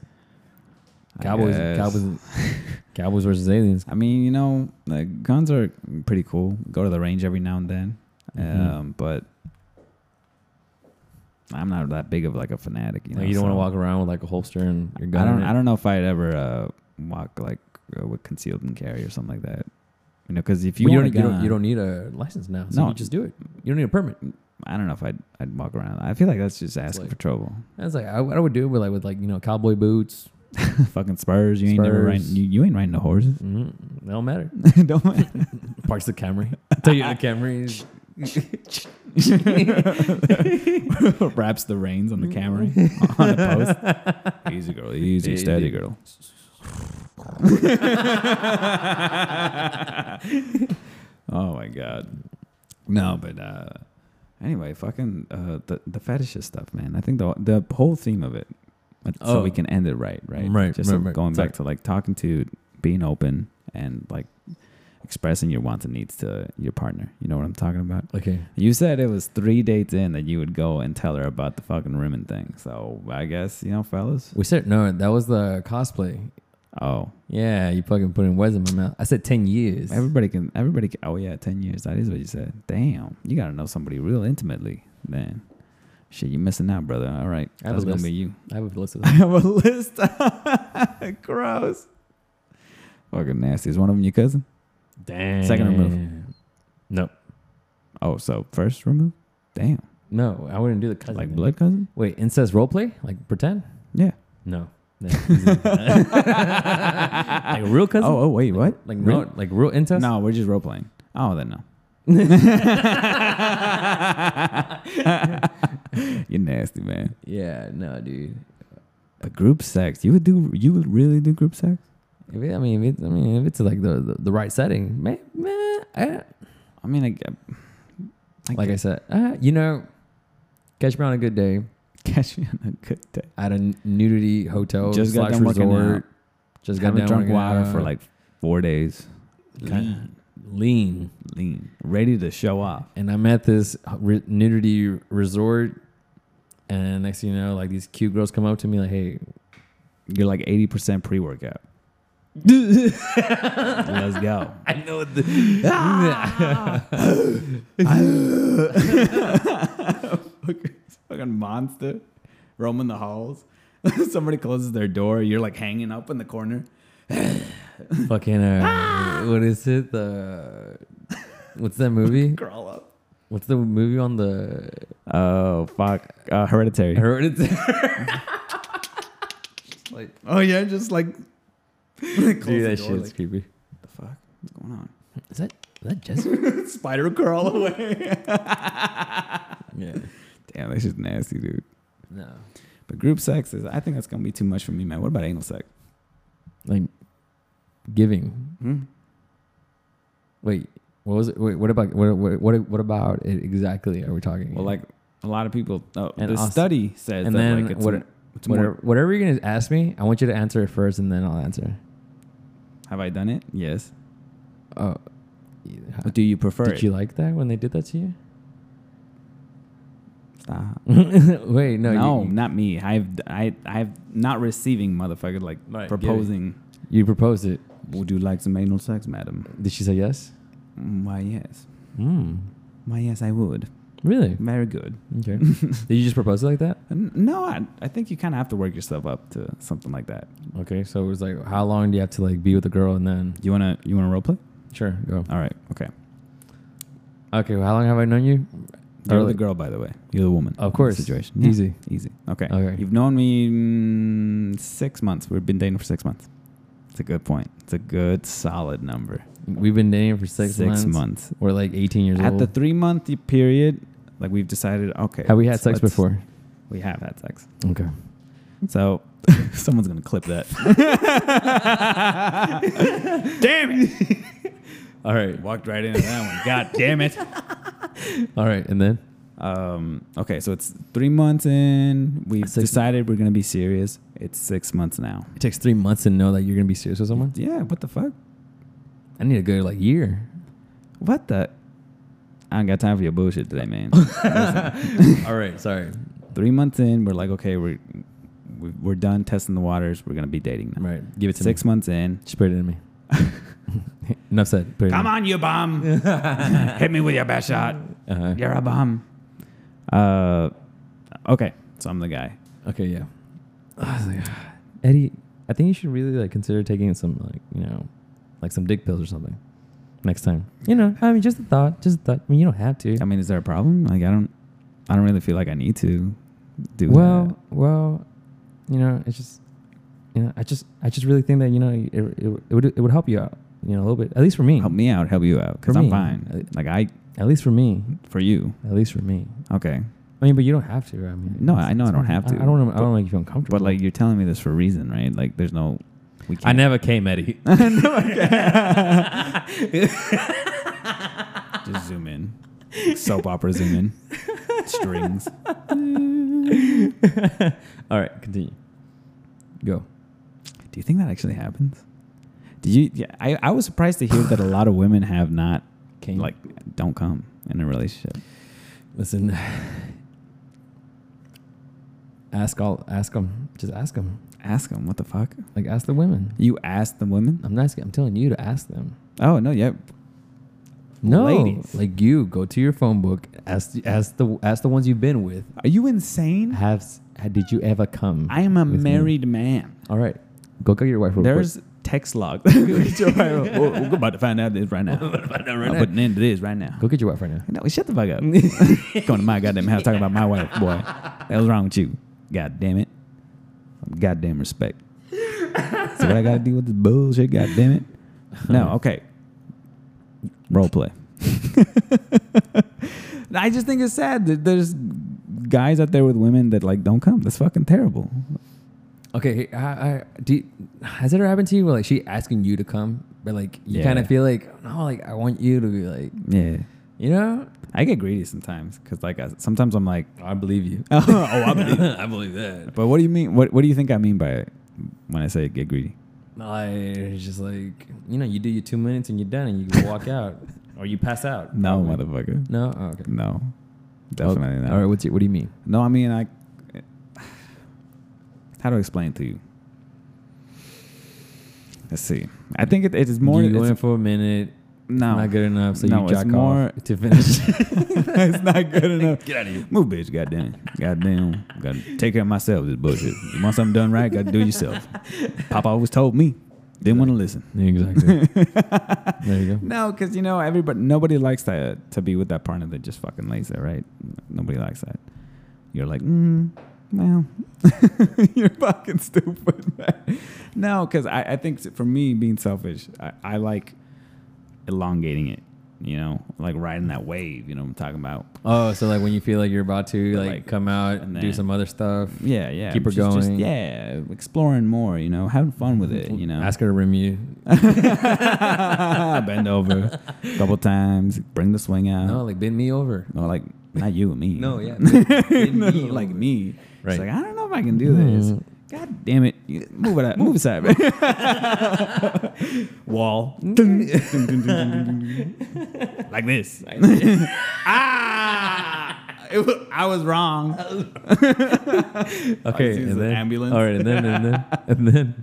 S1: I
S2: Cowboys,
S1: guess.
S2: Cowboys, Cowboys versus aliens.
S1: I mean, you know, like guns are pretty cool. Go to the range every now and then,
S2: Mhm.
S1: um, but I'm not that big of like a fanatic. You
S2: You,
S1: know,
S2: like, Oh, you don't want to
S1: so-
S2: walk around with like a holster and your gun.
S1: I don't.
S2: in it.
S1: I don't know if I'd ever uh, walk like uh, with concealed and carry or something like that. You know, because if
S2: But
S1: you,
S2: you
S1: own a
S2: don't, you don't.
S1: gun-
S2: You don't need a license now. So
S1: No.
S2: you just do it. You don't need a permit.
S1: I don't know if I'd I'd walk around. I feel like that's just asking
S2: like-
S1: for trouble.
S2: That's like I, what I would do with like with like you know cowboy boots.
S1: Fucking Spurs, you ain't never
S2: Spurs.
S1: riding. You, you ain't riding the horses.
S2: Mm, they don't matter.
S1: don't matter.
S2: Parks the Camry. Tell you the Camry. is-
S1: Wraps the reins on the Camry on the post. Easy girl, easy,
S2: Easy.
S1: steady girl. oh my god. No, but uh, anyway, fucking uh, the the fetishist stuff, man. I think the the whole theme of it. but- So
S2: Oh.
S1: we can end it right, right,
S2: Right,
S1: Just
S2: right,
S1: like
S2: right.
S1: going
S2: It's
S1: back
S2: like-
S1: to like talking to, being open, and like expressing your wants and needs to your partner. You know what I'm talking about?
S2: okay.
S1: You said it was three dates in that you would go and tell her about the fucking rimming thing. So I guess you know, fellas.
S2: We said no. That was the cosplay.
S1: Oh,
S2: Yeah, you fucking putting words in my mouth. I said ten years.
S1: everybody can. Everybody. Can, oh yeah, ten years. That is what you said. Damn, you gotta know somebody real intimately, man. Shit, you missing out, brother. All right,
S2: I have
S1: that's
S2: a
S1: gonna
S2: list.
S1: be you.
S2: I have a list of
S1: I have a list. Gross. Fucking nasty. Is one of them your cousin?
S2: Damn.
S1: Second remove.
S2: No.
S1: Oh, so first remove. Damn,
S2: No, I wouldn't do the cousin.
S1: like
S2: thing.
S1: blood cousin.
S2: Wait, incest roleplay? Like pretend?
S1: Yeah.
S2: No. No. like real cousin?
S1: Oh, oh, wait, what?
S2: Like
S1: Really?
S2: no, like real incest?
S1: No, we're just role playing. Oh, then no. You're nasty, man.
S2: Yeah, no, dude.
S1: But group sex, you would do, you would really do group sex?
S2: If it, I mean, if it, I mean, if it's like the the, the right setting, man, man I,
S1: I mean, I, g- I
S2: like I said, uh, you know, catch me on a good day
S1: catch me on a good day.
S2: at a nudity hotel
S1: Just got
S2: slash
S1: done working out.
S2: resort. Just got
S1: Haven't
S2: done
S1: drunk
S2: working
S1: water for
S2: out.
S1: like four days.
S2: Kinda lean,
S1: lean, ready to show off.
S2: and I'm at this re- nudity resort, and next thing you know, like these cute girls come up to me like, "Hey,
S1: You're like eighty percent pre workout. Let's go.
S2: I know
S1: Ah,
S2: the."
S1: fucking, fucking monster roaming the halls. Somebody closes their door. You're like hanging up in the corner.
S2: fucking
S1: Ah!
S2: uh, what is it? The what's that movie?
S1: Crawl up.
S2: What's the movie on the
S1: Oh fuck! Uh, hereditary.
S2: hereditary? like,
S1: oh yeah, just like close
S2: dude,
S1: the
S2: that
S1: door.
S2: shit's
S1: Like,
S2: creepy.
S1: the fuck? What's going on?
S2: Is that is that Jessica?
S1: Spider crawl away.
S2: yeah.
S1: Damn, that's just nasty, dude.
S2: No.
S1: But group sex is. I think that's gonna be too much for me, man. What about anal sex?
S2: Like giving.
S1: Hmm?
S2: Wait, what was it? Wait, what about what what what, what about it exactly? Are we talking?
S1: Well, like a lot of people. Oh,
S2: And
S1: the
S2: also-
S1: study says
S2: and
S1: that
S2: then
S1: like it's,
S2: what-
S1: m- it's
S2: whatever,
S1: more.
S2: whatever you're gonna ask me, I want you to answer it first, and then I'll answer.
S1: Have I done it? Yes.
S2: Oh,
S1: Do you prefer
S2: did
S1: it?
S2: you like that when they did that to you?
S1: Stop.
S2: Wait, no,
S1: No,
S2: you,
S1: not me. I've I I've not receiving motherfucker like
S2: Right,
S1: proposing.
S2: you proposed it.
S1: Would you like some anal sex, madam?
S2: Did she say yes?
S1: Mm, Why yes.
S2: Hmm.
S1: Why yes, I would.
S2: Really?
S1: Very good.
S2: Okay. Did you just propose it like that?
S1: N- No, I, I think you kind of have to work yourself up to something like that.
S2: Okay, so it was like, how long do you have to like be with the girl, and then
S1: You wanna you wanna role play?
S2: sure, go.
S1: All right, okay.
S2: Uh, Okay, well, how long have I known you?
S1: You're
S2: Early.
S1: the girl, by the way. You're the woman.
S2: Of
S1: in this
S2: course.
S1: situation.
S2: Easy.
S1: easy. Okay.
S2: Okay.
S1: You've known me mm, six months. We've been dating for six months. It's a good point. It's a good solid number.
S2: We've been dating for six, months.
S1: months.
S2: We're like 18 years
S1: At
S2: old.
S1: the three month period, like we've decided. Okay.
S2: have we had
S1: let's-
S2: sex
S1: let's-
S2: before?
S1: We have had sex.
S2: Okay.
S1: So someone's gonna clip that. damn it!
S2: All right.
S1: Walked right into that one. God damn it!
S2: All right, and then
S1: Um, okay, so it's three months in. We've
S2: Six-
S1: decided we're gonna be serious. It's six months now.
S2: it takes three months to know that you're gonna be serious with someone.
S1: Yeah. What the fuck?
S2: I need a good like year.
S1: What the? I don't got time for your bullshit today, man.
S2: All right. Sorry.
S1: three months in, we're like, okay, we're we- we're done testing the waters. We're gonna be dating now.
S2: Right. Give it to
S1: Six
S2: me.
S1: months in.
S2: Just put it in me. Enough said. Put it
S1: Come
S2: in
S1: on, you bum! Hit me with your best shot.
S2: Me. Uh-huh.
S1: You're a bum. Uh, okay, so I'm the guy.
S2: Okay. Yeah. I was like, Eddie, I think you should really like consider taking some like you know, like some dick pills or something next time. You know, I mean, just a thought. Just a thought. I mean, you don't have to.
S1: I mean, is there a problem? Like, I don't. I don't really feel like I need to do
S2: well,
S1: that.
S2: well, you know, it's just, you know, I just, I just really think that you know, it, it, it would, it would help you out, you know, a little bit, at least for me,
S1: Help me out, help you out, because
S2: For
S1: I'm
S2: me, uh,
S1: fine.
S2: I-
S1: Like I,
S2: at least for me,
S1: for you,
S2: at least for me.
S1: okay.
S2: I mean, but you don't have to. I mean,
S1: No,
S2: it's-
S1: I know I
S2: it's
S1: don't
S2: fine.
S1: have to,
S2: I, I don't. I
S1: but-
S2: don't make you feel uncomfortable.
S1: But like you're telling me this for a reason, right? Like there's no, we can't.
S2: I never came, Eddie.
S1: No, I can't. Just zoom in. Soap opera zoom in. Strings.
S2: All right, continue. Mm. Go.
S1: Do you think that actually happens? Did you? Yeah, I, I was surprised to hear that a lot of women have not
S2: Came.
S1: like don't come in a relationship.
S2: Listen. Ask all. Ask them. Just ask them.
S1: Ask them what the fuck.
S2: Like ask the women.
S1: You asked the women.
S2: I'm not. asking- I'm telling you to ask them.
S1: Oh no, yeah,
S2: No,
S1: Ladies.
S2: like you go to your phone book. Ask. Ask the. Ask the ones you've been with.
S1: Are you insane?
S2: Have. s- Did you ever come?
S1: Mm-hmm. I am a
S2: with me?
S1: married man.
S2: All right. Go get your wife. real quick.
S1: There's text log. we're, we're about to find out this right now. I'm putting an end to this right now.
S2: Go get your wife right now.
S1: No, shut the fuck up. Going to my goddamn house talking about my wife, boy. That was wrong with you. God damn it. Goddamn respect. See what I got to do with this bullshit? God damn it. No, okay. Role play. I just think it's sad that there's guys out there with women that like don't come. That's fucking terrible.
S2: Okay, I, I, do you- has it ever happened to you where like she asking you to come, but like you
S1: Yeah.
S2: kind of feel like no, like I want you to be like,
S1: Yeah.
S2: you know,
S1: I get greedy sometimes because like I, sometimes I'm like,
S2: I believe you.
S1: oh, I believe.
S2: I believe that.
S1: But what do you mean? What What do you think I mean by it when I say get greedy?
S2: Like it's just like you know, you do your two minutes and you're done, and you walk out or you pass out.
S1: No,
S2: probably.
S1: motherfucker.
S2: No, oh, okay,
S1: No, definitely
S2: Okay.
S1: not.
S2: All right, what's your, what do you mean?
S1: No, I mean, I. How do I explain it to you? Let's see. I think it, it is more.
S2: you
S1: it's-
S2: went for a minute.
S1: no,
S2: not good enough. So
S1: No,
S2: you
S1: it's
S2: jack
S1: more-
S2: off to finish.
S1: it's not good enough.
S2: Get out of here.
S1: Move, bitch. Goddamn. Goddamn. Gotta take care of myself. This bullshit. You want something done right? Gotta do it yourself. Papa always told me. Didn't want to listen.
S2: Yeah, exactly. there you go.
S1: No, because you know everybody. Nobody likes to to be with that partner that just fucking lays there, right? Nobody likes that. You're like, mm, well, you're fucking stupid, man. No, because I, I think for me being selfish, I, I like elongating it. You know, like riding that wave. You know what I'm talking about?
S2: Oh, so like when you feel like you're about to like,
S1: Like,
S2: come out
S1: and
S2: and do
S1: then-
S2: some other stuff.
S1: Yeah, yeah.
S2: Keep her
S1: just- just-
S2: going.
S1: yeah, exploring more. You know, having fun with it. You know,
S2: Ask her to rim you.
S1: bend over a couple times, bring the swing out.
S2: No, like bend me over.
S1: No, like not you, me.
S2: No, yeah, bend- bend
S1: No,
S2: me
S1: like
S2: over.
S1: me. Right.
S2: Right.
S1: It's like I don't know if I can do this.
S2: Mm.
S1: God damn it! You- Move it out. Move aside. man. Wall. Dun, dun, dun, dun, dun, dun. like this. ah! It wa- I was wrong.
S2: Okay,
S1: see
S2: and
S1: it's an
S2: then
S1: ambulance.
S2: All right, and then and then and then.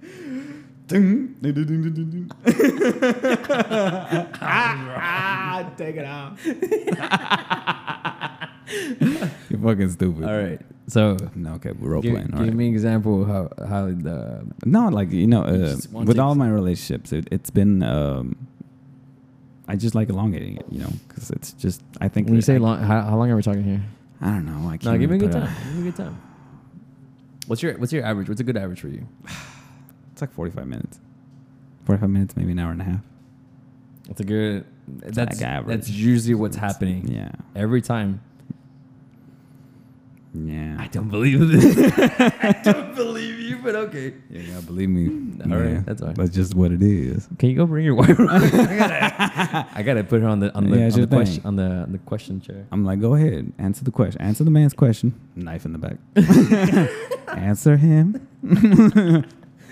S1: Dun, dun, dun, dun, dun, dun, dun. ah, ah, take it off. You're fucking stupid.
S2: All right, so
S1: No, okay, we're role
S2: give,
S1: playing.
S2: give me an example of how how the
S1: No, like you know, uh,
S2: just want
S1: with
S2: to-
S1: all my relationships, it, it's been. Um, I just like elongating it, you know, because it's just. I think
S2: when you
S1: that
S2: say
S1: I,
S2: long, how, how long are we talking here?
S1: I don't know. I can't.
S2: No, give me
S1: really
S2: a good
S1: put
S2: time. Give me a good time. What's your what's your average? What's a good average for you?
S1: It's like forty-five minutes. Forty-five minutes, maybe an hour and a half.
S2: That's a good. That's
S1: like average.
S2: that's usually what's happening
S1: Yeah,
S2: every time.
S1: yeah.
S2: don't believe this. I don't believe you, but okay.
S1: You gotta believe me.
S2: All right,
S1: Yeah,
S2: that's all right.
S1: That's just what it is.
S2: Can you go bring your wife? around? I, gotta, I gotta put her on the on the,
S1: Yeah,
S2: on,
S1: it's
S2: the
S1: your thing.
S2: question, on the on the question chair.
S1: I'm like, go ahead, answer the question. Answer the man's question. Knife in the back. answer him.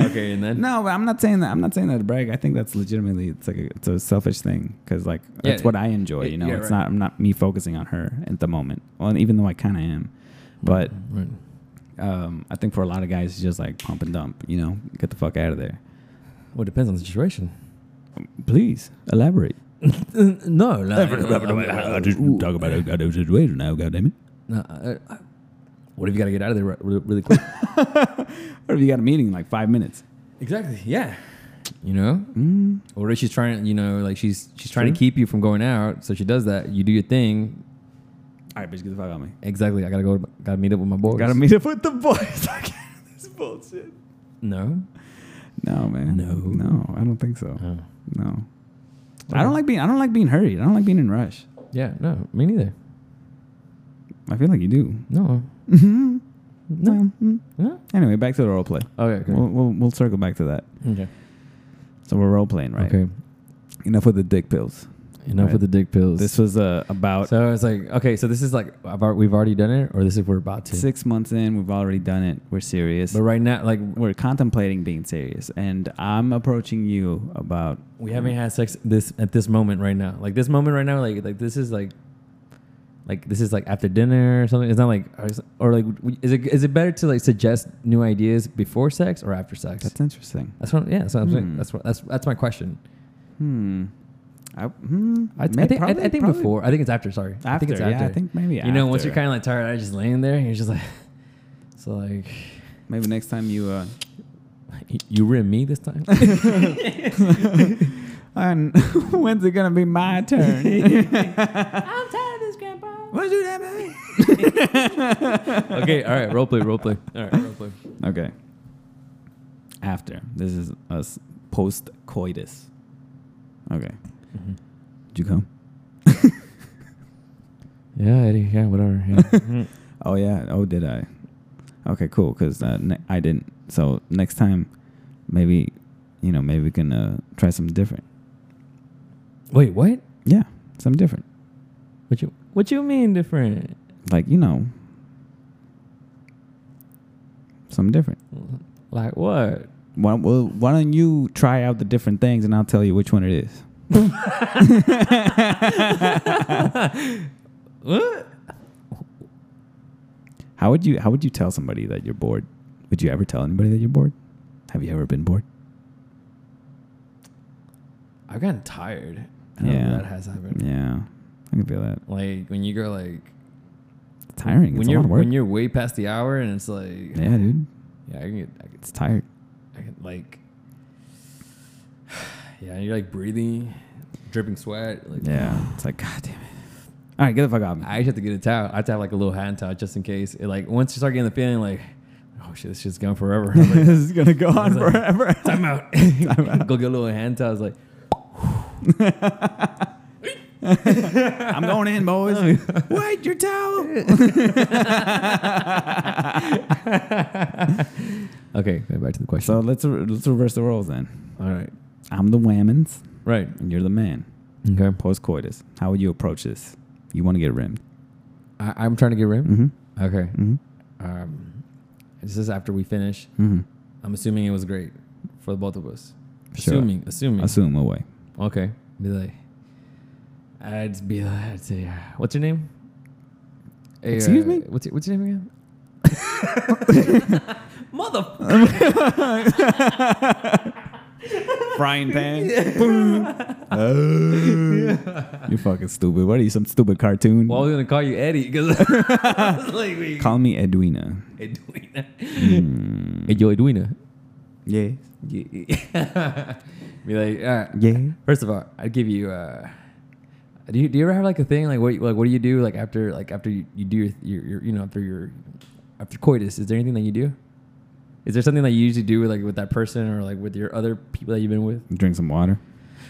S2: Okay, and then
S1: No, but I'm not saying that. I'm not saying that to brag. I think that's legitimately it's like a, it's a selfish thing because like
S2: Yeah,
S1: that's what I enjoy.
S2: yeah,
S1: You know,
S2: yeah,
S1: it's
S2: right.
S1: not I'm not me focusing on her at the moment. Well, even though I kind of am, but
S2: Right.
S1: um, I think for a lot of guys, it's just like pump and dump. You know, get the fuck out of there.
S2: Well, it depends on the situation.
S1: Please elaborate.
S2: no, uh,
S1: talk about a goddamn situation now, goddamn it.
S2: what if you got to get out of there really, really quick?
S1: Or if you got a meeting in like five minutes,
S2: exactly. Yeah. You know,
S1: Mm,
S2: or if she's trying, you know, like she's she's trying
S1: True.
S2: to keep you from going out, so she does that. You do your thing.
S1: all right, bitch, get the fuck out of me.
S2: Exactly. I gotta go. Gotta meet up with my boys.
S1: Gotta meet up with the boys. this bullshit.
S2: No.
S1: No, man.
S2: No.
S1: no, I don't think so.
S2: Oh.
S1: No, I don't like being. I don't like being hurried. I don't like being in rush.
S2: Yeah. No. Me neither.
S1: I feel like you do.
S2: No.
S1: Mhm.
S2: No.
S1: Mhm.
S2: No.
S1: Anyway, back to the role play.
S2: Okay. Good.
S1: We'll, we'll we'll circle back to that.
S2: okay.
S1: So we're role playing, right?
S2: Okay.
S1: Enough with the dick pills.
S2: Enough
S1: Right.
S2: with the dick pills.
S1: This was uh, about
S2: So it's like okay. So this is like I've, al- we've already done it, or this is we're about to.
S1: six months in. We've already done it. We're serious.
S2: But right now, like
S1: we're contemplating being serious, and I'm approaching you about
S2: we haven't had sex this at this moment right now. Like this moment right now, like like this is like, like this is like after dinner or something. It's not like or is- or like we- is it is it better to like suggest new ideas before sex or after sex?
S1: That's interesting.
S2: That's what yeah. That's what I'm saying.
S1: Hmm.
S2: That's what that's that's my question.
S1: Hmm. I, hmm.
S2: I, I
S1: May-
S2: think
S1: probably-
S2: I, I think
S1: probably
S2: before. I think it's after. Sorry. I think it's
S1: After,
S2: after.
S1: yeah, I think maybe
S2: You know, once
S1: after.
S2: you're kind of like tired, I just laying there and you're just like, so like.
S1: Maybe next time you. Uh,
S2: You rim me this time?
S1: and when's it gonna be my turn?
S2: I'm tired of this, Grandpa.
S1: What's your name?
S2: okay, all right, role play, role play. All right, role play.
S1: Okay. After this is us post coitus. Okay.
S2: Mm-hmm.
S1: Did you come?
S2: Yeah, Eddie. Yeah, whatever. Yeah.
S1: Oh yeah. Oh, did I? Okay, cool. Cause uh, ne- I didn't. So next time, maybe, you know, maybe we can uh, try something different.
S2: Wait, what?
S1: Yeah, something different.
S2: What you What you mean different?
S1: Like you know, something different.
S2: Like what?
S1: Why, well, why don't you try out the different things, and I'll tell you which one it is.
S2: What?
S1: How would you How would you tell somebody that you're bored? Would you ever tell anybody that you're bored? Have you ever been bored?
S2: I've gotten tired. I don't
S1: Yeah,
S2: know if that has happened.
S1: Yeah, I can feel that.
S2: Like when you go like
S1: It's tiring.
S2: when
S1: it's
S2: you're
S1: a lot of work.
S2: when you're way past the hour and it's like
S1: yeah, dude,
S2: yeah I can get I can,
S1: it's tired.
S2: I can like yeah you're like breathing dripping sweat like
S1: Yeah, it's like God damn it. All right, get the fuck out. of me.
S2: I just have to get a towel. I have to have like a little hand towel just in case. It, like once you start getting the feeling, like, oh shit, this shit's gone forever. I was like,
S1: this is gonna go on
S2: like-
S1: forever.
S2: Time out. Go get a little hand towel. It's like,
S1: I'm going in, boys. Wait, your towel.
S2: okay, back to the question.
S1: So let's re- let's reverse the roles then.
S2: All right,
S1: I'm the whammons,
S2: right.
S1: and you're the man.
S2: Okay.
S1: Post coitus. How would you approach this? You want to get rimmed?
S2: I, I'm trying to get rid.
S1: Mm-hmm.
S2: Okay.
S1: Mm-hmm.
S2: Um, this is after we finish.
S1: Mm-hmm.
S2: I'm assuming it was great for the both of us.
S1: Sure.
S2: Assuming, assuming.
S1: Assume away.
S2: okay. Be like, I'd be like, I'd say, uh, what's your name? Hey, uh,
S1: Excuse me?
S2: What's your, what's your name again? Mother.
S1: Frying pan. Boom. Oh. You fucking stupid. What are you, some stupid cartoon?
S2: Well, I was gonna call you Eddie because I was like, wait,
S1: Call me Edwina.
S2: Edwina.
S1: Mm.
S2: Hey, yo, Edwina.
S1: Yeah.
S2: Yeah. Be like, all right.
S1: Yeah.
S2: First of all, I'd give you. Uh, do you do you ever have like a thing like what like what do you do like after like after you, you do your, your your you know after your after coitus? Is there anything that you do? Is there something that you usually do with like with that person or like with your other people that you've been with?
S1: Drink some water.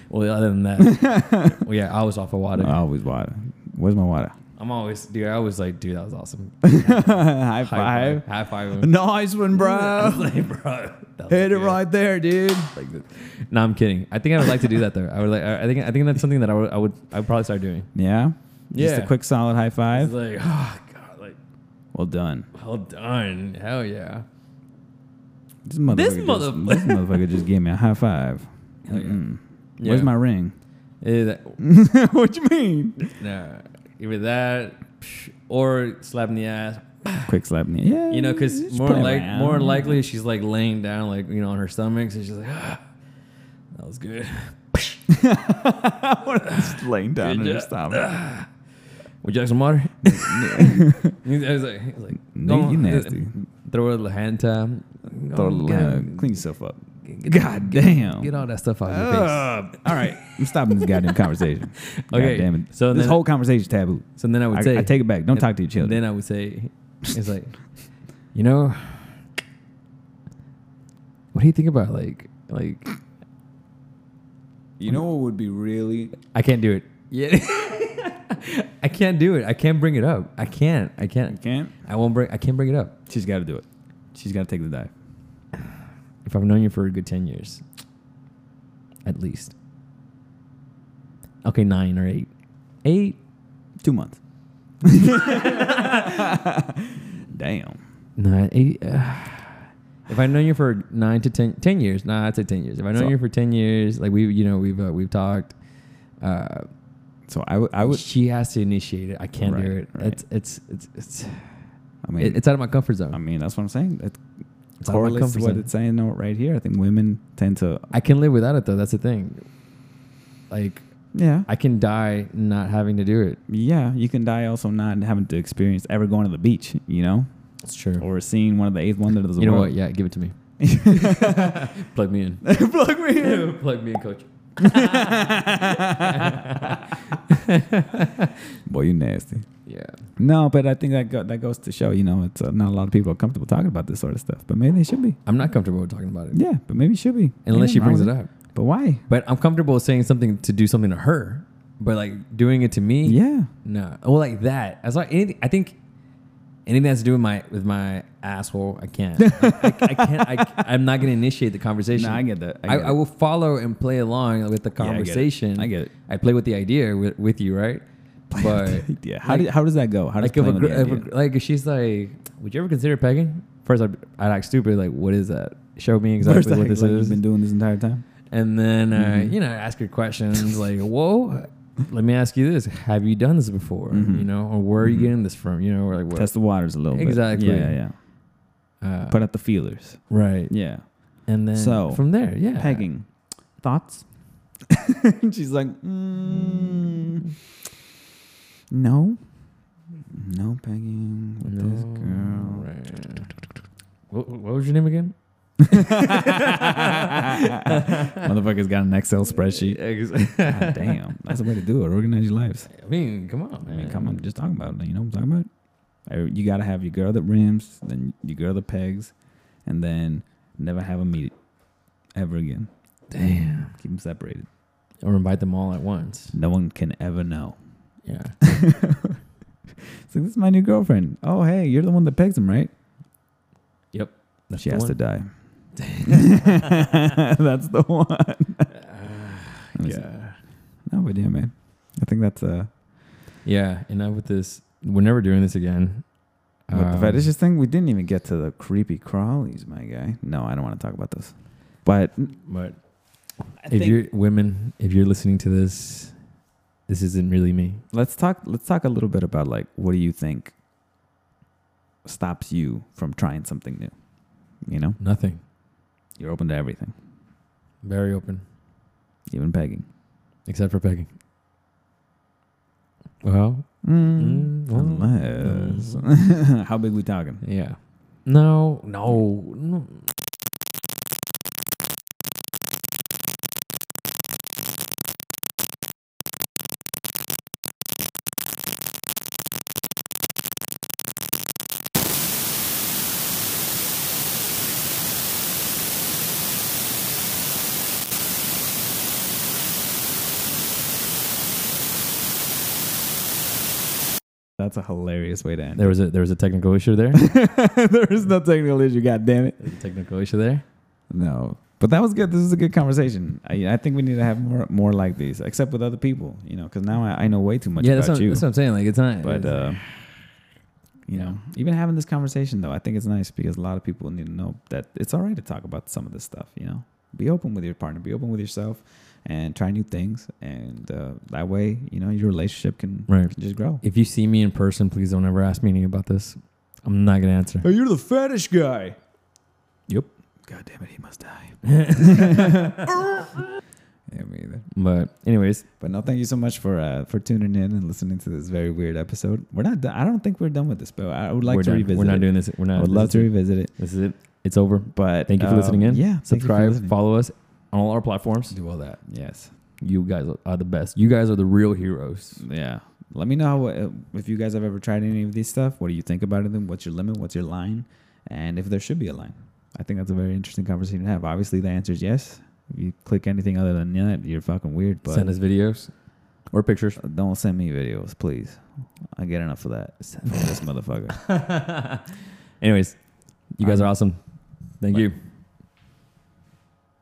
S2: Well, other than that, well, yeah, I was off of water.
S1: I always water. Where's my water?
S2: I'm always, dude. I was like, dude, that was awesome.
S1: High five.
S2: high five.
S1: Nice one,
S2: I
S1: bro.
S2: was like, bro, that was
S1: Hit it
S2: good.
S1: right there, dude.
S2: Like this. No, I'm kidding. I think I would like to do that though. I would like. I think. I think that's something that I would. I would. I would probably start doing.
S1: Yeah. Just a
S2: Yeah.
S1: quick solid high
S2: It's
S1: five.
S2: like, oh god, like,
S1: Well done.
S2: well done, hell yeah.
S1: This motherfucker,
S2: This
S1: just,
S2: motherf-
S1: this motherfucker just gave me a high five.
S2: Hell yeah.
S1: Mm-mm.
S2: yeah.
S1: Where's my ring?
S2: Eh, that-
S1: what you mean?
S2: nah, either that psh, or slap in the ass.
S1: Quick slap me. Yeah.
S2: You know, because
S1: just
S2: more
S1: play
S2: like
S1: around.
S2: more likely she's like laying down, like you know, on her stomach, so she's like, ah, that was good.
S1: just laying down and
S2: Yeah.
S1: just stopping.
S2: Would you like some water? I was like, I was like
S1: No, you
S2: "Don't-
S1: nasty.
S2: Throw a little hand towel.
S1: Throw a
S2: Don't
S1: little
S2: get-
S1: hand, clean yourself up.
S2: get Get-
S1: God damn.
S2: Get all that stuff out of your face.
S1: Ugh. all right, I'm stopping this goddamn conversation.
S2: Okay,
S1: God damn it.
S2: so
S1: So this
S2: then-
S1: whole conversation taboo.
S2: So then I would
S1: I,
S2: say,
S1: I take it back. Don't talk to your children.
S2: Then I would say, it's like, you know, what do you think about like, like
S1: you know what would be really
S2: I can't do it. Yeah, I can't do it. I can't bring it up. I can't. I
S1: I
S2: can't.
S1: can't.
S2: I won't bring. I can't bring it up.
S1: She's got to do it. She's got to take the dive.
S2: If I've known you for a good ten years, at least. Okay, nine or eight. Eight.
S1: Two months. Damn.
S2: Nine. Eight. Uh, if I've known you for nine to ten, 10 years, nah, I'd say ten years. If I've known
S1: So-
S2: you for ten years, like we, you know, we've uh, we've talked. Uh,
S1: So I would. I would.
S2: she has to initiate it. I can't do
S1: Right,
S2: it.
S1: right.
S2: It's it's it's it's
S1: I mean,
S2: it's out of my comfort zone.
S1: I mean, that's what I'm saying. It
S2: It's out of my
S1: correlates to
S2: comfort
S1: what
S2: zone.
S1: it's saying though right here. I think women tend to.
S2: I can live without it though. That's the thing. Like
S1: Yeah.
S2: I can die not having to do it.
S1: yeah. You can die also not having to experience ever going to the beach. You know,
S2: It's true.
S1: or seeing one of the eighth wonders of the
S2: you know what?
S1: world.
S2: Yeah, give it to me. Plug me in.
S1: Plug me in.
S2: Plug me in, coach.
S1: Boy, you nasty.
S2: Yeah.
S1: No, but I think that go, that goes to show, you know, it's uh, not a lot of people are comfortable talking about this sort of stuff. But maybe they should be.
S2: I'm not comfortable with talking about it.
S1: Yeah, but maybe it should be.
S2: Unless
S1: Ain't
S2: she
S1: nothing
S2: brings it
S1: wrong
S2: up.
S1: with But why?
S2: But I'm comfortable saying something to do something to her. But like doing it to me.
S1: Yeah,
S2: No. Well like that. As like anything I think anything that's to do with my with my asshole, I can't. Like, I, I can't I, I'm not gonna initiate the conversation.
S1: No, I get that. I
S2: I,
S1: get
S2: I
S1: it.
S2: will follow and play along with the
S1: Yeah, I get it.
S2: conversation.
S1: I get it.
S2: I play with the idea with, with you, right? But
S1: yeah. How
S2: like,
S1: do, how does that go? How does
S2: like if a,
S1: playing
S2: gr-
S1: with the
S2: if a,
S1: idea-
S2: gr- like if she's like, would you ever consider pegging? First, I'd, I'd act stupid. Like, what is that? Show me exactly
S1: First act
S2: what this
S1: like
S2: is.
S1: You've been Mm-hmm. doing this entire time.
S2: and then uh, you know, ask her questions like, whoa. Let me ask you this: Have you done this before? You know, or where are you getting this from? You know, or like what?
S1: Mm-hmm. Test the waters a little
S2: Exactly.
S1: bit. Exactly. Yeah, yeah.
S2: uh,
S1: Put out the feelers.
S2: right,
S1: Yeah.
S2: and then
S1: So,
S2: from there, yeah,
S1: Pegging. Thoughts? She's like, mm, no, no pegging with
S2: No,
S1: this girl.
S2: right. What, what was your name again?
S1: Motherfucker's got an Excel spreadsheet.
S2: Ex-
S1: God damn, that's the way to do it. Organize your lives.
S2: I mean, come on,
S1: I
S2: man.
S1: mean, come on, just talking about it. You know what I'm talking about? Uh, You gotta have your girl that rims, then your girl that pegs, and then never have a meet ever again.
S2: Damn.
S1: Keep them separated.
S2: Or invite them all at once.
S1: No one can ever know.
S2: Yeah.
S1: It's like, this is my new girlfriend. Oh, hey, you're the one that pegs him, right?
S2: Yep. That's
S1: she
S2: the
S1: has to
S2: one.
S1: die. That's the one. Let me see.
S2: Yeah.
S1: No, but yeah, man. I think that's uh,
S2: Yeah. Enough with this. We're never doing this again.
S1: What the
S2: Um,
S1: fetishes thing? We didn't even get to the creepy crawlies, my guy. No, I don't want to talk about those. But
S2: But if you're women, if you're listening to this, this isn't really me.
S1: let's talk. Let's talk a little bit about like what do you think stops you from trying something new? You know,
S2: Nothing.
S1: you're open to everything,
S2: Very open,
S1: even pegging.
S2: except for pegging. Well, Mm, well, uh,
S1: Unless, how big we talking?
S2: yeah. No, no, no.
S1: That's a hilarious way to end.
S2: There was a there was a technical issue there.
S1: there is no technical issue. God damn it.
S2: There's a technical issue there.
S1: No, but that was good. This is a good conversation. I, I think we need to have more more like these, except with other people. You know, because now I, I know way too much
S2: yeah, that's
S1: about
S2: what,
S1: you.
S2: that's what I'm saying. Like it's not.
S1: but
S2: it's-
S1: uh, you know, even having this conversation though, I think it's nice because a lot of people need to know that it's all right to talk about some of this stuff. You know, be open with your partner, be open with yourself, and try new things. And uh, that way, you know, your relationship can
S2: Right.
S1: just grow.
S2: If you see me in person, please don't ever ask me anything about this. I'm not gonna answer.
S1: you're the fetish guy.
S2: Yep.
S1: God damn it, he must die. yeah, me either.
S2: But anyways,
S1: But no, thank you so much for uh, for tuning in and listening to this very weird episode. We're not. Done. I don't think we're done with this, but I would like
S2: we're
S1: to
S2: done.
S1: revisit.
S2: We're not
S1: it.
S2: doing this. We're not.
S1: I would
S2: this
S1: love
S2: is
S1: to
S2: it.
S1: revisit it.
S2: This is it. It's over.
S1: But
S2: Thank you for
S1: um,
S2: listening in.
S1: Yeah, thank you for
S2: Subscribe,
S1: listening.
S2: follow us on all our platforms.
S1: do all that. Yes.
S2: You guys are the best. You guys are the real heroes.
S1: Yeah. Let me know how, uh, if you guys have ever tried any of these stuff. What do you think about it? Then what's your limit? What's your line? And if there should be a line. I think that's a very interesting conversation to have. Obviously, the answer is yes. If you click anything other than that, you're fucking weird. But
S2: Send us videos or pictures.
S1: don't send me videos, please. I get enough of that from this motherfucker.
S2: Anyways, you guys are awesome. Thank
S1: Bye.
S2: you.